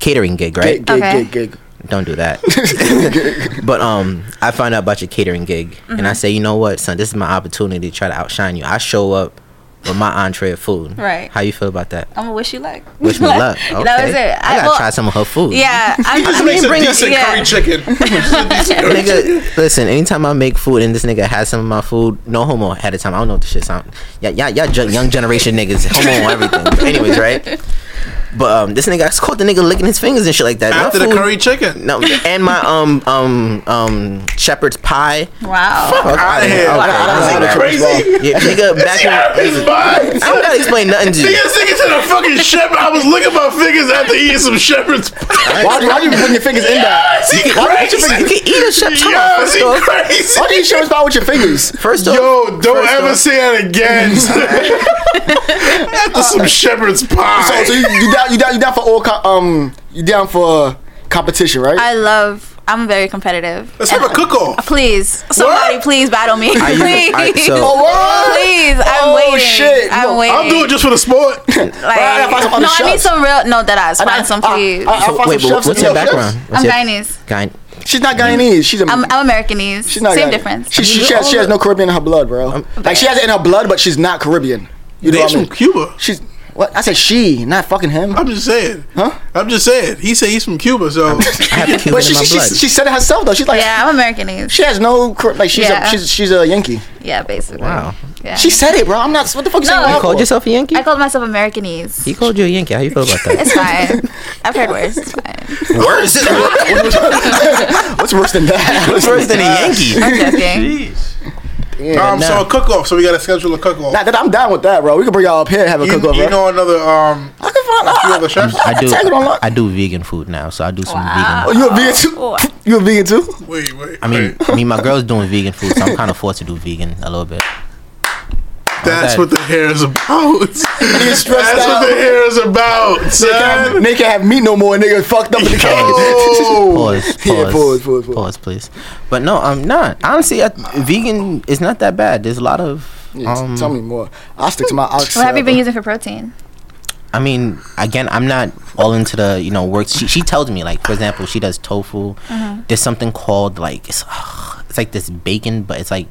[SPEAKER 10] catering gig, right?
[SPEAKER 2] Gig, gig,
[SPEAKER 1] Okay.
[SPEAKER 2] gig, gig.
[SPEAKER 10] Don't do that. but um, I found out about your catering gig, and I
[SPEAKER 1] Mm-hmm.
[SPEAKER 10] say, you know what, son, this is my opportunity to try to outshine you. I show up with my entree of food.
[SPEAKER 1] Right.
[SPEAKER 10] How you feel about that?
[SPEAKER 1] I'm gonna wish you luck.
[SPEAKER 10] Wish me luck.
[SPEAKER 1] That
[SPEAKER 10] Okay.
[SPEAKER 1] was it.
[SPEAKER 10] I,
[SPEAKER 1] I-
[SPEAKER 10] gotta
[SPEAKER 1] well,
[SPEAKER 10] try some of her food.
[SPEAKER 1] Yeah, I,
[SPEAKER 4] Just
[SPEAKER 1] I
[SPEAKER 4] makes
[SPEAKER 1] mean,
[SPEAKER 4] a
[SPEAKER 1] bring it.
[SPEAKER 4] decent
[SPEAKER 1] yeah.
[SPEAKER 4] curry chicken.
[SPEAKER 10] nigga, listen. Anytime I make food and this nigga has some of my food, no homo ahead of time. I don't know what the shit sound. Yeah, yeah, yeah. Ju- young generation niggas, homo on everything. But anyways, right? But um, this nigga, I just caught the nigga licking his fingers and shit like that. My
[SPEAKER 4] After the
[SPEAKER 10] food-
[SPEAKER 4] curry chicken.
[SPEAKER 10] no, and my um um um shepherd's pie.
[SPEAKER 1] Wow.
[SPEAKER 4] Out
[SPEAKER 10] Fuck outta
[SPEAKER 4] of here.
[SPEAKER 10] Okay,
[SPEAKER 2] I don't
[SPEAKER 10] listen,
[SPEAKER 2] know.
[SPEAKER 4] Crazy.
[SPEAKER 10] Yeah, nigga, back
[SPEAKER 4] Out of
[SPEAKER 10] in,
[SPEAKER 4] his mind.
[SPEAKER 10] I don't gotta explain nothing to you.
[SPEAKER 4] Nigga, singing to the fucking shepherd. I was licking my fingers after eating some shepherd's pie.
[SPEAKER 2] Why do why you putting your fingers in that?
[SPEAKER 4] Is he
[SPEAKER 10] Why don't
[SPEAKER 4] crazy?
[SPEAKER 10] you think you can eat a shepherd's
[SPEAKER 4] Yo,
[SPEAKER 10] pie?
[SPEAKER 4] is he
[SPEAKER 10] First off,
[SPEAKER 4] crazy?
[SPEAKER 2] Why do you show us about with your fingers?
[SPEAKER 10] first off,
[SPEAKER 4] Yo, don't
[SPEAKER 10] first
[SPEAKER 4] ever
[SPEAKER 10] off-
[SPEAKER 4] say that again. son. After some shepherd's
[SPEAKER 2] So,
[SPEAKER 4] pie.
[SPEAKER 2] so you, you down you down you down for all co- um you down for competition, right?
[SPEAKER 1] I love. I'm very competitive.
[SPEAKER 4] Let's have a cook-off.
[SPEAKER 1] Please, somebody, please battle me.
[SPEAKER 10] you-
[SPEAKER 1] please,
[SPEAKER 10] I- so-
[SPEAKER 2] oh what?
[SPEAKER 1] please. I'm
[SPEAKER 2] Oh,
[SPEAKER 1] waiting.
[SPEAKER 2] shit.
[SPEAKER 1] I'm
[SPEAKER 2] No,
[SPEAKER 1] waiting.
[SPEAKER 4] I'll do it just for the sport.
[SPEAKER 1] Like,
[SPEAKER 2] I gotta find some other
[SPEAKER 1] no, I need
[SPEAKER 2] shots.
[SPEAKER 1] some real. No, that I find some, please.
[SPEAKER 2] I, I, I
[SPEAKER 10] So,
[SPEAKER 2] found
[SPEAKER 10] wait,
[SPEAKER 2] some
[SPEAKER 10] but
[SPEAKER 2] chefs
[SPEAKER 10] what's
[SPEAKER 2] in
[SPEAKER 10] your
[SPEAKER 2] New York.
[SPEAKER 10] background?
[SPEAKER 1] I'm
[SPEAKER 10] What's your
[SPEAKER 1] Guyanese.
[SPEAKER 10] Guyan-
[SPEAKER 2] She's not Guyanese. She's a
[SPEAKER 1] I'm, I'm Americanese.
[SPEAKER 2] She's not
[SPEAKER 1] Same
[SPEAKER 2] Guyanese.
[SPEAKER 1] difference.
[SPEAKER 2] She, she,
[SPEAKER 10] You
[SPEAKER 2] she, has, she
[SPEAKER 10] all
[SPEAKER 2] has no Caribbean in her blood, bro. like she has it in her blood, but she's not Caribbean. You know
[SPEAKER 4] They
[SPEAKER 2] what I
[SPEAKER 4] from
[SPEAKER 2] mean?
[SPEAKER 4] Cuba.
[SPEAKER 2] She's what I said. She, not fucking him.
[SPEAKER 4] I'm just saying.
[SPEAKER 2] Huh?
[SPEAKER 4] I'm just saying. He said he's from Cuba, so
[SPEAKER 10] I have Cuban
[SPEAKER 2] But she,
[SPEAKER 10] in my
[SPEAKER 2] she, she,
[SPEAKER 10] blood.
[SPEAKER 2] she said it herself though. She's like,
[SPEAKER 1] yeah, I'm Americanese.
[SPEAKER 2] she has no Car- like. She's
[SPEAKER 1] Yeah.
[SPEAKER 2] a she's she's a Yankee.
[SPEAKER 1] Yeah, basically.
[SPEAKER 10] Wow.
[SPEAKER 1] Yeah.
[SPEAKER 2] She said it, bro. I'm not. What the fuck is
[SPEAKER 1] No.
[SPEAKER 2] no,
[SPEAKER 1] You
[SPEAKER 2] you
[SPEAKER 10] you called yourself a Yankee?
[SPEAKER 1] I called myself Americanese.
[SPEAKER 10] he called you a Yankee. How you feel about that?
[SPEAKER 1] It's fine. I've heard worse. It's fine.
[SPEAKER 10] worse.
[SPEAKER 2] What's worse than that?
[SPEAKER 10] What's worse than a Yankee?
[SPEAKER 1] I'm joking.
[SPEAKER 4] um, so a cook-off. So we got to schedule a cook-off.
[SPEAKER 2] Nah, that I'm down with that, bro. We can bring y'all up here and have a
[SPEAKER 4] You,
[SPEAKER 2] cook over.
[SPEAKER 10] eh?
[SPEAKER 4] you know another um
[SPEAKER 2] I can
[SPEAKER 4] a few
[SPEAKER 2] find
[SPEAKER 4] other chefs.
[SPEAKER 10] I do.
[SPEAKER 2] Tag it on lock.
[SPEAKER 10] I do vegan food now, so I do some
[SPEAKER 2] Oh,
[SPEAKER 10] vegan.
[SPEAKER 2] you a vegan too?
[SPEAKER 1] Wow.
[SPEAKER 2] You a vegan too?
[SPEAKER 4] Wait, wait.
[SPEAKER 10] I mean,
[SPEAKER 4] wait.
[SPEAKER 10] I mean, my girl's doing vegan food, so I'm kind of forced to do vegan a little bit.
[SPEAKER 4] that's
[SPEAKER 10] bad.
[SPEAKER 4] what the hair is about. that's
[SPEAKER 2] stressed out.
[SPEAKER 4] what the hair is about,
[SPEAKER 2] They can't, have,
[SPEAKER 4] son.
[SPEAKER 2] they can't have meat no more. Nigga, fucked up in the
[SPEAKER 4] Yo.
[SPEAKER 2] cage.
[SPEAKER 10] Pause. Pause.
[SPEAKER 2] Yeah, pause, pause, pause.
[SPEAKER 10] please. But no, I'm not. Honestly, I, vegan is not that bad. There's a lot of.
[SPEAKER 2] Yeah,
[SPEAKER 10] um,
[SPEAKER 2] tell me more. I'll stick to my ox. uh,
[SPEAKER 1] What have you been using for protein?
[SPEAKER 10] I mean, again, I'm not all into the you know works. She she tells me like, for example, she
[SPEAKER 1] Mm-hmm.
[SPEAKER 10] does tofu. There's something called like it's, it's like this bacon, but it's like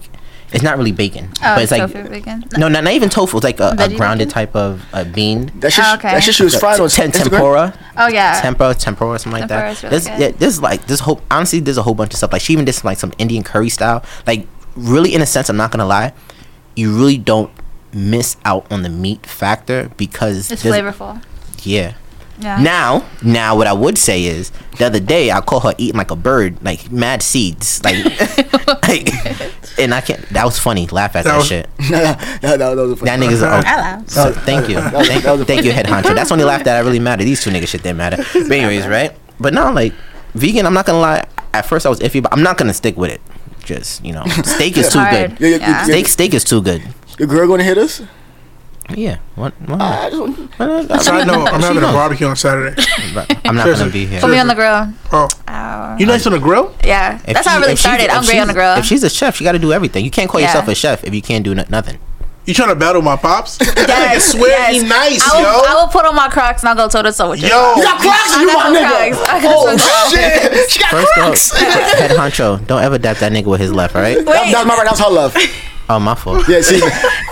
[SPEAKER 10] It's not really bacon,
[SPEAKER 1] Oh,
[SPEAKER 10] but it's like
[SPEAKER 1] tofu bacon?
[SPEAKER 10] no, not, not even tofu. It's like a, a
[SPEAKER 1] Veggie
[SPEAKER 10] grounded type of uh, bean.
[SPEAKER 2] That
[SPEAKER 1] shit- Oh, okay. that shit she was
[SPEAKER 2] fried on
[SPEAKER 10] Tem-
[SPEAKER 2] Instagram.
[SPEAKER 10] tempura.
[SPEAKER 1] Oh, yeah.
[SPEAKER 10] tempura, tempura, or something like
[SPEAKER 1] Tempura
[SPEAKER 10] that.
[SPEAKER 1] is really
[SPEAKER 10] there's,
[SPEAKER 1] good.
[SPEAKER 10] yeah, there's like this whole honestly, there's a whole bunch of stuff. Like she even did some like some Indian curry style. Like really, in a sense, I'm not gonna lie, you really don't miss out on the meat factor because
[SPEAKER 1] It's
[SPEAKER 10] there's-
[SPEAKER 1] flavorful.
[SPEAKER 10] Yeah.
[SPEAKER 1] Yeah.
[SPEAKER 10] Now, now, what I would say is the other day I caught her eating like a bird, like mad seeds, like, like- and I can't. That was funny. Laugh at that,
[SPEAKER 2] That was-
[SPEAKER 10] shit.
[SPEAKER 2] no, no, no, that was a funny-
[SPEAKER 10] That niggas are.
[SPEAKER 2] That
[SPEAKER 10] Oh, so, thank you,
[SPEAKER 2] That was-
[SPEAKER 10] thank,
[SPEAKER 2] that was a-
[SPEAKER 10] thank you, head honcho. That's the only laugh that I really matter. These two niggas shit didn't matter. But anyways, right? But now, like vegan, I'm not gonna lie. At first, I was iffy, but I'm not gonna stick with it. Just you know, steak is
[SPEAKER 2] It's
[SPEAKER 10] too
[SPEAKER 2] hard.
[SPEAKER 10] good.
[SPEAKER 2] Yeah, yeah, yeah.
[SPEAKER 10] Steak, steak is too good.
[SPEAKER 2] Your girl gonna hit us?
[SPEAKER 10] Yeah. What? what?
[SPEAKER 2] I just want-
[SPEAKER 4] Side note, I'm
[SPEAKER 10] She
[SPEAKER 4] having a
[SPEAKER 10] knows.
[SPEAKER 4] barbecue on Saturday.
[SPEAKER 10] I'm not
[SPEAKER 4] Seriously.
[SPEAKER 10] gonna be here.
[SPEAKER 1] Put me on the grill.
[SPEAKER 4] Oh.
[SPEAKER 1] Ow.
[SPEAKER 4] You nice on the grill?
[SPEAKER 1] Yeah,
[SPEAKER 10] If
[SPEAKER 1] that's how
[SPEAKER 10] she-
[SPEAKER 1] I really
[SPEAKER 10] if she's-
[SPEAKER 1] started. I'm
[SPEAKER 10] if
[SPEAKER 1] great on
[SPEAKER 10] she's-
[SPEAKER 1] the grill.
[SPEAKER 10] If she's a chef, she got to do everything. You can't call
[SPEAKER 1] Yeah.
[SPEAKER 10] yourself a chef if you can't do no- nothing.
[SPEAKER 4] You trying to battle my pops? I swear
[SPEAKER 1] yes.
[SPEAKER 4] he nice,
[SPEAKER 1] I will,
[SPEAKER 4] yo.
[SPEAKER 1] I will put on my Crocs and I'll go toe to toe with you.
[SPEAKER 4] Yo. You
[SPEAKER 2] got Crocs? You my nigga.
[SPEAKER 1] Crocs. I got
[SPEAKER 2] Oh,
[SPEAKER 1] some Crocs.
[SPEAKER 2] shit. She got
[SPEAKER 10] First
[SPEAKER 2] Crocs.
[SPEAKER 10] off, head honcho, don't ever dap that nigga with his left, all right?
[SPEAKER 2] That, that's my right. That's her love.
[SPEAKER 10] Oh, my fault.
[SPEAKER 2] Yeah, see,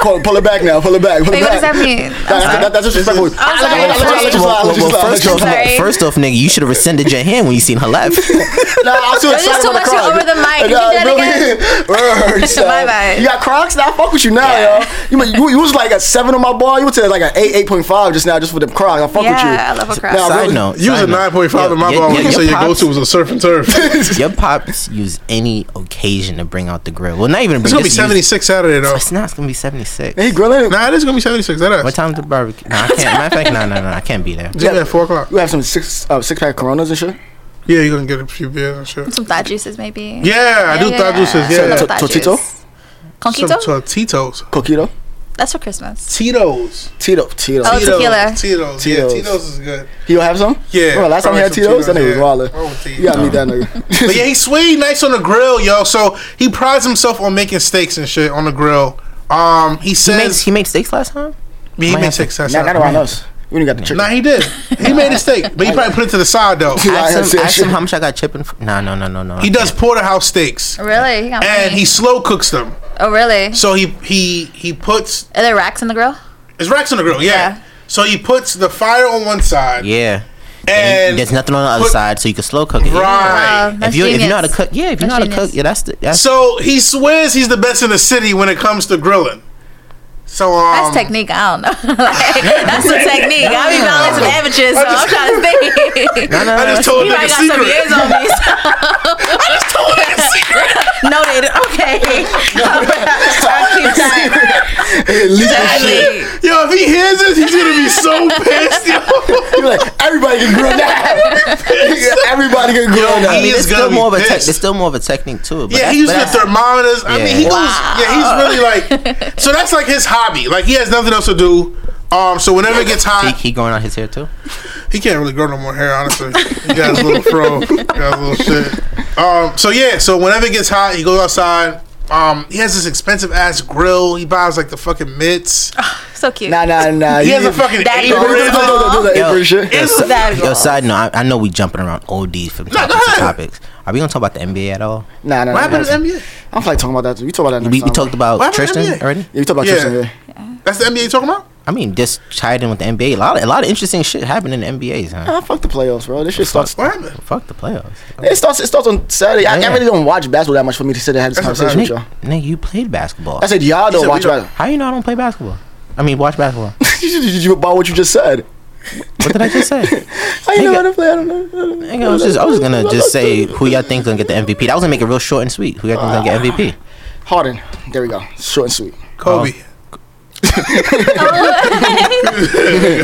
[SPEAKER 2] pull, pull it back now. Pull it back. Pull
[SPEAKER 1] Wait,
[SPEAKER 2] it
[SPEAKER 1] what does
[SPEAKER 2] back.
[SPEAKER 1] that mean?
[SPEAKER 2] That- that- that- that's disrespectful.
[SPEAKER 1] I'm sorry,
[SPEAKER 2] I'll let you- I'll let you slide, I'll
[SPEAKER 10] Well,
[SPEAKER 2] let you
[SPEAKER 10] well,
[SPEAKER 2] slide, I'll let
[SPEAKER 10] first
[SPEAKER 2] you
[SPEAKER 10] off,
[SPEAKER 2] slide.
[SPEAKER 1] Sorry.
[SPEAKER 10] first off, nigga, you should have rescinded your hand when you seen her left.
[SPEAKER 2] Nah, I was too
[SPEAKER 1] There's
[SPEAKER 2] excited
[SPEAKER 1] too
[SPEAKER 2] about the
[SPEAKER 1] much shit
[SPEAKER 2] Crocs.
[SPEAKER 1] over the mic. Can you
[SPEAKER 2] Nah,
[SPEAKER 1] do that
[SPEAKER 2] really? Word, son.
[SPEAKER 1] Bye-bye.
[SPEAKER 2] You got Crocs now. I Fuck with you now, yo. You, mean- you, you was like a seven on my ball. You went to like an eight, eight point five just now, just with them Crocs. I fuck with you.
[SPEAKER 1] Yeah, I love a Croc.
[SPEAKER 2] Nah,
[SPEAKER 10] Side
[SPEAKER 2] really.
[SPEAKER 10] note,
[SPEAKER 4] You was a
[SPEAKER 10] side note.
[SPEAKER 4] 9.5 in my
[SPEAKER 10] Your-
[SPEAKER 4] ball when
[SPEAKER 10] your-
[SPEAKER 4] you
[SPEAKER 10] your
[SPEAKER 4] said your
[SPEAKER 10] pops-
[SPEAKER 4] go-to was a surf and turf. it's
[SPEAKER 10] Your pops use any occasion to bring out the grill. Well, not even to bring
[SPEAKER 4] gonna be
[SPEAKER 10] just use-
[SPEAKER 4] 76 Saturday though.
[SPEAKER 10] It's not. It's gonna be seventy six.
[SPEAKER 2] Hey, grilling.
[SPEAKER 4] Nah, it is gonna be 76. That
[SPEAKER 10] What
[SPEAKER 4] ass.
[SPEAKER 10] time's the barbecue? No, I can't. Matter of fact, no, no, no, I can't be there.
[SPEAKER 4] It's gonna be at four o'clock.
[SPEAKER 2] You have some six, uh, six pack Coronas and shit.
[SPEAKER 4] Yeah, you're gonna get a few beers and shit.
[SPEAKER 1] Some thought juices, maybe.
[SPEAKER 4] Yeah, I do thought juices. Yeah,
[SPEAKER 1] Some thought
[SPEAKER 2] Tortito?
[SPEAKER 1] juice.
[SPEAKER 4] some
[SPEAKER 1] Conquito?
[SPEAKER 4] Tito's.
[SPEAKER 2] Coquito,
[SPEAKER 1] That's for Christmas.
[SPEAKER 4] Tito's.
[SPEAKER 2] Tito, Tito.
[SPEAKER 1] Oh, tequila.
[SPEAKER 4] Tito's. Yeah,
[SPEAKER 2] Tito's.
[SPEAKER 4] Tito's is good.
[SPEAKER 2] You gonna have some?
[SPEAKER 4] Yeah.
[SPEAKER 2] Bro, last time he had
[SPEAKER 4] probably some
[SPEAKER 2] Tito's, that nigga was
[SPEAKER 4] Tito's,
[SPEAKER 2] wildin'.
[SPEAKER 4] yeah.
[SPEAKER 2] You gotta meet that nigga.
[SPEAKER 4] But yeah, he's sweet, nice on the grill, yo. So he prides himself on making steaks and shit on the grill. Um, he
[SPEAKER 10] He made,
[SPEAKER 4] says
[SPEAKER 10] he made steaks last time.
[SPEAKER 4] he,
[SPEAKER 10] might
[SPEAKER 4] made
[SPEAKER 10] have to-
[SPEAKER 4] steaks. that's
[SPEAKER 2] Nah,
[SPEAKER 4] not-
[SPEAKER 2] not around us. We didn't got the chicken.
[SPEAKER 4] Nah, he did. He made a steak, but he probably put it to the side though.
[SPEAKER 2] Yeah, I
[SPEAKER 10] Ask him,
[SPEAKER 2] said
[SPEAKER 10] ask
[SPEAKER 2] shit.
[SPEAKER 10] him how much I got chipping. For. No, no, no, no, no.
[SPEAKER 4] He does porterhouse steaks,
[SPEAKER 1] Really? He got
[SPEAKER 4] and
[SPEAKER 1] money.
[SPEAKER 4] he slow cooks them.
[SPEAKER 1] oh, really?
[SPEAKER 4] So he he he puts
[SPEAKER 1] Are there racks in the grill?
[SPEAKER 4] his racks on the grill.
[SPEAKER 1] Yeah.
[SPEAKER 4] Yeah. So he puts the fire on one side.
[SPEAKER 10] Yeah.
[SPEAKER 4] And
[SPEAKER 10] And there's nothing on the other
[SPEAKER 4] put-
[SPEAKER 10] side, so you can slow cook it.
[SPEAKER 4] Right.
[SPEAKER 1] Wow, that's
[SPEAKER 10] if you if you know how to
[SPEAKER 1] genius.
[SPEAKER 10] cook, yeah, if you know how
[SPEAKER 1] That's
[SPEAKER 10] to cook,
[SPEAKER 1] genius.
[SPEAKER 10] yeah, that's the that's
[SPEAKER 4] So he swears he's the best in the city when it comes to grilling. So um,
[SPEAKER 1] That's technique. I don't know. Like, that's the technique. I be balancing averages, so I'm trying to think.
[SPEAKER 10] no, no,
[SPEAKER 4] I
[SPEAKER 10] no,
[SPEAKER 4] just
[SPEAKER 10] that's-
[SPEAKER 4] told
[SPEAKER 1] You
[SPEAKER 4] him
[SPEAKER 1] might got
[SPEAKER 4] a
[SPEAKER 1] some
[SPEAKER 4] secret.
[SPEAKER 1] years on me. So. Noted. Okay. I'll keep that.
[SPEAKER 2] At least that shit.
[SPEAKER 1] Exactly.
[SPEAKER 4] Yo, if he hears this, he's gonna be so pissed. Yo,
[SPEAKER 2] You like everybody can grill now. everybody can grill
[SPEAKER 4] Yo,
[SPEAKER 2] now.
[SPEAKER 4] he is
[SPEAKER 10] it's
[SPEAKER 4] gonna
[SPEAKER 10] still
[SPEAKER 4] be
[SPEAKER 10] more of a te-
[SPEAKER 4] pissed.
[SPEAKER 10] it's still more of a technique too. But
[SPEAKER 4] yeah,
[SPEAKER 10] that's-
[SPEAKER 4] he used
[SPEAKER 10] but
[SPEAKER 4] the
[SPEAKER 10] that's-
[SPEAKER 4] thermometers. I
[SPEAKER 10] Yeah.
[SPEAKER 4] mean, he goes. Yeah, he's really like. So that's like his hobby. Like he has nothing else to do. Um, so whenever it gets hot,
[SPEAKER 10] He, he growing out his hair too.
[SPEAKER 4] He can't really grow no more hair, honestly. He got his little fro, he got his little shit. Um, so yeah, so whenever it gets hot, he goes outside. Um, he has this expensive ass grill. He buys like the fucking mitts.
[SPEAKER 1] So cute.
[SPEAKER 2] Nah, nah, nah.
[SPEAKER 4] He
[SPEAKER 2] You-
[SPEAKER 4] has a fucking
[SPEAKER 1] That
[SPEAKER 2] Don't do
[SPEAKER 4] apron.
[SPEAKER 2] that- don't- don't do that apron shit.
[SPEAKER 4] It's
[SPEAKER 10] si-
[SPEAKER 1] that
[SPEAKER 10] yo,
[SPEAKER 1] girl.
[SPEAKER 10] side note, I, I know we jumping around all these from
[SPEAKER 4] go
[SPEAKER 10] topics to
[SPEAKER 4] ahead.
[SPEAKER 10] topics. Are we gonna talk about the NBA at all?
[SPEAKER 2] Nah, nah, nah.
[SPEAKER 4] What happened to
[SPEAKER 2] nah.
[SPEAKER 4] the NBA?
[SPEAKER 2] I don't feel like talking about that. We talk about that next
[SPEAKER 10] We, we
[SPEAKER 2] time.
[SPEAKER 10] talked about
[SPEAKER 4] What happened to
[SPEAKER 10] Tristan
[SPEAKER 4] NBA?
[SPEAKER 10] already.
[SPEAKER 2] Yeah, we talk about
[SPEAKER 4] Yeah.
[SPEAKER 2] Tristan. Yeah.
[SPEAKER 4] That's the NBA you talking about?
[SPEAKER 10] I mean, just tied in with the NBA. A lot, of, a lot of interesting shit happened in the NBA's. Huh?
[SPEAKER 2] Nah, fuck the playoffs, bro. This shit starts.
[SPEAKER 4] What happened?
[SPEAKER 10] Fuck the playoffs.
[SPEAKER 2] It starts. It starts on Saturday. I, I
[SPEAKER 10] Yeah.
[SPEAKER 2] really don't watch basketball that much for me to sit and have this
[SPEAKER 4] That's a
[SPEAKER 2] conversation with y'all.
[SPEAKER 10] Nigga, nigga, you played basketball.
[SPEAKER 2] I said y'all
[SPEAKER 4] said
[SPEAKER 2] don't
[SPEAKER 4] we
[SPEAKER 2] watch
[SPEAKER 4] don't-
[SPEAKER 2] basketball.
[SPEAKER 10] How you know I don't play basketball? I mean, watch basketball.
[SPEAKER 2] you about what you just said.
[SPEAKER 10] What did I just say?
[SPEAKER 2] I ain't know
[SPEAKER 10] Nigga.
[SPEAKER 2] how to play. I don't know.
[SPEAKER 10] Nigga, I was just, I was gonna just say who y'all think gonna get the MVP. That was gonna make it real short and sweet. Who y'all think gonna get MVP?
[SPEAKER 2] Harden. There we go. Short and sweet.
[SPEAKER 4] Kobe.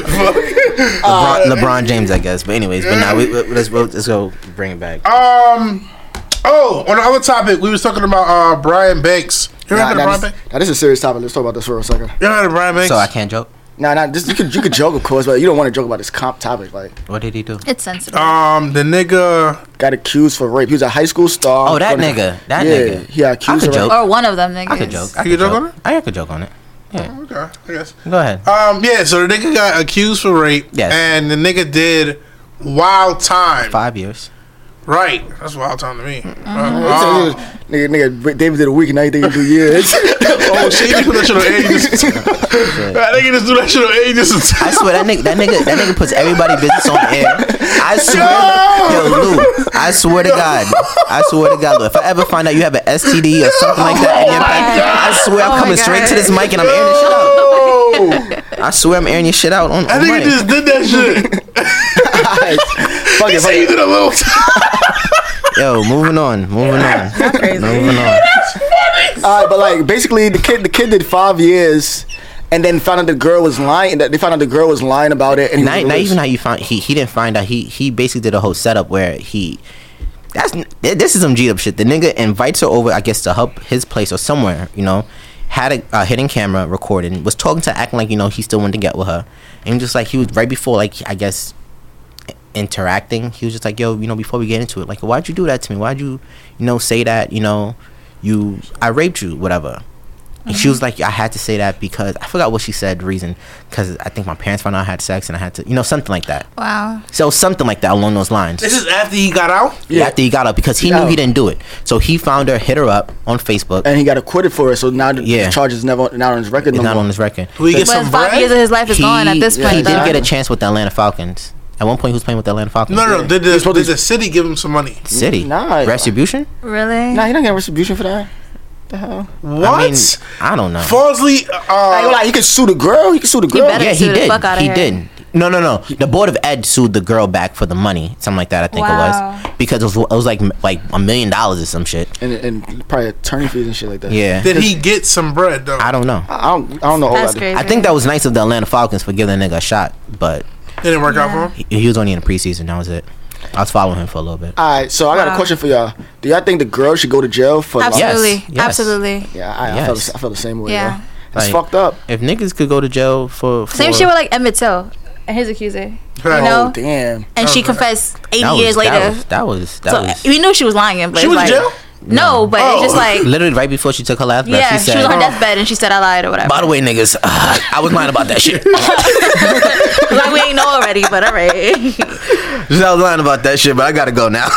[SPEAKER 10] LeBron, LeBron James, I guess. But anyways, but now we, we- let's let's go bring it back.
[SPEAKER 4] Um. Oh, on the other topic, we was talking about uh Brian Banks. You ever
[SPEAKER 2] Nah,
[SPEAKER 4] heard of
[SPEAKER 2] nah,
[SPEAKER 4] Brian
[SPEAKER 2] this,
[SPEAKER 4] Banks?
[SPEAKER 2] nah, this is a serious topic. Let's talk about this for a second.
[SPEAKER 4] You ever heard of Brian Banks?
[SPEAKER 10] so I can't joke.
[SPEAKER 2] Nah, nah. This, you could you could joke, of course, but you don't want to joke about this comp topic. Like,
[SPEAKER 10] What did he do?
[SPEAKER 1] It's sensitive.
[SPEAKER 4] Um, the nigga.
[SPEAKER 2] got accused for rape. He was a high school star.
[SPEAKER 10] Oh, that
[SPEAKER 2] From-
[SPEAKER 10] nigga. That
[SPEAKER 2] yeah,
[SPEAKER 10] nigga.
[SPEAKER 2] He got accused
[SPEAKER 10] I could
[SPEAKER 2] of rape.
[SPEAKER 10] joke.
[SPEAKER 1] or one of them niggas.
[SPEAKER 10] I could joke. I
[SPEAKER 4] You could joke on it?
[SPEAKER 10] I could joke on it.
[SPEAKER 4] Okay, I guess.
[SPEAKER 10] Go ahead.
[SPEAKER 4] Um, yeah, so the nigga got accused for rape.
[SPEAKER 10] Yes.
[SPEAKER 4] And the nigga did wild time.
[SPEAKER 10] Five years.
[SPEAKER 4] Right. That's wild time to me.
[SPEAKER 10] Mm-hmm.
[SPEAKER 4] Um,
[SPEAKER 2] Nigga, nigga, David did a week and now you think he do years.
[SPEAKER 4] oh shit, you put that shit on ages. that nigga just do that shit on ages.
[SPEAKER 10] I swear that nigga, that nigga, that nigga puts everybody business on air. I swear, yo, Lou, I swear to God, I swear to God, Lou, if I ever find out you have an STD or something like that,
[SPEAKER 4] Oh
[SPEAKER 10] in your pants, I swear I'm coming straight to this mic and I'm airing this shit
[SPEAKER 2] Oh,
[SPEAKER 10] out. I swear I'm airing your shit out on.
[SPEAKER 4] That
[SPEAKER 10] on
[SPEAKER 4] nigga
[SPEAKER 10] mic.
[SPEAKER 4] just did that shit.
[SPEAKER 2] fuck
[SPEAKER 4] He
[SPEAKER 2] it, fuck
[SPEAKER 4] said you
[SPEAKER 2] it.
[SPEAKER 4] did a little.
[SPEAKER 10] Yo, moving on, moving on, moving on.
[SPEAKER 2] All right, but like basically, the kid, the kid did five years, and then found out the girl was lying. That they found out the girl was lying about it. And he
[SPEAKER 10] not,
[SPEAKER 2] was
[SPEAKER 10] not
[SPEAKER 2] released.
[SPEAKER 10] even how you find he he didn't find out he he basically did a whole setup where he that's th- this is some G up shit. The nigga invites her over, I guess, to help his place or somewhere, you know. Had a uh, hidden camera recording, was talking to her, acting like you know he still wanted to get with her, and just like he was right before like I guess interacting, he was just like, "Yo, you know, before we get into it, like, why'd you do that to me? Why'd you, you know, say that? You know, you, I raped you, whatever." And she was like, "I had to say that because I forgot what she said. Reason, because I think my parents found out I had sex, and I had to, you know, something like that.
[SPEAKER 1] Wow.
[SPEAKER 10] So something like that along those lines."
[SPEAKER 4] This is after he got out.
[SPEAKER 10] After he got up, because he knew he didn't do it, so he found her, hit her up on Facebook,
[SPEAKER 2] and he got acquitted for it. So now the
[SPEAKER 10] Yeah.
[SPEAKER 2] the charge is never not on his record.
[SPEAKER 10] it's
[SPEAKER 2] No
[SPEAKER 10] not
[SPEAKER 2] more.
[SPEAKER 10] on his record.
[SPEAKER 4] Do we get
[SPEAKER 1] But
[SPEAKER 4] some
[SPEAKER 1] five
[SPEAKER 4] bread?
[SPEAKER 1] years of his life is
[SPEAKER 10] he,
[SPEAKER 1] gone at this
[SPEAKER 10] he
[SPEAKER 1] point.
[SPEAKER 10] didn't
[SPEAKER 1] though.
[SPEAKER 10] get a chance with the Atlanta Falcons. At one point, he was playing with the Atlanta Falcons.
[SPEAKER 4] No, no, no. Did
[SPEAKER 2] He's
[SPEAKER 4] the,
[SPEAKER 2] supposed
[SPEAKER 4] did
[SPEAKER 2] to-
[SPEAKER 4] the city give him some money?
[SPEAKER 10] City
[SPEAKER 2] Nah.
[SPEAKER 10] retribution.
[SPEAKER 1] really?
[SPEAKER 2] Nah, he don't get retribution for that. The hell?
[SPEAKER 4] What?
[SPEAKER 10] I mean, uh, I don't know.
[SPEAKER 4] Falsley,
[SPEAKER 2] Like,
[SPEAKER 4] uh,
[SPEAKER 2] like, he could sue the girl. He could sue the girl.
[SPEAKER 1] better-
[SPEAKER 10] yeah,
[SPEAKER 1] sue
[SPEAKER 10] he
[SPEAKER 1] the
[SPEAKER 10] did.
[SPEAKER 1] fuck outta
[SPEAKER 10] he
[SPEAKER 1] her.
[SPEAKER 10] did. No, no, no. The board of ed sued the girl back for the money, something like that. I think
[SPEAKER 1] Wow.
[SPEAKER 10] it was because it was, it was like like a million dollars or some shit.
[SPEAKER 2] And, and probably attorney fees and shit like that.
[SPEAKER 10] Yeah,
[SPEAKER 4] did he get some bread though?
[SPEAKER 10] I don't know.
[SPEAKER 2] I don't, I don't know. all
[SPEAKER 1] That's
[SPEAKER 2] about it.
[SPEAKER 1] crazy.
[SPEAKER 10] I think that was nice of the Atlanta Falcons for giving that nigga a shot, but
[SPEAKER 4] It didn't work out for him.
[SPEAKER 10] he, he was only in the preseason. That was it. I was following him for a little bit.
[SPEAKER 2] All right, so I got a
[SPEAKER 1] Wow.
[SPEAKER 2] question for y'all. Do y'all think the girl should go to jail for? lying?
[SPEAKER 10] Yes,
[SPEAKER 1] Absolutely.
[SPEAKER 10] yes.
[SPEAKER 1] Absolutely.
[SPEAKER 2] Yeah, I, I,
[SPEAKER 10] Yes.
[SPEAKER 2] felt, I felt the same way.
[SPEAKER 1] Yeah.
[SPEAKER 2] Yeah, that's
[SPEAKER 10] Like-
[SPEAKER 2] fucked up.
[SPEAKER 10] If niggas could go to jail for, for
[SPEAKER 1] Same shit with like Emmett Till and his accuser. You know?
[SPEAKER 2] Oh damn.
[SPEAKER 1] and she confessed 80
[SPEAKER 10] that was-
[SPEAKER 1] years later.
[SPEAKER 10] that was that was, that
[SPEAKER 1] so
[SPEAKER 10] was-
[SPEAKER 1] we knew she was lying. But
[SPEAKER 4] She
[SPEAKER 1] it's
[SPEAKER 4] was in
[SPEAKER 1] like,
[SPEAKER 4] jail? Oh.
[SPEAKER 1] No, but it's just like,
[SPEAKER 10] literally right before she took her last breath.
[SPEAKER 1] yeah,
[SPEAKER 10] she
[SPEAKER 1] she,
[SPEAKER 10] said,
[SPEAKER 1] was on her deathbed and she said I lied or whatever.
[SPEAKER 10] "By the way, niggas, uh, I was lying about that shit.
[SPEAKER 1] like we ain't know already, but all right.
[SPEAKER 10] I was lying about that shit, but I gotta go now."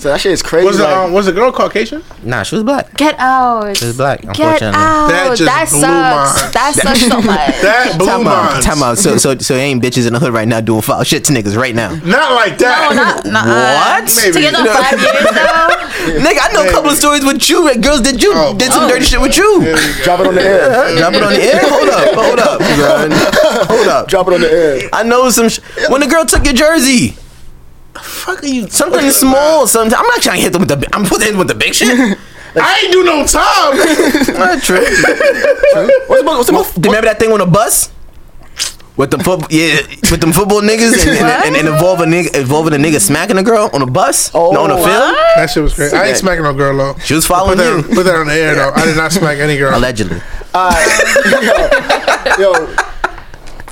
[SPEAKER 2] So that shit is crazy.
[SPEAKER 4] Was the
[SPEAKER 2] like-
[SPEAKER 4] um, was the girl Caucasian?
[SPEAKER 10] nah, she was black.
[SPEAKER 1] Get out.
[SPEAKER 10] She was black.
[SPEAKER 1] Get
[SPEAKER 10] Unfortunately.
[SPEAKER 1] out.
[SPEAKER 4] That
[SPEAKER 1] That,
[SPEAKER 4] just blew
[SPEAKER 1] sucks.
[SPEAKER 4] my-
[SPEAKER 1] That sucks so much.
[SPEAKER 4] That blew
[SPEAKER 10] Time out,
[SPEAKER 4] minds.
[SPEAKER 10] time out. So, so, so, ain't bitches in the hood right now doing foul shit to niggas right now.
[SPEAKER 4] Not like that.
[SPEAKER 1] Nuh-uh. uh,
[SPEAKER 10] What?
[SPEAKER 1] To get those
[SPEAKER 10] No.
[SPEAKER 1] five years though.
[SPEAKER 10] Nigga, I know a couple of stories with you. where Girls, did you
[SPEAKER 4] Oh,
[SPEAKER 10] did some dirty shit with you?
[SPEAKER 2] Drop it on the air.
[SPEAKER 10] Drop it on the air. Hold up, hold up, son. hold up.
[SPEAKER 2] Drop it on the air.
[SPEAKER 10] I know some. Sh- when the girl took your jersey,
[SPEAKER 4] Fuck are you?
[SPEAKER 10] something small. Something. I'm not trying to hit them with the. bi- I'm putting them with the big shit.
[SPEAKER 4] I ain't do no time.
[SPEAKER 10] Not true.
[SPEAKER 2] What's the, what's the most?
[SPEAKER 10] Remember that thing on the bus? With the foot, yeah, with them football niggas and, and, and, and involving a nigga, involving a nigga smacking a girl on a bus,
[SPEAKER 2] Oh.
[SPEAKER 10] no, on a film,
[SPEAKER 4] that shit was crazy. I ain't smacking no girl though.
[SPEAKER 10] She was
[SPEAKER 4] Put
[SPEAKER 10] following
[SPEAKER 4] that,
[SPEAKER 10] you.
[SPEAKER 4] put that on the air though. I did not smack any girl.
[SPEAKER 10] allegedly.
[SPEAKER 2] Yo,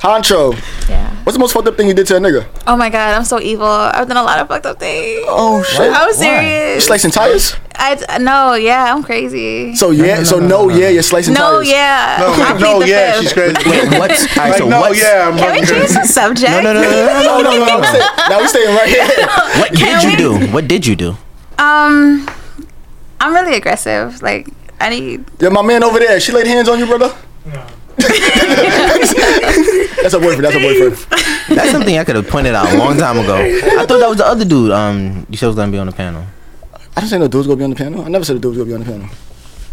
[SPEAKER 2] Honcho,
[SPEAKER 1] Yeah.
[SPEAKER 2] what's the most fucked up thing you did to a nigga?
[SPEAKER 1] Oh my god, I'm so evil. I've done a lot of fucked up things.
[SPEAKER 2] Oh shit.
[SPEAKER 1] I'm serious.
[SPEAKER 2] Slicing tires?
[SPEAKER 1] I no, yeah, I'm crazy.
[SPEAKER 2] So yeah, so no, yeah, you're slicing
[SPEAKER 1] no,
[SPEAKER 2] tires.
[SPEAKER 1] yeah.
[SPEAKER 4] No,
[SPEAKER 1] I
[SPEAKER 4] like,
[SPEAKER 1] plead
[SPEAKER 4] no,
[SPEAKER 1] the
[SPEAKER 4] yeah,
[SPEAKER 1] fifth.
[SPEAKER 4] she's crazy.
[SPEAKER 10] Wait, what's all right,
[SPEAKER 4] Like,
[SPEAKER 10] so
[SPEAKER 4] no,
[SPEAKER 10] what's,
[SPEAKER 4] yeah, I'm
[SPEAKER 1] Can we
[SPEAKER 4] fucking
[SPEAKER 1] change
[SPEAKER 4] crazy.
[SPEAKER 1] the subject?
[SPEAKER 10] no, no, no, no, no,
[SPEAKER 2] No, no, no, no. stay- Now we staying right here.
[SPEAKER 10] What
[SPEAKER 1] Can
[SPEAKER 10] did you
[SPEAKER 1] we-
[SPEAKER 10] do? What did you do?
[SPEAKER 1] Um, I'm really aggressive. Like oh I need.
[SPEAKER 2] Yo, my man over there, she laid hands on you, brother? that's a boyfriend. That's a boyfriend.
[SPEAKER 10] That's something I could have pointed out a long time ago. I thought that was the other dude. Um, you said was gonna be on the panel.
[SPEAKER 2] I didn't say no dudes gonna be on the panel. I never said the dudes gonna be on the panel.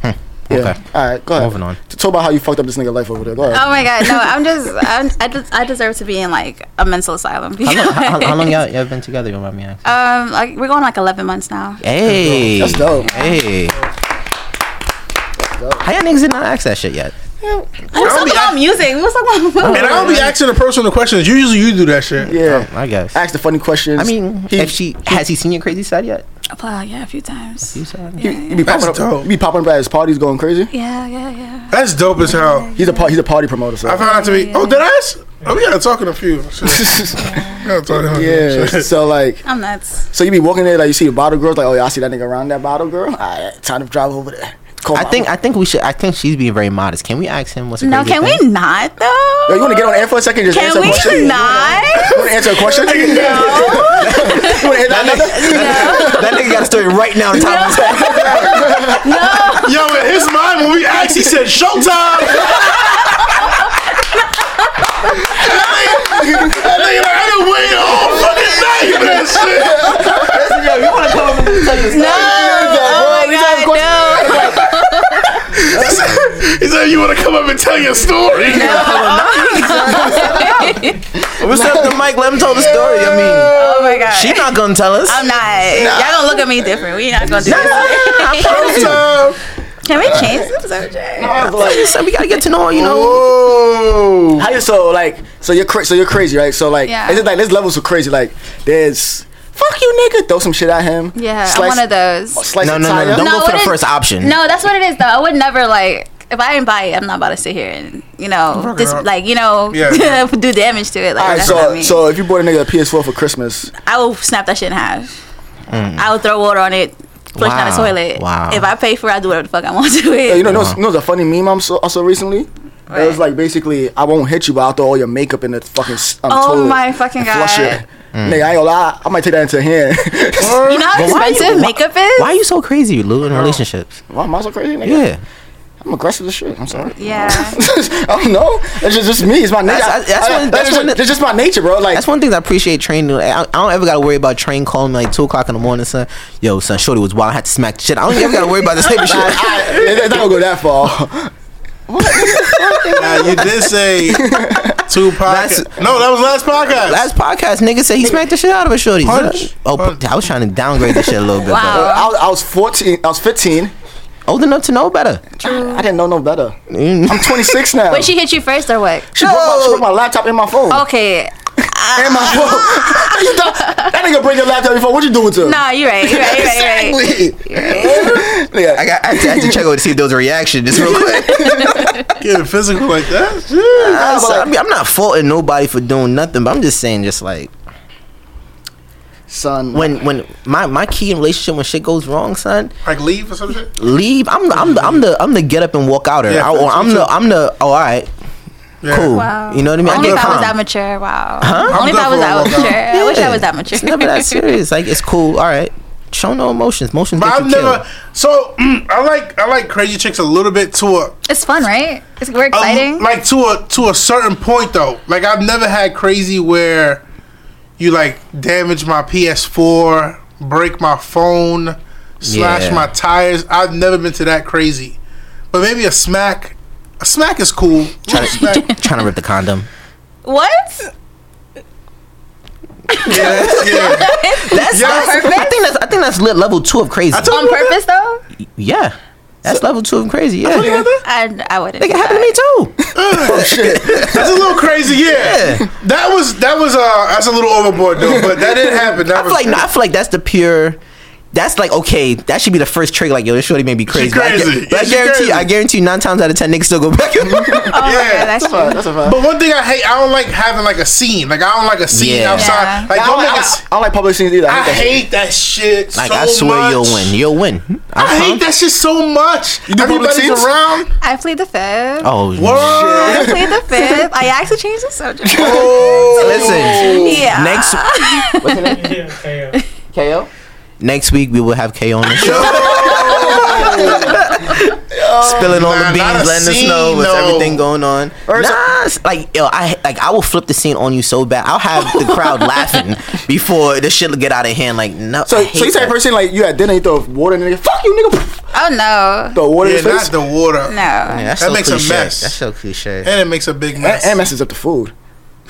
[SPEAKER 2] Yeah.
[SPEAKER 10] Hmm, Okay.
[SPEAKER 2] All right. Go ahead.
[SPEAKER 10] Moving on.
[SPEAKER 2] T- Talk about how you fucked up this nigga life over there. Go ahead.
[SPEAKER 1] Oh my god, no! I'm just. I'm, I des- I deserve to be in like a mental asylum.
[SPEAKER 10] How long, how, how long y'all, y'all been together? You want me asking?
[SPEAKER 1] Um, like we're going like 11 months now.
[SPEAKER 10] Hey,
[SPEAKER 2] That's dope.
[SPEAKER 10] Hey. How y'all niggas did not ask that shit yet?
[SPEAKER 1] We was talking about music. We was talking about
[SPEAKER 4] And I don't be asking the personal questions. Usually you do that shit.
[SPEAKER 2] Yeah.
[SPEAKER 10] um, I guess.
[SPEAKER 2] Ask the funny questions.
[SPEAKER 10] I mean,
[SPEAKER 2] he,
[SPEAKER 10] if she has he seen your crazy side yet?
[SPEAKER 1] Well, yeah, a few times.
[SPEAKER 10] You said-
[SPEAKER 2] he, he be
[SPEAKER 4] That's
[SPEAKER 2] popping up,
[SPEAKER 4] dope.
[SPEAKER 2] he be popping up at his parties, going crazy.
[SPEAKER 1] Yeah, yeah, yeah.
[SPEAKER 4] That's dope as hell.
[SPEAKER 2] He's a par- he's a party promoter. So.
[SPEAKER 4] I found out to be. Oh, did I? Ask? Oh, we gotta talk in a few. Shit. We gotta talk in a few.
[SPEAKER 2] yeah.
[SPEAKER 4] Shit.
[SPEAKER 2] so like,
[SPEAKER 1] I'm nuts.
[SPEAKER 2] so you be walking there, like you see the bottle girls, like, oh yeah, I see that nigga around that bottle girl. All right, time to drive over there. Call
[SPEAKER 10] I
[SPEAKER 2] my-
[SPEAKER 10] think I think we should. I think she's being very modest. Can we ask him what's a
[SPEAKER 1] No,
[SPEAKER 10] crazy
[SPEAKER 1] can we
[SPEAKER 10] thing?
[SPEAKER 1] not though?
[SPEAKER 2] Yo, you want to get on air for a second? Just
[SPEAKER 1] Can
[SPEAKER 2] answer a question?
[SPEAKER 1] we not?
[SPEAKER 2] You want to answer a question? No. you want to answer
[SPEAKER 10] That nigga, that, that nigga got a story right now. on Top of his head.
[SPEAKER 4] Yo, in his mind, when we asked, he said, Showtime! That nigga like, I done waited all fucking night for that shit.
[SPEAKER 10] Yo, you wanna come up and tell your story?
[SPEAKER 1] Oh
[SPEAKER 4] He said, you wanna come up and tell your story?
[SPEAKER 10] What's up to Mike? Let him tell the story. I mean,
[SPEAKER 1] Oh my god.
[SPEAKER 10] she not gonna tell us.
[SPEAKER 1] I'm not. Y'all gonna look at me different. We not gonna do this.
[SPEAKER 10] I promise you.
[SPEAKER 1] Can we change the subject?
[SPEAKER 10] I feel you, son, we gotta get to know her, you know.
[SPEAKER 4] Oh.
[SPEAKER 2] How you so like so you're cra- so you're crazy right? So like
[SPEAKER 1] Yeah.
[SPEAKER 2] it's just like there's levels of crazy. Like there's fuck you nigga, throw some shit at him.
[SPEAKER 1] Yeah, I'm
[SPEAKER 2] slice,
[SPEAKER 1] one of those.
[SPEAKER 2] Slice
[SPEAKER 10] No,
[SPEAKER 2] and
[SPEAKER 10] no,
[SPEAKER 2] tie
[SPEAKER 10] no,
[SPEAKER 2] him.
[SPEAKER 10] don't
[SPEAKER 1] No,
[SPEAKER 10] go for
[SPEAKER 1] it
[SPEAKER 10] the
[SPEAKER 1] is-
[SPEAKER 10] first option.
[SPEAKER 1] No, that's what it is though. I would never like if I didn't buy it, I'm not about to sit here and you know just like you know
[SPEAKER 4] Yeah.
[SPEAKER 1] do damage to it. Like
[SPEAKER 2] All right,
[SPEAKER 1] that's not
[SPEAKER 2] so
[SPEAKER 1] me.
[SPEAKER 2] so if you bought a nigga a PS4 for Christmas,
[SPEAKER 1] I will snap that shit in half. I will throw water on it, flush down the
[SPEAKER 10] Mm. Wow.
[SPEAKER 1] toilet.
[SPEAKER 10] Wow.
[SPEAKER 1] If I pay for it, I do whatever the fuck I want to it.
[SPEAKER 2] Yeah, you know,
[SPEAKER 10] Uh-huh.
[SPEAKER 2] you know, you know the funny meme I'm so, also recently. It was like basically, I won't hit you, but I'll throw all your makeup in the fucking s- um,
[SPEAKER 1] Oh
[SPEAKER 2] toilet
[SPEAKER 1] my fucking
[SPEAKER 2] and flush
[SPEAKER 1] God.
[SPEAKER 2] it.
[SPEAKER 10] Mm.
[SPEAKER 2] Nigga, I ain't gonna lie, I might take that into hand.
[SPEAKER 1] You know how
[SPEAKER 10] But why you-
[SPEAKER 1] expensive
[SPEAKER 10] why-
[SPEAKER 1] makeup is?
[SPEAKER 10] Why are you so crazy, Lou, in relationships?
[SPEAKER 2] Why am I so crazy? Nigga?
[SPEAKER 10] Yeah.
[SPEAKER 2] I'm aggressive as shit. I'm sorry.
[SPEAKER 1] Yeah.
[SPEAKER 2] I don't know. It's just, just me. It's my nature.
[SPEAKER 10] That's-
[SPEAKER 2] That's,
[SPEAKER 10] that's when- that's
[SPEAKER 2] just,
[SPEAKER 10] when the-
[SPEAKER 2] it's just my nature, bro. Like
[SPEAKER 10] That's one thing I appreciate train doing. I, I don't ever gotta worry about train calling me like two o'clock in the morning, son. Yo, son, Shorty was wild. I had to smack the shit. I don't ever gotta worry about this type of
[SPEAKER 2] I,
[SPEAKER 10] shit.
[SPEAKER 2] I, it- it's not gonna go that
[SPEAKER 1] Oh.
[SPEAKER 2] far.
[SPEAKER 4] Now, you did say Tupac.
[SPEAKER 10] That's-
[SPEAKER 4] No, that was last podcast.
[SPEAKER 10] Last podcast, nigga said he smacked the shit out of a shorty.
[SPEAKER 4] Punch.
[SPEAKER 10] Oh,
[SPEAKER 4] Punch.
[SPEAKER 10] I was trying to downgrade the shit a little bit.
[SPEAKER 1] Wow.
[SPEAKER 2] I, was, I was 14. I was 15.
[SPEAKER 10] But old enough to know better.
[SPEAKER 2] I didn't know no better.
[SPEAKER 10] Mm.
[SPEAKER 2] I'm 26 now.
[SPEAKER 1] Wait, she hit you first or what?
[SPEAKER 2] She broke, my, she broke my laptop in my phone.
[SPEAKER 1] Okay.
[SPEAKER 2] And my phone. that nigga break your laptop in your phone. What you doing to? it?
[SPEAKER 1] Nah, you're right. You're right. You're right. You're right.
[SPEAKER 2] Nigga,
[SPEAKER 10] I got. I had to, I had to check over to see if there was a reaction, just real quick.
[SPEAKER 4] Getting physical like that? Shit.
[SPEAKER 10] I mean, I'm not faulting nobody for doing nothing, but I'm just saying, just like
[SPEAKER 2] son.
[SPEAKER 10] when when my my key in relationship when shit goes wrong, son,
[SPEAKER 4] Like leave or some shit?
[SPEAKER 10] leave. I'm the, I'm the, I'm the I'm the get up and walk out. Or,
[SPEAKER 4] Yeah,
[SPEAKER 10] or I'm
[SPEAKER 4] me
[SPEAKER 10] the
[SPEAKER 4] too.
[SPEAKER 10] I'm the oh, all right,
[SPEAKER 4] Yeah.
[SPEAKER 10] cool. You know what I mean?
[SPEAKER 1] Only
[SPEAKER 10] get
[SPEAKER 1] if I was
[SPEAKER 10] calm.
[SPEAKER 1] that mature. Wow.
[SPEAKER 10] Huh?
[SPEAKER 1] Only if
[SPEAKER 4] I'm
[SPEAKER 1] I
[SPEAKER 4] good
[SPEAKER 1] was
[SPEAKER 4] for a
[SPEAKER 1] that
[SPEAKER 4] walkout.
[SPEAKER 1] mature. I wish I
[SPEAKER 10] Yeah.
[SPEAKER 1] was that mature.
[SPEAKER 10] It's never that serious. Like it's cool. All right, show no emotions. Emotions
[SPEAKER 4] But
[SPEAKER 10] make
[SPEAKER 4] I've
[SPEAKER 10] you
[SPEAKER 4] never.
[SPEAKER 10] kill.
[SPEAKER 4] So mm, I like I like crazy chicks a little bit to a,
[SPEAKER 1] It's fun, right? It's, we're
[SPEAKER 4] a-
[SPEAKER 1] exciting.
[SPEAKER 4] like to a to a certain point though. Like I've never had crazy where you like damage my PS4, break my phone, slash
[SPEAKER 10] Yeah.
[SPEAKER 4] my tires. I've never been to that crazy. But maybe a smack. A smack is cool. Little smack.
[SPEAKER 10] Trying to rip the condom.
[SPEAKER 1] what?
[SPEAKER 4] yeah.
[SPEAKER 10] That's, that's I think that's I think that's lit level two of crazy.
[SPEAKER 4] I told
[SPEAKER 1] On
[SPEAKER 4] you about that.
[SPEAKER 1] purpose, though?
[SPEAKER 10] yeah, that's level two of crazy. Yeah, that
[SPEAKER 1] I, I wouldn't. do
[SPEAKER 10] happened to me
[SPEAKER 1] that.
[SPEAKER 10] too.
[SPEAKER 4] That's a little crazy, yeah.
[SPEAKER 10] Yeah.
[SPEAKER 4] That was that was uh that's a little overboard though, but that didn't happen. That
[SPEAKER 10] I feel
[SPEAKER 4] was
[SPEAKER 10] like no, I feel like that's the pure. That's like okay. That should be the first trigger. Like yo, this shorty may be crazy. but I gu-
[SPEAKER 4] crazy.
[SPEAKER 10] But I,
[SPEAKER 4] Yeah, she
[SPEAKER 10] guarantee,
[SPEAKER 4] crazy.
[SPEAKER 10] I guarantee, you nine times out of ten, niggas still go back.
[SPEAKER 1] Oh,
[SPEAKER 4] Yeah.
[SPEAKER 1] yeah. that's true.
[SPEAKER 2] that's a fact.
[SPEAKER 4] But one thing I hate, I don't like having like a scene. Like I don't like a scene
[SPEAKER 10] Yeah.
[SPEAKER 4] outside.
[SPEAKER 1] Yeah.
[SPEAKER 4] Like
[SPEAKER 2] I
[SPEAKER 4] don't
[SPEAKER 2] don't,
[SPEAKER 4] make
[SPEAKER 2] like, I,
[SPEAKER 4] a
[SPEAKER 2] don't-
[SPEAKER 4] s-
[SPEAKER 2] I don't like public scenes either.
[SPEAKER 4] I
[SPEAKER 2] hate that shit.
[SPEAKER 4] hate that shit.
[SPEAKER 10] like
[SPEAKER 4] so
[SPEAKER 10] I swear,
[SPEAKER 4] much.
[SPEAKER 10] you'll win. You'll win.
[SPEAKER 4] I
[SPEAKER 10] Uh-huh.
[SPEAKER 4] hate that shit so much.
[SPEAKER 2] do public
[SPEAKER 4] Everybody's
[SPEAKER 2] scenes?
[SPEAKER 4] around.
[SPEAKER 1] I played the fifth.
[SPEAKER 10] Oh,
[SPEAKER 4] Word.
[SPEAKER 1] I played the fifth. I actually changed the subject.
[SPEAKER 10] listen.
[SPEAKER 4] Oh.
[SPEAKER 1] yeah.
[SPEAKER 10] Next
[SPEAKER 2] KO.
[SPEAKER 10] next week we will have K on the show. Spilling all
[SPEAKER 4] Nah,
[SPEAKER 10] the
[SPEAKER 4] not a
[SPEAKER 10] beans, letting us
[SPEAKER 4] scene,
[SPEAKER 10] know what's
[SPEAKER 4] no.
[SPEAKER 10] everything going on. Nah, it's like yo, I like I will flip the scene on you so bad. I'll have the crowd laughing before this shit will get out of hand. Like no, I
[SPEAKER 2] So,
[SPEAKER 10] hate
[SPEAKER 2] so you type
[SPEAKER 10] that.
[SPEAKER 2] person like you at dinner, you throw water in the nigga. Fuck you, nigga.
[SPEAKER 1] Oh, no.
[SPEAKER 2] Throw water
[SPEAKER 4] Yeah,
[SPEAKER 2] in his face.
[SPEAKER 4] not the water.
[SPEAKER 1] No.
[SPEAKER 10] Yeah, that's
[SPEAKER 4] That
[SPEAKER 10] so
[SPEAKER 4] makes a
[SPEAKER 10] cliche.
[SPEAKER 4] mess.
[SPEAKER 10] That's so cliche.
[SPEAKER 4] And it makes a big
[SPEAKER 2] And,
[SPEAKER 4] mess.
[SPEAKER 2] and messes up the food.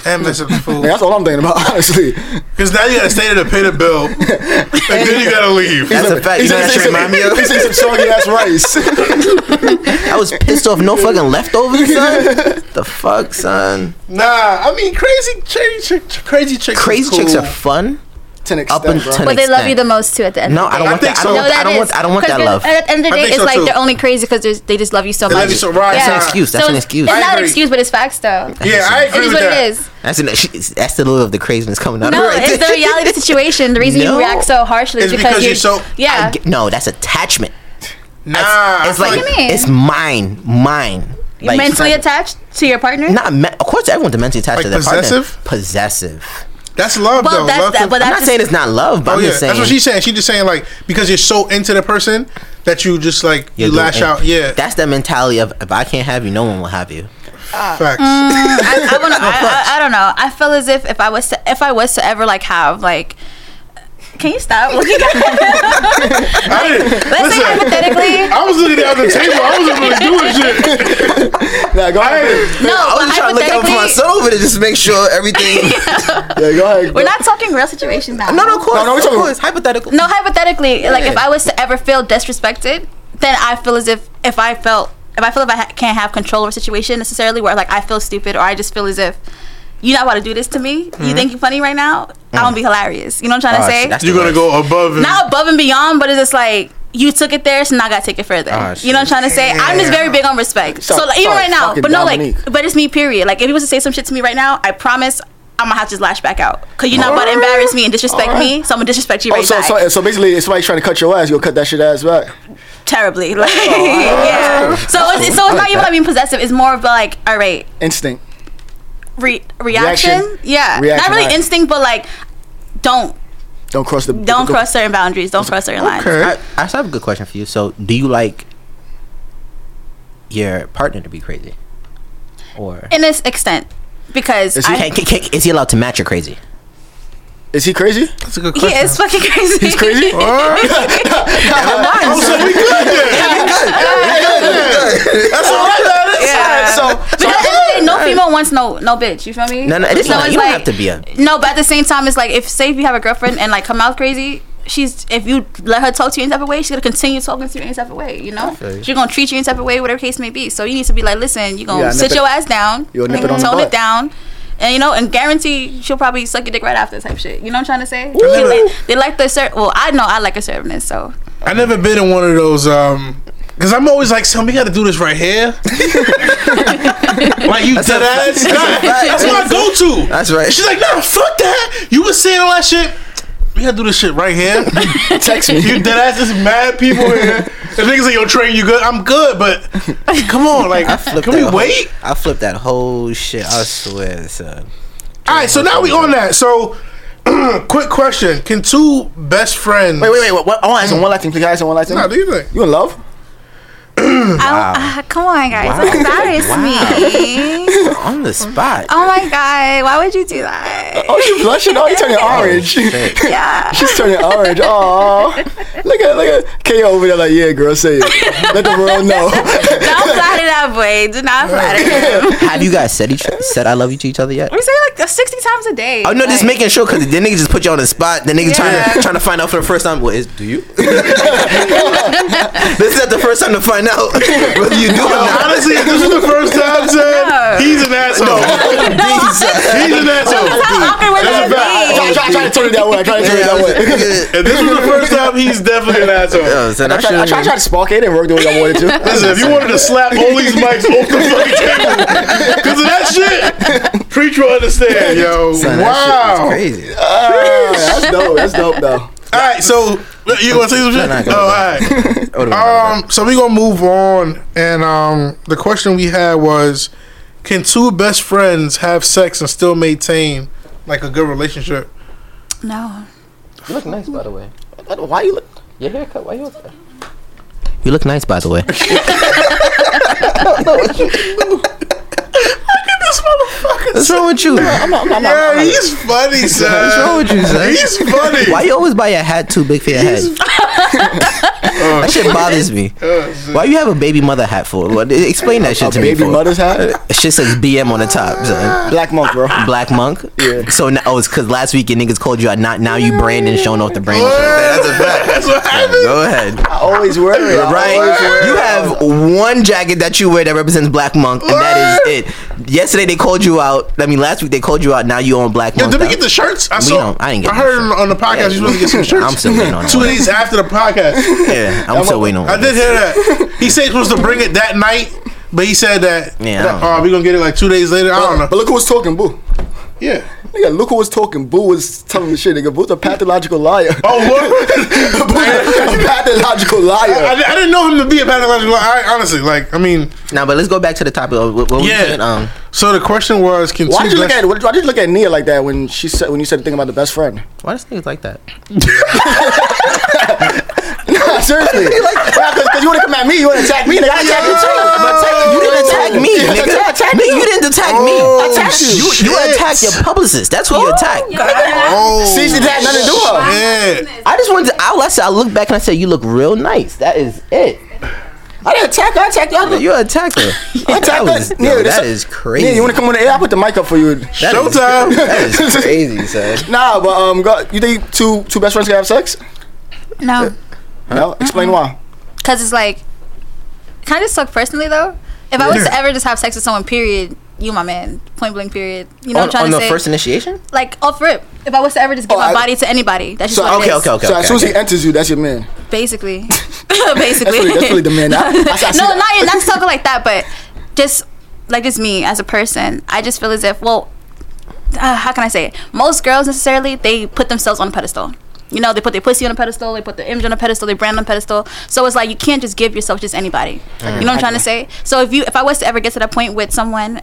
[SPEAKER 4] And mess up the
[SPEAKER 2] Like,
[SPEAKER 4] food.
[SPEAKER 2] that's all I'm thinking about, honestly.
[SPEAKER 4] Because now you gotta stay there to pay the bill. and then you gotta leave.
[SPEAKER 10] That's a fact. You know what that remind me of?
[SPEAKER 2] He's eating some soggy ass rice.
[SPEAKER 10] I was pissed off. No fucking leftovers, son. the fuck, son.
[SPEAKER 4] Nah, I mean crazy crazy chick, crazy chicks. is
[SPEAKER 10] Crazy chicks
[SPEAKER 4] cool.
[SPEAKER 10] are fun.
[SPEAKER 2] to an extent,
[SPEAKER 10] Up until-
[SPEAKER 2] bro.
[SPEAKER 1] But they love
[SPEAKER 10] extent.
[SPEAKER 1] you the most too. At the end,
[SPEAKER 10] No,
[SPEAKER 1] of the day.
[SPEAKER 10] I don't
[SPEAKER 4] I
[SPEAKER 10] want
[SPEAKER 4] think
[SPEAKER 10] that. I
[SPEAKER 4] so.
[SPEAKER 10] don't want.
[SPEAKER 1] that
[SPEAKER 10] I don't
[SPEAKER 1] is.
[SPEAKER 10] want. I don't want
[SPEAKER 1] 'Cause
[SPEAKER 10] that
[SPEAKER 1] they're-
[SPEAKER 10] love.
[SPEAKER 1] At the end of the
[SPEAKER 4] I
[SPEAKER 1] day,
[SPEAKER 4] think
[SPEAKER 1] it's
[SPEAKER 4] so,
[SPEAKER 1] like
[SPEAKER 4] too.
[SPEAKER 1] they're only crazy because they just love you so
[SPEAKER 4] They
[SPEAKER 1] much.
[SPEAKER 4] love you so right.
[SPEAKER 10] That's an
[SPEAKER 4] Yeah.
[SPEAKER 10] excuse. That's
[SPEAKER 1] So
[SPEAKER 10] an
[SPEAKER 1] it's-
[SPEAKER 10] excuse.
[SPEAKER 1] It's
[SPEAKER 4] I
[SPEAKER 1] not an
[SPEAKER 4] agree.
[SPEAKER 1] excuse, but it's facts though.
[SPEAKER 4] Yeah, I
[SPEAKER 1] It
[SPEAKER 4] agree
[SPEAKER 1] is
[SPEAKER 4] with
[SPEAKER 1] what
[SPEAKER 4] that.
[SPEAKER 1] it is.
[SPEAKER 10] That's an, that's the little of the craziness coming out.
[SPEAKER 1] No,
[SPEAKER 10] right
[SPEAKER 1] it's the
[SPEAKER 10] there.
[SPEAKER 1] reality of the situation. The reason
[SPEAKER 10] No.
[SPEAKER 1] you react so harshly is
[SPEAKER 4] It's
[SPEAKER 1] because,
[SPEAKER 4] because
[SPEAKER 1] you
[SPEAKER 4] you're so-
[SPEAKER 1] yeah.
[SPEAKER 10] I get- no, that's attachment.
[SPEAKER 4] Nah, I
[SPEAKER 10] it's
[SPEAKER 4] feel
[SPEAKER 10] like
[SPEAKER 1] What do you mean?
[SPEAKER 10] it's mine, mine.
[SPEAKER 1] You're mentally attached to your partner.
[SPEAKER 10] Not me- of course, everyone's mentally attached
[SPEAKER 4] Like
[SPEAKER 10] to their
[SPEAKER 4] possessive?
[SPEAKER 10] partner. Possessive.
[SPEAKER 4] That's love,
[SPEAKER 1] Well,
[SPEAKER 4] though.
[SPEAKER 1] that's-
[SPEAKER 4] love
[SPEAKER 1] that- but
[SPEAKER 10] I'm not saying it's not love, but
[SPEAKER 4] oh,
[SPEAKER 10] I'm
[SPEAKER 4] yeah.
[SPEAKER 10] just saying
[SPEAKER 4] That's what she's saying. She's just saying, like, because you're so into the person that you just, like, you
[SPEAKER 10] do-
[SPEAKER 4] lash
[SPEAKER 10] and
[SPEAKER 4] out. Yeah.
[SPEAKER 10] that's the mentality of if I can't have you, no one will have you.
[SPEAKER 4] Facts.
[SPEAKER 1] Uh, mm. I, I, wanna, I, I, I don't know. I feel as if if I was to, if I was to ever like have like. Can you stop looking at
[SPEAKER 4] I didn't.
[SPEAKER 1] Let's say hypothetically.
[SPEAKER 4] I was looking down the table. I wasn't really doing shit.
[SPEAKER 2] Nah, go ahead.
[SPEAKER 1] No,
[SPEAKER 7] I
[SPEAKER 1] but
[SPEAKER 7] was trying to look out for
[SPEAKER 1] hypothetically,
[SPEAKER 7] myself to just make sure everything.
[SPEAKER 2] Yeah, go ahead.
[SPEAKER 1] we're not talking real situations now.
[SPEAKER 10] No, no, of course,
[SPEAKER 2] No, no, we
[SPEAKER 10] of
[SPEAKER 2] talking-
[SPEAKER 10] course, hypothetical.
[SPEAKER 1] No, hypothetically, like if
[SPEAKER 10] Yeah.
[SPEAKER 1] I was to ever feel disrespected, then I feel as if if I felt if I feel if I ha- can't have control over a situation necessarily, where like I feel stupid or I just feel as if you know how to do this to me.
[SPEAKER 10] Mm-hmm.
[SPEAKER 1] You think you're funny right now? I'm gonna be hilarious. You know what I'm trying
[SPEAKER 10] Oh,
[SPEAKER 1] to say?
[SPEAKER 10] shit, that's
[SPEAKER 4] You're going to go above and.
[SPEAKER 2] Mm-hmm.
[SPEAKER 1] Not above and beyond, but it's just like. You took it there, so now I gotta take it further.
[SPEAKER 10] Oh,
[SPEAKER 2] Ah,
[SPEAKER 1] you know what I'm trying to say? I'm just very big on respect. So,
[SPEAKER 2] Sound-
[SPEAKER 1] like, even
[SPEAKER 2] sound
[SPEAKER 1] right now,
[SPEAKER 2] fucking
[SPEAKER 1] but no,
[SPEAKER 2] Dominique.
[SPEAKER 1] like, but it's me. Period. Like, if he was to say some shit to me right now, I promise I'm gonna have to lash back out. Cause you're not about to embarrass me and disrespect me, so I'm gonna disrespect you
[SPEAKER 2] Oh,
[SPEAKER 1] right
[SPEAKER 2] so,
[SPEAKER 1] back
[SPEAKER 2] so, so basically, if somebody's trying to cut your ass, you'll cut that shit ass back.
[SPEAKER 1] terribly. Like,
[SPEAKER 2] Oh,
[SPEAKER 1] yeah. So it's, so it's not even like being possessive. It's more of like, all right,
[SPEAKER 2] Instinct.
[SPEAKER 1] re- reaction.
[SPEAKER 2] Reaction.
[SPEAKER 1] Yeah,
[SPEAKER 2] Reaction,
[SPEAKER 1] not really
[SPEAKER 2] right.
[SPEAKER 1] instinct, but like, don't
[SPEAKER 2] Don't cross the.
[SPEAKER 1] don't
[SPEAKER 2] the-
[SPEAKER 1] cross certain boundaries. Don't cross certain lines.
[SPEAKER 4] Okay.
[SPEAKER 10] I, I still have a good question for you. So, do you like your partner to be crazy, or
[SPEAKER 1] In this extent, because
[SPEAKER 2] Is he-
[SPEAKER 1] I,
[SPEAKER 10] Can- can- can- is he allowed to match your crazy?
[SPEAKER 2] Is he crazy?
[SPEAKER 4] That's a good
[SPEAKER 1] he is fucking crazy.
[SPEAKER 2] He's crazy.
[SPEAKER 4] Oh, so we good then. That's all right, man.
[SPEAKER 1] Yeah.
[SPEAKER 2] So, so
[SPEAKER 1] Because at the end of the day, no female wants no no bitch. You feel me?
[SPEAKER 10] No, no, it's
[SPEAKER 1] So
[SPEAKER 10] not. You don't
[SPEAKER 1] like-
[SPEAKER 10] have to be a.
[SPEAKER 1] No, but at the same time, it's like if say if you have a girlfriend and like come out crazy, she's if you let her talk to you any type of way, she's gonna continue talking to you any type of way. You know,
[SPEAKER 10] feel you.
[SPEAKER 1] she's gonna treat you any type of way, whatever case may be. So you need to be like, listen, you gonna
[SPEAKER 2] gotta
[SPEAKER 1] sit
[SPEAKER 2] nip it-
[SPEAKER 1] your ass down,
[SPEAKER 2] you gotta nip it on the
[SPEAKER 1] tone
[SPEAKER 2] butt.
[SPEAKER 1] it down. And you know, and guarantee she'll probably suck your dick right after type shit. You know what I'm trying to say? She like- they like the assert. Well, I know I like assertiveness, so
[SPEAKER 4] I never been in one of those. um Cause I'm always like, son, we gotta do this right here. like you dead ass. Nah, that's my go-to.
[SPEAKER 7] That's right.
[SPEAKER 4] She's like, nah, fuck that. You was saying all that shit. We gotta do this shit right here.
[SPEAKER 2] text me.
[SPEAKER 4] you dead ass. There's mad people in here. The niggas like, yo, train, you good? I'm good, but come on, like,
[SPEAKER 10] I flipped
[SPEAKER 4] can we
[SPEAKER 10] that whole-
[SPEAKER 4] wait?
[SPEAKER 10] I flipped that whole shit. I swear, son.
[SPEAKER 4] All right, so now we on that. So, quick question: Can two best friends?
[SPEAKER 2] Wait, wait, wait. What, what- I want to ask him one last thing. Please, can I ask him one last thing.
[SPEAKER 4] Nah, do you think?
[SPEAKER 2] You in love?
[SPEAKER 1] I don't, uh, come on, guys, don't embarrass me.
[SPEAKER 10] On the spot.
[SPEAKER 1] Oh my god, why would you do that?
[SPEAKER 2] Oh, you blushing? Oh, you turning orange. She's
[SPEAKER 1] Yeah.
[SPEAKER 2] turning orange. Oh, look at look at K over there. Like, yeah, girl, say it. Let the world
[SPEAKER 1] Don't
[SPEAKER 2] know.
[SPEAKER 1] flatter that boy. Do not flatter him.
[SPEAKER 10] Have you guys said each said I love you to each other yet?
[SPEAKER 1] We say it like uh, sixty times a day.
[SPEAKER 10] Oh no, just
[SPEAKER 1] Like,
[SPEAKER 10] making sure because the nigga just put you on the spot. The nigga trying to trying to find out for the first time. What is do you? this is not the first time to find out whether you do or not.
[SPEAKER 4] Honestly, if this is the first time, said he's an asshole. He's an asshole.
[SPEAKER 1] How awkward would
[SPEAKER 4] That's
[SPEAKER 1] that
[SPEAKER 4] a fact.
[SPEAKER 1] be?
[SPEAKER 2] I try, try to turn it that way. I try to turn it that way.
[SPEAKER 4] If this was the first time, he's definitely an asshole.
[SPEAKER 10] Oh, son,
[SPEAKER 2] I tried,
[SPEAKER 10] I
[SPEAKER 2] I tried,
[SPEAKER 10] shouldn't-
[SPEAKER 2] tried to spark it. It didn't work the way I wanted to.
[SPEAKER 4] Listen, if you wanted to slap all these mics off the fucking table because of that shit, preacher will understand, yo.
[SPEAKER 10] son, that shit
[SPEAKER 4] wow.
[SPEAKER 10] was crazy.
[SPEAKER 2] Ah, that's dope. That's dope, though.
[SPEAKER 4] All right, so you want to say some
[SPEAKER 10] No, no,
[SPEAKER 4] shit?
[SPEAKER 10] go
[SPEAKER 4] No, all right.
[SPEAKER 10] Oh,
[SPEAKER 2] Uh,
[SPEAKER 10] no,
[SPEAKER 4] Um, so we gonna move on, and um, the question we had was, can two best friends have sex and still maintain like a good relationship?
[SPEAKER 1] No.
[SPEAKER 10] you look nice by the way.
[SPEAKER 2] Why you look?
[SPEAKER 10] Your haircut. Why you? You look nice by the way. What's wrong with you? What's
[SPEAKER 2] I'm, I'm,
[SPEAKER 4] Yeah,
[SPEAKER 2] I'm, I'm,
[SPEAKER 4] he's funny, son.
[SPEAKER 10] wrong with you, son?
[SPEAKER 4] He's funny.
[SPEAKER 10] Why you always buy a hat too big for your head?
[SPEAKER 4] Oh,
[SPEAKER 10] that shit bothers me. Why you have a baby mother hat for? What- Explain that shit
[SPEAKER 2] a
[SPEAKER 10] to me.
[SPEAKER 2] baby
[SPEAKER 10] for.
[SPEAKER 2] mother's hat?
[SPEAKER 10] It shit says BM on the top, son.
[SPEAKER 2] Black monk, bro.
[SPEAKER 10] Black monk. Yeah. So now, oh, it's because last week your niggas called you out. Not now you Brandon showing off the Brandon. shit. That's a fact.
[SPEAKER 4] That's what happened.
[SPEAKER 10] Go ahead.
[SPEAKER 2] I always wear it. I always wear
[SPEAKER 10] Right?
[SPEAKER 2] it.
[SPEAKER 10] You have one jacket that you wear that represents Black Monk, and that is it. Yesterday they called you out. I mean, last week they called you out. Now you on Black
[SPEAKER 4] Yo,
[SPEAKER 10] Monk.
[SPEAKER 4] did we
[SPEAKER 10] though.
[SPEAKER 4] get the shirts? I
[SPEAKER 10] We
[SPEAKER 4] saw.
[SPEAKER 10] don't- I didn't get
[SPEAKER 4] I
[SPEAKER 10] no
[SPEAKER 4] heard
[SPEAKER 10] shirt.
[SPEAKER 4] on the podcast
[SPEAKER 10] Yeah.
[SPEAKER 4] you're supposed to get some shirts.
[SPEAKER 10] I'm still waiting on
[SPEAKER 4] Two
[SPEAKER 10] one.
[SPEAKER 4] days after the podcast,
[SPEAKER 10] Yeah, I'm still waiting on.
[SPEAKER 4] I
[SPEAKER 10] one.
[SPEAKER 4] did hear that. He said he was supposed to bring it that night, but he said that.
[SPEAKER 10] Yeah, I don't
[SPEAKER 4] Oh, we gonna get it like two days later. I don't
[SPEAKER 2] But
[SPEAKER 4] know.
[SPEAKER 2] look who's talking, boo.
[SPEAKER 4] Yeah.
[SPEAKER 2] Nigga, look who was talking. Boo was telling the shit. Nigga, Boo's a pathological liar.
[SPEAKER 4] Oh, what?
[SPEAKER 2] Boo's a pathological liar.
[SPEAKER 4] I, I didn't know him to be a pathological. I honestly, like, I mean,
[SPEAKER 10] Now, but let's go back to the topic. Of what, what we
[SPEAKER 4] yeah.
[SPEAKER 10] said, um,
[SPEAKER 4] so the question was, can
[SPEAKER 2] Why
[SPEAKER 4] two
[SPEAKER 2] did you look
[SPEAKER 4] best-
[SPEAKER 2] at why did you look at Nia like that when she said when you said the thing about the best friend?
[SPEAKER 10] why does things like that?
[SPEAKER 2] Nah, seriously, because you want to come at me, you want to attack me, nigga. I attack you too.
[SPEAKER 10] But attack- you didn't attack me,
[SPEAKER 2] Yeah,
[SPEAKER 10] nigga.
[SPEAKER 2] attack
[SPEAKER 10] Nigga, you didn't attack me.
[SPEAKER 4] Oh,
[SPEAKER 10] Attack you. You, you
[SPEAKER 4] shit.
[SPEAKER 10] attacked your publicist. That's who you attacked.
[SPEAKER 4] Oh,
[SPEAKER 2] See, she had nothing to do with her.
[SPEAKER 4] yeah.
[SPEAKER 10] I just wanted. To, I, I said, I look back and I said, "You look real nice." That is it.
[SPEAKER 2] I didn't attack her. I attacked you. I
[SPEAKER 10] You a attacker.
[SPEAKER 2] I attacked
[SPEAKER 10] That was,
[SPEAKER 2] her.
[SPEAKER 10] yo,
[SPEAKER 2] this-
[SPEAKER 10] that is crazy.
[SPEAKER 2] Yeah, you want to come on the air? I put the mic up for you.
[SPEAKER 10] That is-
[SPEAKER 4] Showtime.
[SPEAKER 10] that is crazy, son.
[SPEAKER 2] Nah, but um, go, you think two two best friends can have sex?
[SPEAKER 11] No.
[SPEAKER 2] No, explain why.
[SPEAKER 1] Because it's like, can I just talk personally though? If I was to ever just have sex with someone, period, you my man, point blank, period. You know
[SPEAKER 10] on,
[SPEAKER 1] what I'm trying
[SPEAKER 10] on
[SPEAKER 1] to
[SPEAKER 10] the
[SPEAKER 1] say?
[SPEAKER 10] first initiation.
[SPEAKER 1] like off rip. If I was to ever just give
[SPEAKER 2] Oh,
[SPEAKER 1] my
[SPEAKER 2] I-
[SPEAKER 1] body to anybody, that's just
[SPEAKER 2] So,
[SPEAKER 1] what
[SPEAKER 10] Okay,
[SPEAKER 1] it is.
[SPEAKER 10] okay, okay.
[SPEAKER 2] so
[SPEAKER 10] okay,
[SPEAKER 2] as soon as
[SPEAKER 10] okay.
[SPEAKER 2] he enters you, that's your man.
[SPEAKER 1] Basically,
[SPEAKER 2] That's
[SPEAKER 1] basically.
[SPEAKER 2] really, that's really the man. I, I, I see
[SPEAKER 1] no,
[SPEAKER 2] that.
[SPEAKER 1] not not to talk like that, but just like just me as a person, I just feel as if well, uh, how can I say it? Most girls necessarily they put themselves on a pedestal. You know, they put their pussy on a pedestal, they put their image on a pedestal, their brand on a pedestal. So it's like you can't just give yourself just anybody. You know what I'm trying to say? So if you if I was to ever get to that point with someone,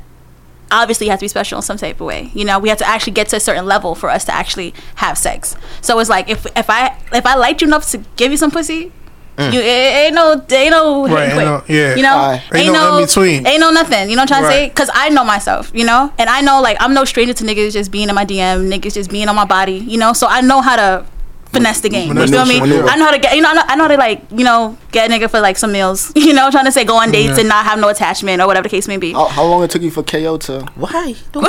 [SPEAKER 1] obviously you have to be special in some type of way. You know, we have to actually get to a certain level for us to actually have sex. So it's like if if I if I liked you enough to give you some pussy, you it, it ain't no ain't no
[SPEAKER 4] Right,
[SPEAKER 1] hidden
[SPEAKER 4] ain't
[SPEAKER 1] quick.
[SPEAKER 4] no- yeah.
[SPEAKER 1] You know,
[SPEAKER 2] Aye.
[SPEAKER 4] Ain't no in between.
[SPEAKER 1] Ain't no nothing. You know what I'm trying to say?
[SPEAKER 4] Right.
[SPEAKER 1] Because I know myself, you know? And I know, like, I'm no stranger to niggas just being in my DM, niggas just being on my body, you know? So I know how to finesse the game. You
[SPEAKER 4] Maneuver,
[SPEAKER 1] feel me?
[SPEAKER 4] maneuver.
[SPEAKER 1] I know how to get, you know, I know, I know how to, like, you know, get a nigga for, like, some meals, you know? Trying to say go on dates and not have no attachment or whatever the case may be.
[SPEAKER 2] How, how long it took you for KO to?
[SPEAKER 10] Why? Don't-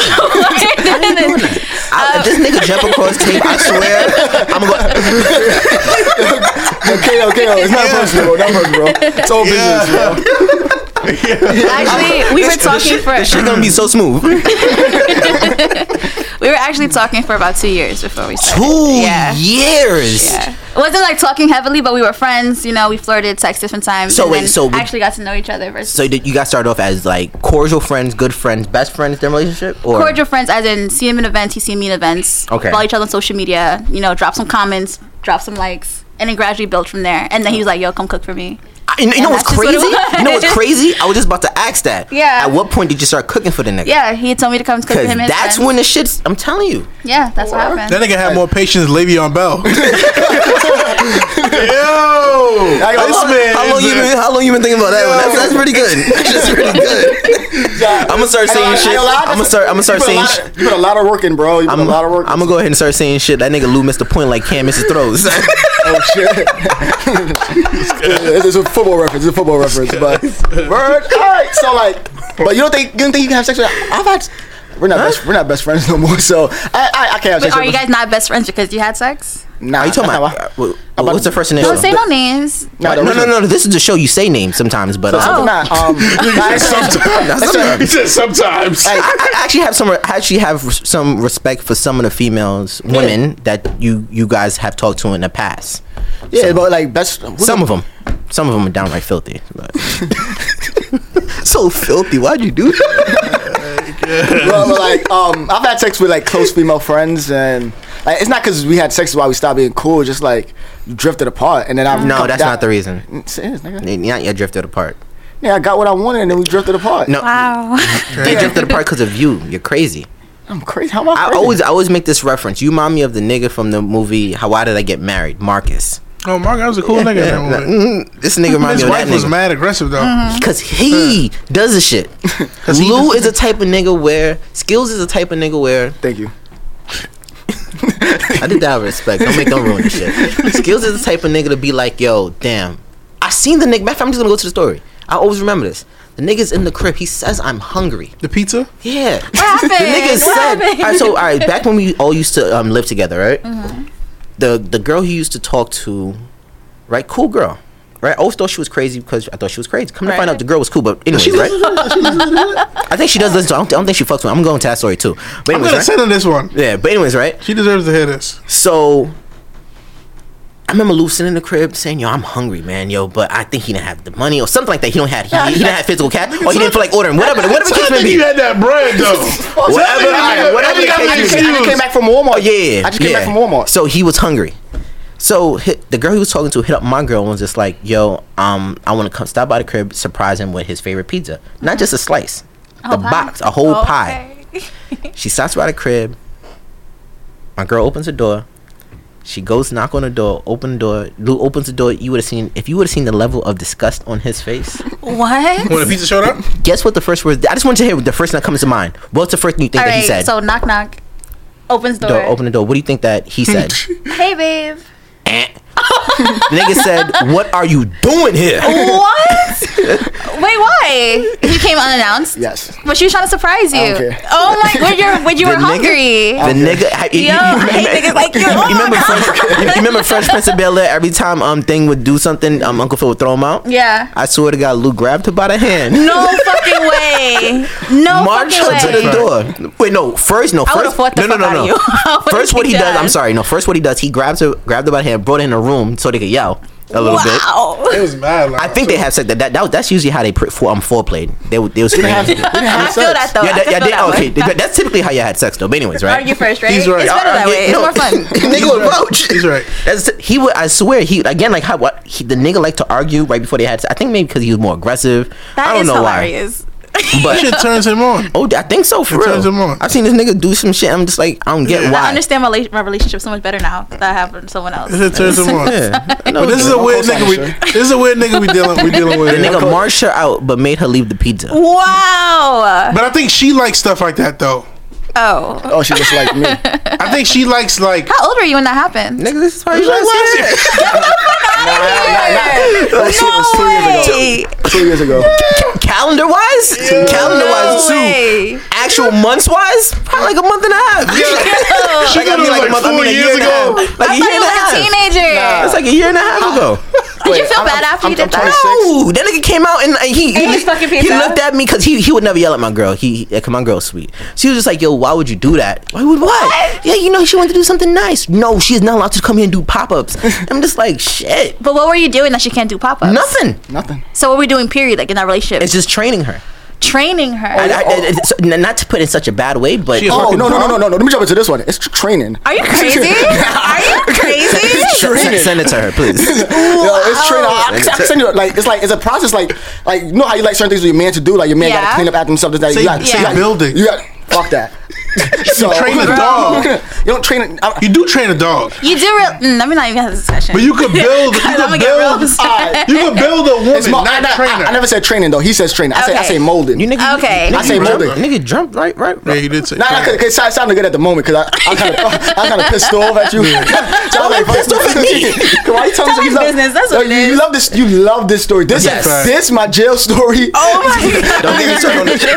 [SPEAKER 10] I, if this nigga jump across the table. I swear, I'm gonna.
[SPEAKER 2] Yeah, KO, KO. It's not personal, bro. Not personal, bro. It's all business, bro.
[SPEAKER 1] Actually, we were talking for,
[SPEAKER 10] This shit gonna be so smooth.
[SPEAKER 1] we were actually talking for about two years before we started.
[SPEAKER 10] Two
[SPEAKER 1] Yeah.
[SPEAKER 10] years.
[SPEAKER 1] Yeah. It wasn't like talking heavily, but we were friends. You know, we flirted, sex different times.
[SPEAKER 10] So
[SPEAKER 1] and
[SPEAKER 10] wait,
[SPEAKER 1] then
[SPEAKER 10] so we-
[SPEAKER 1] actually got to know each other. Versus
[SPEAKER 10] So did you guys start off as like cordial friends, good friends, best friends, their relationship, or
[SPEAKER 1] cordial friends, as in see him in events, he see me in events.
[SPEAKER 10] Okay.
[SPEAKER 1] Follow each other on social media. You know, drop some comments, drop some likes, and then gradually build from there. And then he was like, "Yo, come cook for me."
[SPEAKER 10] I, you know- you know
[SPEAKER 1] And
[SPEAKER 10] what's
[SPEAKER 1] that's just what
[SPEAKER 10] crazy?
[SPEAKER 1] it was.
[SPEAKER 10] you know what's crazy? I was just about to ask that.
[SPEAKER 1] Yeah.
[SPEAKER 10] At what point did you start cooking for the nigga?
[SPEAKER 1] Yeah, he told me to come cook for
[SPEAKER 10] Cause
[SPEAKER 1] him. and
[SPEAKER 10] that's
[SPEAKER 1] friends.
[SPEAKER 10] when the shit's. I'm telling you.
[SPEAKER 1] Yeah, that's what
[SPEAKER 4] That
[SPEAKER 1] happened.
[SPEAKER 4] nigga had more patience than Le'Veon Bell. Yo,
[SPEAKER 2] How long-
[SPEAKER 4] this man.
[SPEAKER 10] How long
[SPEAKER 4] is
[SPEAKER 10] you
[SPEAKER 4] a-
[SPEAKER 10] been? How long you been thinking about that? One? That's, that's pretty good. That's just pretty good. I'm gonna start saying shit. I'm gonna start. I'm gonna start
[SPEAKER 2] You put a
[SPEAKER 10] saying.
[SPEAKER 2] lot
[SPEAKER 10] shit.
[SPEAKER 2] of- You put a lot of work in, bro. You put
[SPEAKER 10] I'm,
[SPEAKER 2] a lot of work.
[SPEAKER 10] I'm gonna go ahead and start saying shit. That nigga Lou missed the point like Cam misses throws.
[SPEAKER 2] Oh shit! it's it's a football reference. It's a football reference, but word. All right, so like, but you don't think you don't think you can have sex with? I've had. We're not best. We're not best friends no more. So I I, I can't have
[SPEAKER 1] But
[SPEAKER 2] sex.
[SPEAKER 1] are
[SPEAKER 2] with
[SPEAKER 1] you guys not best friends because you had sex?
[SPEAKER 2] Nah,
[SPEAKER 10] Are you talking
[SPEAKER 2] nah,
[SPEAKER 10] about? uh, what- what's the first initial?
[SPEAKER 1] Don't say no names.
[SPEAKER 2] Nah,
[SPEAKER 10] No, no, no, no. This is the show. You say names sometimes, but um,
[SPEAKER 1] Oh.
[SPEAKER 2] Nah, um, nah, it's-
[SPEAKER 4] He said sometimes.
[SPEAKER 10] I, I- I actually have some. I actually have res- some respect for some of the females, women that you you guys have talked to in the past.
[SPEAKER 2] yeah, but like best. who's
[SPEAKER 10] Some
[SPEAKER 2] the-
[SPEAKER 10] of them, some of them are downright filthy. but- so filthy. Why'd you do that?
[SPEAKER 2] Well, but like, um, I've had sex with like close female friends, and like, it's not because we had sex while we stopped being cool. Just like you drifted apart, and then I've
[SPEAKER 10] No,
[SPEAKER 2] come
[SPEAKER 10] that's
[SPEAKER 2] down-
[SPEAKER 10] not the reason.
[SPEAKER 2] It is, nigga.
[SPEAKER 10] They not yet drifted apart.
[SPEAKER 2] Yeah, I got what I wanted, and then we drifted apart.
[SPEAKER 10] No,
[SPEAKER 1] Wow.
[SPEAKER 10] they drifted apart because of you. You're crazy.
[SPEAKER 2] I'm crazy. How am I?
[SPEAKER 10] I
[SPEAKER 2] crazy?
[SPEAKER 10] always I always make this reference. You remind me of the nigga from the movie How Why Did I Get Married? Marcus.
[SPEAKER 4] oh, Mark, that was a cool nigga. in that
[SPEAKER 10] Yeah,
[SPEAKER 4] moment.
[SPEAKER 10] mm, this nigga reminds
[SPEAKER 4] His
[SPEAKER 10] me of that
[SPEAKER 4] wife was
[SPEAKER 10] nigga
[SPEAKER 4] mad aggressive though.
[SPEAKER 10] because he does the shit. Lou is a type of nigga where Skills is a type of nigga where
[SPEAKER 2] Thank you.
[SPEAKER 10] I did that with respect. Don't make don't ruin the shit. Skills is the type of nigga to be like, yo, damn. I seen the nigga. Matter of fact, I'm just gonna go to the story. I always remember this. The nigga's in the crib. He says, "I'm hungry."
[SPEAKER 4] The pizza.
[SPEAKER 10] Yeah. What
[SPEAKER 1] happened?
[SPEAKER 10] The nigga
[SPEAKER 1] What
[SPEAKER 10] said.
[SPEAKER 1] happened?
[SPEAKER 10] All right, so all right, back when we all used to um, live together, right? The the girl he used to talk to, right? Cool girl, right? I always thought she was crazy because I thought she was crazy. Come to find out, the girl was cool, but anyways, right? I think she does listen. To, I, don't, I don't think she fucks with. Him. I'm going to that story too.
[SPEAKER 4] I'm
[SPEAKER 10] But anyways,
[SPEAKER 4] gonna
[SPEAKER 10] right?
[SPEAKER 4] send her this one.
[SPEAKER 10] yeah. But anyways, right?
[SPEAKER 4] She deserves to hear this.
[SPEAKER 10] So remember Lou sitting in the crib saying, "Yo, I'm hungry, man. Yo, but I think he didn't have the money or something like that. He don't had he,
[SPEAKER 4] Yeah,
[SPEAKER 10] he didn't have physical cash or he didn't feel like ordering whatever. Whatever the
[SPEAKER 4] I
[SPEAKER 10] case may
[SPEAKER 4] think
[SPEAKER 10] be.
[SPEAKER 4] you had that bread though.
[SPEAKER 10] whatever,
[SPEAKER 4] I think-
[SPEAKER 10] whatever
[SPEAKER 4] I
[SPEAKER 10] the
[SPEAKER 4] think I
[SPEAKER 10] case
[SPEAKER 4] might
[SPEAKER 10] may be.
[SPEAKER 4] choose.
[SPEAKER 2] from Walmart.
[SPEAKER 10] Yeah,
[SPEAKER 2] I just came
[SPEAKER 10] yeah.
[SPEAKER 2] back from Walmart.
[SPEAKER 10] So he was hungry. So hit, the girl he was talking to hit up my girl and was just like, "Yo, um, I want to come stop by the crib, surprise him with his favorite pizza, not just a slice,
[SPEAKER 1] A whole
[SPEAKER 10] the
[SPEAKER 1] pie?
[SPEAKER 10] box, a whole
[SPEAKER 1] Oh,
[SPEAKER 10] pie." she stops by the crib. My girl opens the door. She goes knock on the door, open the door. Lou opens the door. You would have seen if you would have seen the level of disgust on his face.
[SPEAKER 1] What?
[SPEAKER 4] When the pizza showed up?
[SPEAKER 10] Guess what the first word? I just want you to hear what the first thing that comes to mind. What's the first thing you think
[SPEAKER 1] All
[SPEAKER 10] that
[SPEAKER 1] right.
[SPEAKER 10] he said?
[SPEAKER 1] So knock knock. Opens door.
[SPEAKER 10] door, open the door. What do you think that he said?
[SPEAKER 1] Hey babe.
[SPEAKER 10] Eh. the nigga said, "What are you doing here?"
[SPEAKER 1] what? Wait, why? You came unannounced.
[SPEAKER 2] Yes.
[SPEAKER 1] But she was trying to surprise you.
[SPEAKER 10] I don't care.
[SPEAKER 1] Oh my! When you when you were
[SPEAKER 10] The nigga-
[SPEAKER 1] hungry.
[SPEAKER 10] The nigga, I- you- you-
[SPEAKER 1] Yo, I hate niggas like you. Oh
[SPEAKER 10] you remember Fresh, you remember Fresh Prince of Bel Air? Every time um thing would do something, um Uncle Phil would throw him out.
[SPEAKER 1] Yeah.
[SPEAKER 10] I swear to God, Lou grabbed her by the hand.
[SPEAKER 1] No fucking way. No
[SPEAKER 10] Marched her
[SPEAKER 1] fucking
[SPEAKER 10] to
[SPEAKER 1] way.
[SPEAKER 10] the door. Wait, no. First, no.
[SPEAKER 1] I would've
[SPEAKER 10] First,
[SPEAKER 1] fought the
[SPEAKER 10] no, no,
[SPEAKER 1] fuck
[SPEAKER 10] no,
[SPEAKER 1] out of
[SPEAKER 10] no.
[SPEAKER 1] you. I would've
[SPEAKER 10] First, what he
[SPEAKER 1] kicked
[SPEAKER 10] does.
[SPEAKER 1] your
[SPEAKER 10] I'm
[SPEAKER 1] ass.
[SPEAKER 10] sorry. No. First, what he does. He grabs her, grabbed her by the hand, brought her in the room so they could yell a little
[SPEAKER 1] Wow.
[SPEAKER 10] bit.
[SPEAKER 4] It was mad.
[SPEAKER 10] I think they have said that, that, that that's usually how they pre- for, um foreplayed. They would they was
[SPEAKER 1] We didn't have- we didn't have I feel sex. that, though.
[SPEAKER 10] Yeah,
[SPEAKER 1] I
[SPEAKER 10] that,
[SPEAKER 1] feel
[SPEAKER 10] yeah, they-
[SPEAKER 1] that way.
[SPEAKER 10] okay. that- That's typically how you had sex though. But anyways, right? Uh,
[SPEAKER 1] Argue first, right? It's better that
[SPEAKER 10] Argue-
[SPEAKER 1] way. It's
[SPEAKER 10] no.
[SPEAKER 1] more fun.
[SPEAKER 10] nigga would roach. He's
[SPEAKER 4] right.
[SPEAKER 10] That's he would. I swear he again like how what he, the nigga liked to argue right before they had. I think maybe because he was more aggressive.
[SPEAKER 1] That
[SPEAKER 10] I don't
[SPEAKER 1] is
[SPEAKER 10] know
[SPEAKER 1] hilarious.
[SPEAKER 10] why.
[SPEAKER 4] That
[SPEAKER 10] But
[SPEAKER 4] shit turns him on.
[SPEAKER 10] Oh, I think so for
[SPEAKER 4] It
[SPEAKER 10] real.
[SPEAKER 4] turns him on.
[SPEAKER 10] I've seen this nigga do some shit. I'm just like I don't get
[SPEAKER 1] I
[SPEAKER 10] why.
[SPEAKER 1] understand my, la- my relationship so much better now that I have someone else.
[SPEAKER 4] It turns him on.
[SPEAKER 10] No,
[SPEAKER 4] But this is a
[SPEAKER 10] don't
[SPEAKER 4] weird
[SPEAKER 10] co-sign
[SPEAKER 4] nigga. We, this is a weird nigga we dealing we dealing with.
[SPEAKER 10] The nigga marched her out, but made her leave the pizza.
[SPEAKER 1] Wow.
[SPEAKER 4] But I think she likes stuff like that though.
[SPEAKER 1] Oh.
[SPEAKER 2] Oh, she just like me.
[SPEAKER 4] I think she likes like.
[SPEAKER 1] How old were you when that happened?
[SPEAKER 10] Nigga, this is why
[SPEAKER 4] you like last year.
[SPEAKER 2] That shit was Oh, two years ago. Two years ago.
[SPEAKER 10] Calendar wise, calendar wise too. Actual months wise, probably like a month and a half.
[SPEAKER 1] Yo.
[SPEAKER 4] She
[SPEAKER 10] I
[SPEAKER 4] got it
[SPEAKER 10] mean
[SPEAKER 4] like
[SPEAKER 10] a month- I
[SPEAKER 4] four
[SPEAKER 10] mean a
[SPEAKER 4] years
[SPEAKER 10] year and a
[SPEAKER 4] ago.
[SPEAKER 10] half. Like
[SPEAKER 1] Oh,
[SPEAKER 10] a
[SPEAKER 1] I thought
[SPEAKER 10] year
[SPEAKER 1] you
[SPEAKER 10] and a
[SPEAKER 1] was
[SPEAKER 10] half.
[SPEAKER 1] a teenager.
[SPEAKER 10] It's like a year and a half ago.
[SPEAKER 1] Did you feel bad after you did that?
[SPEAKER 10] No, that nigga came out and uh, he
[SPEAKER 1] And
[SPEAKER 10] he,
[SPEAKER 1] he's fucking
[SPEAKER 10] he
[SPEAKER 1] pizza?
[SPEAKER 10] looked at me because he he would never yell at my girl. He he- like, my girl's sweet. She was just like, yo, why would you do that? Why would what? Yeah, you know she wanted to do something nice. No, she is not allowed to come here and do pop ups. I'm just like shit.
[SPEAKER 1] But what were you doing that she can't do pop ups?
[SPEAKER 10] Nothing.
[SPEAKER 2] Nothing.
[SPEAKER 1] So what were we doing? Period, like in that relationship,
[SPEAKER 10] It's just training her.
[SPEAKER 1] training her.
[SPEAKER 10] I- I- I- it's- n- not to put it in such a bad way, but
[SPEAKER 2] Oh no no no no no! Let me jump into this one. It's training.
[SPEAKER 1] Are you crazy? Are you crazy?
[SPEAKER 10] S-
[SPEAKER 2] Training.
[SPEAKER 10] Send, send it to her, please.
[SPEAKER 2] Yo, it's training. I, I can send you like it's like it's a process. Like like you know how you like certain things with your man to do. Like your man got
[SPEAKER 1] Yeah.
[SPEAKER 2] to clean up after himself. This, that,
[SPEAKER 4] Say-
[SPEAKER 2] you got
[SPEAKER 4] say building.
[SPEAKER 2] You got fuck that. so,
[SPEAKER 4] train a dog.
[SPEAKER 2] You don't train. A, I,
[SPEAKER 4] You do train a dog,
[SPEAKER 1] You do. Re- mm, let me not even have this discussion.
[SPEAKER 4] but you could build. You
[SPEAKER 1] I'ma
[SPEAKER 4] could
[SPEAKER 1] get real
[SPEAKER 4] build.
[SPEAKER 1] upset.
[SPEAKER 4] You could build a woman,
[SPEAKER 2] it's more,
[SPEAKER 4] not
[SPEAKER 2] I,
[SPEAKER 4] train
[SPEAKER 2] I,
[SPEAKER 4] her.
[SPEAKER 2] I never said training though. He says training. I said I
[SPEAKER 1] Okay.
[SPEAKER 2] say molding.
[SPEAKER 10] You nigga,
[SPEAKER 1] Okay.
[SPEAKER 10] You,
[SPEAKER 2] I say
[SPEAKER 10] jump,
[SPEAKER 2] molding.
[SPEAKER 10] Nigga, jump right, right,
[SPEAKER 4] yeah,
[SPEAKER 10] right.
[SPEAKER 4] you did say.
[SPEAKER 2] Nah, nah, cause, 'cause it sound- sounded good at the moment because I, I kind of, I kind of pissed off at you. so I'm like, pissed off at me. Why you telling
[SPEAKER 1] Tell
[SPEAKER 2] me
[SPEAKER 1] his
[SPEAKER 2] you love-
[SPEAKER 1] business, that's what
[SPEAKER 2] you,
[SPEAKER 1] it
[SPEAKER 2] you
[SPEAKER 1] is.
[SPEAKER 2] love this. You love this story. This,
[SPEAKER 10] Yes.
[SPEAKER 2] this my jail story.
[SPEAKER 1] Oh my god.
[SPEAKER 2] Don't get me started on this shit.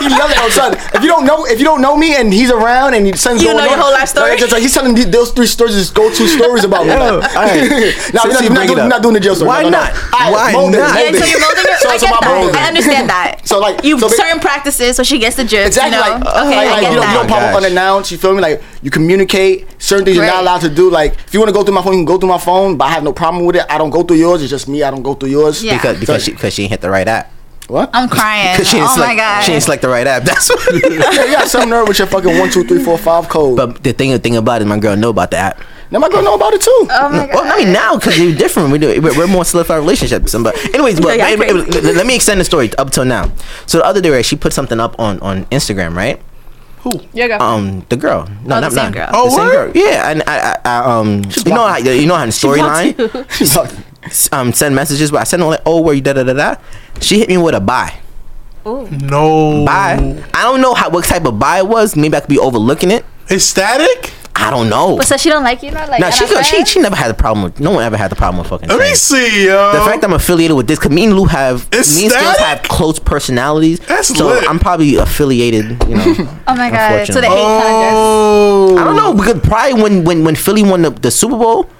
[SPEAKER 2] He loves it. Oh, son, if you don't know, if you don't know me, and he's around, and something's
[SPEAKER 1] You
[SPEAKER 2] going
[SPEAKER 1] know
[SPEAKER 2] on,
[SPEAKER 1] your whole life story?
[SPEAKER 2] Like, just like, he's telling me those three stories, just go to stories about me.
[SPEAKER 10] Yo,
[SPEAKER 2] Like,
[SPEAKER 10] all right.
[SPEAKER 2] nah,
[SPEAKER 10] Since
[SPEAKER 2] we're
[SPEAKER 10] you
[SPEAKER 2] not, we're
[SPEAKER 10] bring
[SPEAKER 2] not,
[SPEAKER 10] it
[SPEAKER 2] doing-
[SPEAKER 10] up.
[SPEAKER 2] not doing the jail story.
[SPEAKER 10] Why
[SPEAKER 2] no, no, no.
[SPEAKER 10] not?
[SPEAKER 2] All
[SPEAKER 10] Why
[SPEAKER 2] molding,
[SPEAKER 10] not?
[SPEAKER 1] Yeah, so
[SPEAKER 2] molding.
[SPEAKER 1] you're molding her.
[SPEAKER 2] So
[SPEAKER 1] I
[SPEAKER 2] it's
[SPEAKER 1] get
[SPEAKER 2] about
[SPEAKER 1] that.
[SPEAKER 2] molding.
[SPEAKER 1] I understand that.
[SPEAKER 2] So, like,
[SPEAKER 1] you
[SPEAKER 2] so ba-
[SPEAKER 1] certain practices, so she gets the gist.
[SPEAKER 2] Exactly.
[SPEAKER 1] You know?
[SPEAKER 2] Like,
[SPEAKER 1] okay,
[SPEAKER 2] like,
[SPEAKER 1] I
[SPEAKER 2] like,
[SPEAKER 1] get
[SPEAKER 2] you, don't, you don't
[SPEAKER 1] that.
[SPEAKER 2] pop up
[SPEAKER 10] Gosh.
[SPEAKER 2] unannounced. You feel me? Like you communicate certain things you're
[SPEAKER 1] Right.
[SPEAKER 2] not allowed to do. Like if you want to go through my phone, you can go through my phone. But I have no problem with it. I don't go through yours. It's just me. I don't go through yours.
[SPEAKER 1] Yeah.
[SPEAKER 10] Because because she because she ain't hit the right app.
[SPEAKER 2] what?
[SPEAKER 1] I'm crying.
[SPEAKER 10] Because she ain't
[SPEAKER 1] oh my
[SPEAKER 10] select,
[SPEAKER 1] god.
[SPEAKER 10] she ain't select the right app. That's what.
[SPEAKER 2] yeah, you got some nerve with your fucking one, two, three, four, five code.
[SPEAKER 10] but the thing the thing about it, my girl know about the app.
[SPEAKER 2] now my girl know about it too.
[SPEAKER 1] oh my god.
[SPEAKER 10] Well, I mean now because we're different. We do it. We're, we're more solidified relationship. Some, but anyways, but,
[SPEAKER 1] Yeah, y'all
[SPEAKER 10] but-
[SPEAKER 1] crazy.
[SPEAKER 10] let- let me extend the story up till now. So the other day, right, she put something up on on Instagram, right?
[SPEAKER 1] Your girlfriend.
[SPEAKER 10] Um, the girl. No,
[SPEAKER 1] Oh, the
[SPEAKER 10] not
[SPEAKER 1] same
[SPEAKER 10] not-
[SPEAKER 1] girl.
[SPEAKER 4] Oh,
[SPEAKER 10] the same girl.
[SPEAKER 4] word?
[SPEAKER 10] Yeah, and I, I, I um, you know, how, you know how in the storyline,
[SPEAKER 2] She's like,
[SPEAKER 10] s- um, send messages, but I sent her like, oh, where you da da da da. She hit me with a bye.
[SPEAKER 4] No.
[SPEAKER 10] Bye. I don't know how what type of bye it was. Maybe I could be overlooking it.
[SPEAKER 4] It's static.
[SPEAKER 10] I don't know.
[SPEAKER 1] But so she don't like you, not like.
[SPEAKER 10] Now
[SPEAKER 1] you're
[SPEAKER 10] she
[SPEAKER 1] not
[SPEAKER 10] go- she
[SPEAKER 1] friends?
[SPEAKER 10] she never had a problem with no one ever had the problem with fucking.
[SPEAKER 4] Let me
[SPEAKER 10] trans.
[SPEAKER 4] see, yo.
[SPEAKER 10] The fact I'm affiliated with this, cause me and Lou have
[SPEAKER 4] It's
[SPEAKER 10] me and Skills
[SPEAKER 4] static?
[SPEAKER 10] have close personalities.
[SPEAKER 4] That's
[SPEAKER 10] so
[SPEAKER 4] lit.
[SPEAKER 10] I'm probably affiliated, you know.
[SPEAKER 1] Oh my god. So
[SPEAKER 10] Unfortunately.
[SPEAKER 1] the hate kind of
[SPEAKER 4] Oh.
[SPEAKER 10] I don't know because probably when when when Philly won the, the Super Bowl,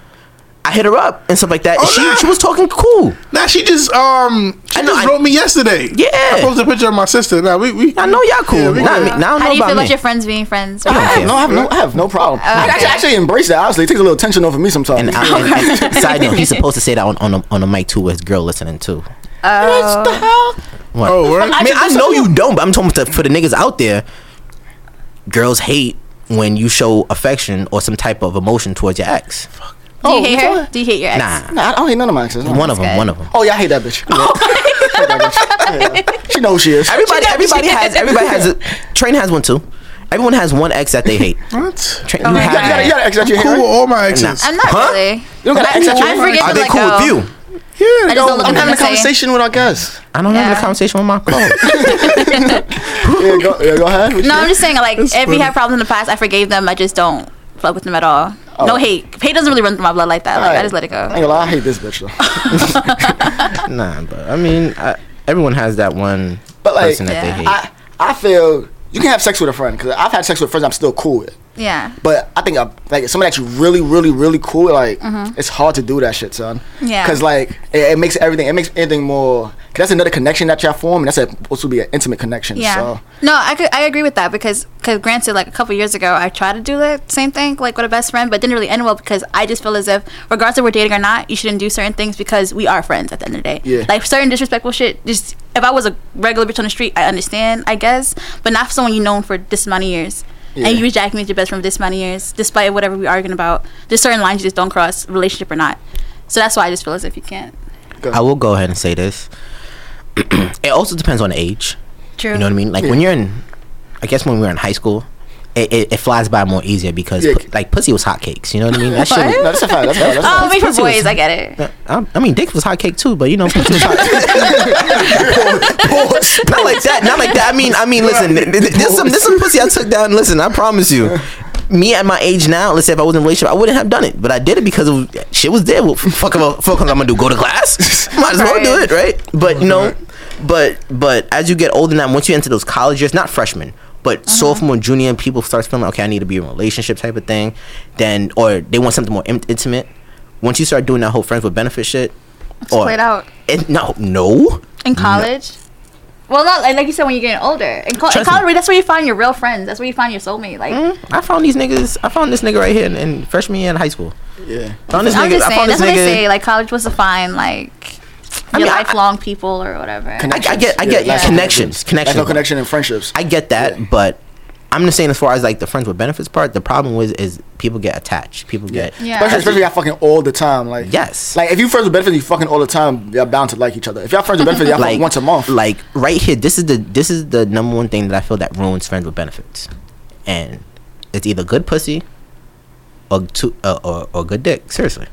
[SPEAKER 10] I hit her up and stuff like that. and she, she was talking cool.
[SPEAKER 4] Oh, Nah, she just um she just wrote me yesterday. Yeah, I posted a picture of my sister. Now we, we I know y'all cool.
[SPEAKER 10] Nah, I mean, nah,
[SPEAKER 1] How do you feel about your friends being friends?
[SPEAKER 2] I have, no, I have no, I have no problem. I actually, actually embrace that. Honestly, it takes a little tension off of me sometimes.
[SPEAKER 10] And,
[SPEAKER 1] Oh,
[SPEAKER 10] I, and- and side note, he's supposed to say that on on a, on a mic too, with his girl listening too.
[SPEAKER 1] What the hell?
[SPEAKER 10] What?
[SPEAKER 1] Oh, word?
[SPEAKER 10] I mean, I know you don't, but I'm talking to, for the niggas out there. Girls hate when you show affection or some type of emotion towards your ex.
[SPEAKER 1] Do you hate her? Do you hate your ex?
[SPEAKER 10] Nah.
[SPEAKER 2] Nah, I don't hate none of my exes.
[SPEAKER 10] One of them. One of them.
[SPEAKER 2] Oh yeah, I hate that bitch. Hate that bitch. Yeah. She knows who she is.
[SPEAKER 10] Everybody, everybody has. Everybody has. A, Train has one too. Everyone has one ex that they hate.
[SPEAKER 4] What?
[SPEAKER 10] Train,
[SPEAKER 4] Oh my God. You got- you got an ex that you I'm hate, cool right? with all my exes.
[SPEAKER 1] I'm not
[SPEAKER 10] Huh?
[SPEAKER 1] really.
[SPEAKER 2] don't got an ex that you hate, right?
[SPEAKER 10] Are they cool with you?
[SPEAKER 4] Yeah,
[SPEAKER 1] I just don't look
[SPEAKER 2] I'm
[SPEAKER 1] at
[SPEAKER 2] having
[SPEAKER 1] the
[SPEAKER 2] a
[SPEAKER 1] same.
[SPEAKER 2] conversation with our guests.
[SPEAKER 10] I don't have a conversation with my clothes.
[SPEAKER 2] yeah, go, yeah, go ahead. What you
[SPEAKER 1] No, I'm
[SPEAKER 2] got?
[SPEAKER 1] just saying, like, if we
[SPEAKER 2] funny.
[SPEAKER 1] have problems in the past, I forgave them. I just don't fuck with them at all. No hate. Hate doesn't really run through my blood like that. Like, I just let it
[SPEAKER 2] I
[SPEAKER 1] go.
[SPEAKER 2] ain't gonna lie, I hate this bitch though.
[SPEAKER 10] nah, but I mean, I, everyone has that one
[SPEAKER 2] But like,
[SPEAKER 10] person that they hate.
[SPEAKER 2] I, I feel you can have sex with a friend because I've had sex with friends I'm still cool with.
[SPEAKER 1] Yeah.
[SPEAKER 2] But I think uh, like somebody that you really, really, really cool, like
[SPEAKER 1] Mhm.
[SPEAKER 2] it's hard to do that shit, son.
[SPEAKER 1] Yeah.
[SPEAKER 2] Because like it, it makes everything, it makes everything more. Cause that's another connection that y'all form, and that's a, supposed to be an intimate connection.
[SPEAKER 1] Yeah.
[SPEAKER 2] So
[SPEAKER 1] No, I could, I agree with that because because granted, like a couple years ago, I tried to do the same thing like with a best friend, but it didn't really end well because I just feel as if regardless if we're dating or not, you shouldn't do certain things because we are friends at the end of the day.
[SPEAKER 12] Yeah.
[SPEAKER 1] Like certain disrespectful shit. Just if I was a regular bitch on the street, I understand, I guess, but not for someone you known for this amount of years.
[SPEAKER 12] Yeah.
[SPEAKER 1] And you was jacking with your best friend for this amount of years, despite whatever we arguing about. There's certain lines you just don't cross, relationship or not. So that's why I just feel as if you can't.
[SPEAKER 10] I will go ahead and say this. it also depends on age.
[SPEAKER 1] True.
[SPEAKER 10] You know what I mean? Like when you're in, I guess when we were in high school, it, it, it flies by more easier because
[SPEAKER 2] Yeah.
[SPEAKER 10] pu- like pussy was hotcakes. You know what I mean? That shit.
[SPEAKER 2] What?
[SPEAKER 10] was-
[SPEAKER 2] No, that's a fact, that's a fact, that's a
[SPEAKER 1] Oh,
[SPEAKER 2] fact.
[SPEAKER 1] me for
[SPEAKER 2] Pussy was-
[SPEAKER 1] boys, I get it.
[SPEAKER 10] I, I mean, dick was hotcake too, but you know, pussy was hot. not like that. Not like that. I mean, I mean, listen, th- th- there's some there's some pussy I took down. Listen, I promise you. Me at my age now, let's say if I was in a relationship, I wouldn't have done it, but I did it because it was, shit was there. Well, fuck, am I, fuck, am I gonna do go to class? Might as well do it, right? But you know, but but as you get older now, once you enter those college years, not freshmen, but sophomore, junior, and people start feeling like, okay, I need to be in a relationship type of thing, then or they want something more in- intimate. Once you start doing that whole friends with benefit shit,
[SPEAKER 1] Just play it out.
[SPEAKER 10] and no, no,
[SPEAKER 1] In college? Well, not like, like you said when you're getting older. In, co- in
[SPEAKER 10] Trust Mm-hmm.
[SPEAKER 1] college, that's where you find your real friends. That's where you find your soulmate. Like,
[SPEAKER 10] I found these niggas. I found this nigga right here in, in freshman year in high school.
[SPEAKER 1] Um,
[SPEAKER 2] Yeah.
[SPEAKER 10] Found this
[SPEAKER 1] I'm
[SPEAKER 10] nigga.
[SPEAKER 1] just
[SPEAKER 10] I
[SPEAKER 1] saying,
[SPEAKER 10] found
[SPEAKER 1] that's
[SPEAKER 10] this
[SPEAKER 1] what they
[SPEAKER 10] nigga.
[SPEAKER 1] say. Like, college was to find like your
[SPEAKER 10] mean, I-
[SPEAKER 1] lifelong people or whatever.
[SPEAKER 10] I, I get. I get
[SPEAKER 2] Yeah, that's-
[SPEAKER 10] connections.
[SPEAKER 2] that's
[SPEAKER 10] Connections.
[SPEAKER 2] no connection in friendships.
[SPEAKER 10] I get that, but I'm just saying as far as like the friends with benefits part, the problem was is people get attached. People get.
[SPEAKER 2] Yeah. Especially, especially y'all fucking all the time. Like
[SPEAKER 10] yes.
[SPEAKER 2] Like if you friends with benefits, you fucking all the time. Y'all bound to like each other. If y'all friends with benefits, y'all fuck
[SPEAKER 10] like
[SPEAKER 2] once a month.
[SPEAKER 10] Like right here, this is the this is the number one thing that I feel that ruins friends with benefits, and it's either good pussy, or two, uh, or or good dick. Seriously.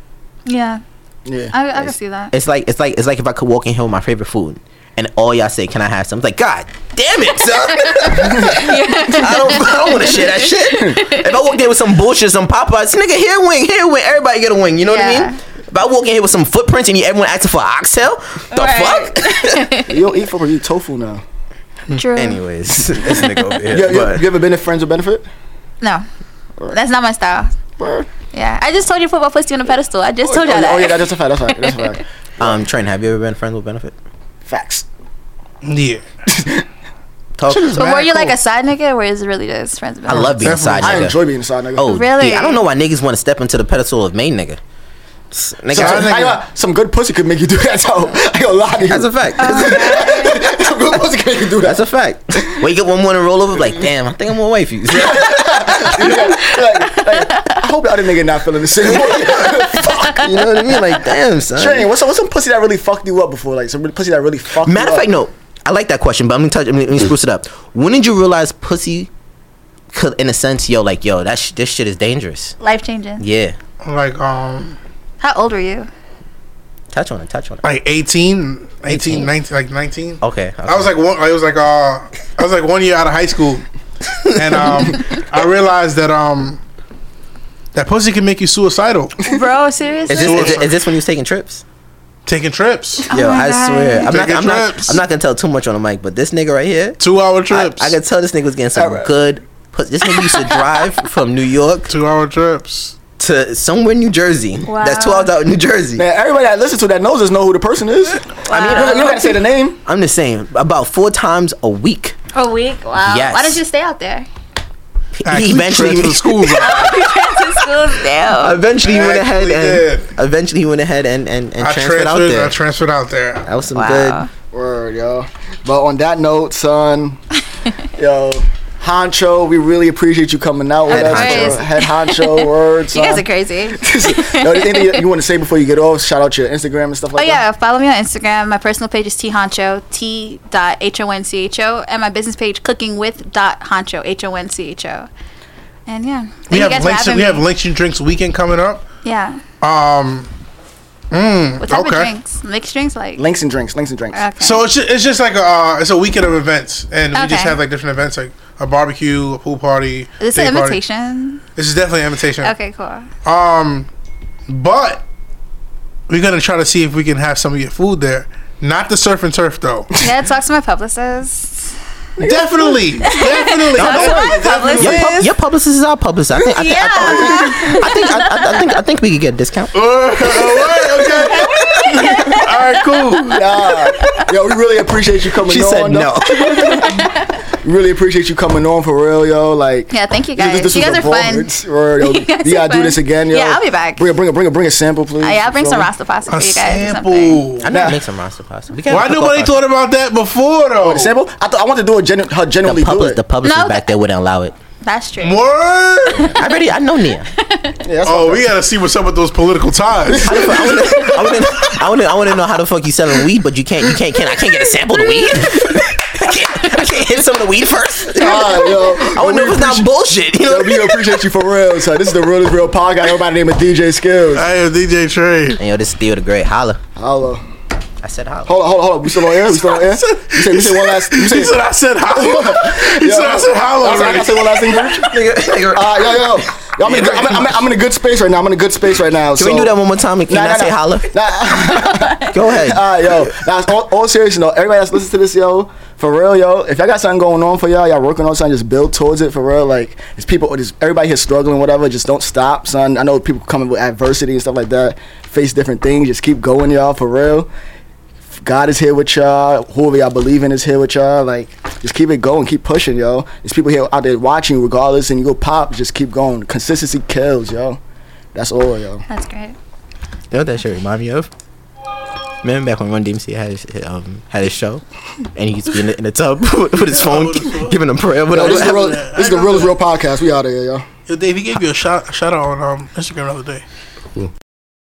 [SPEAKER 1] Yeah.
[SPEAKER 2] Yeah.
[SPEAKER 1] I, I can see that.
[SPEAKER 10] It's like it's like it's like if I could walk in here with my favorite food, and all y'all say, "Can I have some?" It's like, God damn it, son! I don't, I don't want to share that shit. If I walked in with some bullshit, some Popeyes, nigga, here wing, here wing, everybody get a wing. You know what I mean? If I walk in here with some footprints and you everyone asking for an oxtail, the
[SPEAKER 2] you don't eat football, you eat tofu now.
[SPEAKER 1] True.
[SPEAKER 10] Anyways, this nigga over here,
[SPEAKER 2] You, you-
[SPEAKER 10] but-
[SPEAKER 2] you ever been to friends with benefit?
[SPEAKER 1] No, that's not my style. Yeah, I just told you football puts you on a pedestal. I just told
[SPEAKER 2] oh,
[SPEAKER 1] y'all that.
[SPEAKER 2] yeah, that's a fact. That's a fact. That's a fact.
[SPEAKER 10] fuck. Um, Trent, have you ever been friends with benefit?
[SPEAKER 2] Facts.
[SPEAKER 4] Yeah.
[SPEAKER 10] Talk.
[SPEAKER 1] But were you like a side nigga, or is it really just friends? with
[SPEAKER 10] I love being a side
[SPEAKER 2] I
[SPEAKER 10] nigga.
[SPEAKER 2] enjoy being a side nigga.
[SPEAKER 10] Oh,
[SPEAKER 1] Really?
[SPEAKER 10] yeah, I don't know why niggas want to step into the pedestal of main nigga. S- Nigga,
[SPEAKER 2] Some, I ain't gonna- some good pussy could make you do that. So I ain't gonna lie to you. That's
[SPEAKER 10] a fact.
[SPEAKER 1] Uh.
[SPEAKER 2] some good pussy could make you do that.
[SPEAKER 10] That's a fact. Wake up one morning, roll over, like, damn, I think I'm gonna wife you.
[SPEAKER 2] like, like, I hope the other nigga not feeling the same. way. Fuck.
[SPEAKER 10] You know what I mean? Like, damn, son.
[SPEAKER 2] Train, what's, what's some pussy that really fucked you up before? Like some pussy that really fucked.
[SPEAKER 10] Matter
[SPEAKER 2] you
[SPEAKER 10] of fact,
[SPEAKER 2] up?
[SPEAKER 10] no. I like that question, but I'm gonna touch. I'm gonna, let me spruce it up. When did you realize pussy could, in a sense, yo, like, yo, that sh- this shit is dangerous.
[SPEAKER 1] Life changing.
[SPEAKER 10] Yeah,
[SPEAKER 4] Like um
[SPEAKER 1] How old were you?
[SPEAKER 10] touch on it. Touch on it.
[SPEAKER 4] like 18, 18, 19, like 19.
[SPEAKER 10] Okay. okay.
[SPEAKER 4] I was like one. I was like uh, I was like one year out of high school, and um, I realized that um, that pussy can make you suicidal.
[SPEAKER 1] Bro, seriously?
[SPEAKER 10] is this, is, this- is this when you was taking trips?
[SPEAKER 4] Taking trips.
[SPEAKER 2] Oh
[SPEAKER 10] Yo, I swear, I'm not,
[SPEAKER 4] Taking
[SPEAKER 10] I'm not,
[SPEAKER 4] trips.
[SPEAKER 10] I'm not gonna tell too much on the mic, but this nigga right here,
[SPEAKER 4] two hour
[SPEAKER 10] trips. I, I could tell this nigga was getting some good. Put, this nigga used to drive from New York
[SPEAKER 4] two hour trips
[SPEAKER 10] to to somewhere in New Jersey.
[SPEAKER 2] Wow.
[SPEAKER 10] That's two hours out in New Jersey.
[SPEAKER 2] Man, everybody that listens to that knows us know who the person is. I mean, you don't- you don't gotta say the name.
[SPEAKER 10] I'm the same. About four times a week.
[SPEAKER 13] A week? Wow.
[SPEAKER 10] Yes.
[SPEAKER 13] Why don't you stay out there?
[SPEAKER 10] he eventually
[SPEAKER 4] transferred to school,
[SPEAKER 13] to school's down.
[SPEAKER 10] Eventually, he went ahead
[SPEAKER 4] Actually
[SPEAKER 10] and eventually he went ahead and and, and
[SPEAKER 4] I
[SPEAKER 10] transferred out
[SPEAKER 4] transferred-
[SPEAKER 10] there.
[SPEAKER 4] I transferred out there.
[SPEAKER 10] That was some
[SPEAKER 2] Wow. Word, yo. But on that note, son, yo, Honcho, we really appreciate you coming out with
[SPEAKER 13] Head honcho.
[SPEAKER 2] us. bro. Head Honcho, words.
[SPEAKER 13] You guys are crazy.
[SPEAKER 2] Yo, anything you, you want to say before you get off? Shout out your Instagram and stuff
[SPEAKER 13] oh
[SPEAKER 2] like
[SPEAKER 13] yeah,
[SPEAKER 2] that.
[SPEAKER 13] follow me on Instagram. My personal page is T Honcho, T dot H O N C H O, and my business page cooking with dot Honcho, H O N C H O. And yeah, Thank
[SPEAKER 4] We
[SPEAKER 13] you
[SPEAKER 4] have
[SPEAKER 13] guys for
[SPEAKER 4] links.
[SPEAKER 13] having
[SPEAKER 4] We
[SPEAKER 13] me.
[SPEAKER 4] have links and drinks weekend coming up.
[SPEAKER 13] yeah.
[SPEAKER 4] Um, mm,
[SPEAKER 13] What type
[SPEAKER 4] okay.
[SPEAKER 13] of drinks? Mixed drinks, like
[SPEAKER 2] Links and drinks. Links and drinks.
[SPEAKER 13] okay.
[SPEAKER 4] So it's just, it's just like a uh, it's a weekend of events, and we just
[SPEAKER 13] Okay.
[SPEAKER 4] have like different events, like a barbecue, a pool party.
[SPEAKER 13] Is this an
[SPEAKER 4] day party.
[SPEAKER 13] invitation?
[SPEAKER 4] This is definitely an invitation.
[SPEAKER 13] Okay, cool.
[SPEAKER 4] Um, but we're gonna try to see if we can have some of your food there. Not the surf and turf though.
[SPEAKER 13] Yeah, talk to my publicist.
[SPEAKER 4] definitely, definitely.
[SPEAKER 10] No,
[SPEAKER 13] Talk to my publicist.
[SPEAKER 10] Your, pub- your publicist is our publicist. I think. I think. I think- I, think I, I think. I think we could get a discount.
[SPEAKER 4] All right, cool.
[SPEAKER 2] Nah. Yo, we really appreciate you coming
[SPEAKER 10] She
[SPEAKER 2] on.
[SPEAKER 10] said
[SPEAKER 2] though.
[SPEAKER 10] no.
[SPEAKER 2] We really appreciate you coming on for real, yo. Like,
[SPEAKER 13] Yeah, thank you guys.
[SPEAKER 2] was
[SPEAKER 13] you guys
[SPEAKER 2] a
[SPEAKER 13] are fun.
[SPEAKER 2] performance. Word, yo.
[SPEAKER 13] You
[SPEAKER 2] You,
[SPEAKER 13] guys are
[SPEAKER 2] gotta
[SPEAKER 13] fun.
[SPEAKER 2] do this again, yo.
[SPEAKER 13] Yeah, I'll be back.
[SPEAKER 2] Bring a bring a bring a bring a sample, please.
[SPEAKER 13] Uh, yeah, I'll bring some rasta pasta for you guys. Or something.
[SPEAKER 10] I need to make some roster pasta. We gotta
[SPEAKER 4] Why
[SPEAKER 10] cook up
[SPEAKER 4] nobody
[SPEAKER 10] our-
[SPEAKER 4] thought about that before though?
[SPEAKER 2] The sample? I thought I wanted to do a genu- her genuinely
[SPEAKER 10] the
[SPEAKER 2] do
[SPEAKER 10] public?
[SPEAKER 2] it.
[SPEAKER 10] The publicist
[SPEAKER 13] No,
[SPEAKER 10] back there wouldn't allow it.
[SPEAKER 13] That's true.
[SPEAKER 4] Word.
[SPEAKER 10] I already. I know Nia.
[SPEAKER 2] Yeah, that's
[SPEAKER 4] Oh, we gotta see what's up with those political ties.
[SPEAKER 10] I want to. I want to. I want to know how the fuck you selling weed, but you can't. You can't. Can I can't get a sample of the weed? I can't. I can't hit some of the weed first.
[SPEAKER 2] Alright, yo.
[SPEAKER 10] I want to know if it's not bullshit. You know.
[SPEAKER 2] Yo, we appreciate you for real, son. This is the realest real podcast. Everybody named it DJ Skills.
[SPEAKER 4] I am DJ Trey.
[SPEAKER 10] And yo, this is Theo the Great. Holla.
[SPEAKER 2] Hello.
[SPEAKER 10] I said holla.
[SPEAKER 2] Hold on, hold on, hold on. We still on air? We still on air? You said, you said one last. You
[SPEAKER 4] He said I said holla. He
[SPEAKER 2] Yo,
[SPEAKER 4] said I said holla
[SPEAKER 2] I said- I
[SPEAKER 4] already.
[SPEAKER 2] said one last thing, George?
[SPEAKER 10] Nigga, nigga,
[SPEAKER 2] Uh, yo, yo, yo. yo I'm, in a good, I'm, in- I'm, in- I'm in a good space right now. I'm in a good space right now.
[SPEAKER 10] Can we do that one more time? and Can
[SPEAKER 2] Nah,
[SPEAKER 10] I
[SPEAKER 2] nah,
[SPEAKER 10] say
[SPEAKER 2] nah. Uh,
[SPEAKER 10] holla?
[SPEAKER 2] Nah.
[SPEAKER 10] Go ahead.
[SPEAKER 2] All right, yo. Now, all, all serious, though. Everybody that's listening to this, yo, for real, yo. If y'all got something going on for y'all, y'all working on something, just build towards it, for real. Like, it's people, just everybody here struggling, whatever. Just don't stop, son. I know people coming with adversity and stuff like that. Face different things. Just keep going, y'all, for real. God is here with y'all. Whoever y'all believe in is here with y'all. Like, just keep it going. Keep pushing, yo. There's people here out there watching you regardless, and you go pop. Just keep going. Consistency kills, yo. That's all, yo.
[SPEAKER 13] That's great.
[SPEAKER 10] You know what that shit remind me of? Remember back when Run DMC had his um, had his show, and he used to be in the, in the tub with, with his phone, giving a prayer.
[SPEAKER 2] Yo,
[SPEAKER 10] Whatever.
[SPEAKER 2] this is the real,
[SPEAKER 10] happened.
[SPEAKER 2] this is the realest real podcast. We out of here, yo.
[SPEAKER 4] Yo, Dave, he gave you a shout, a shout out on um, Instagram the other day.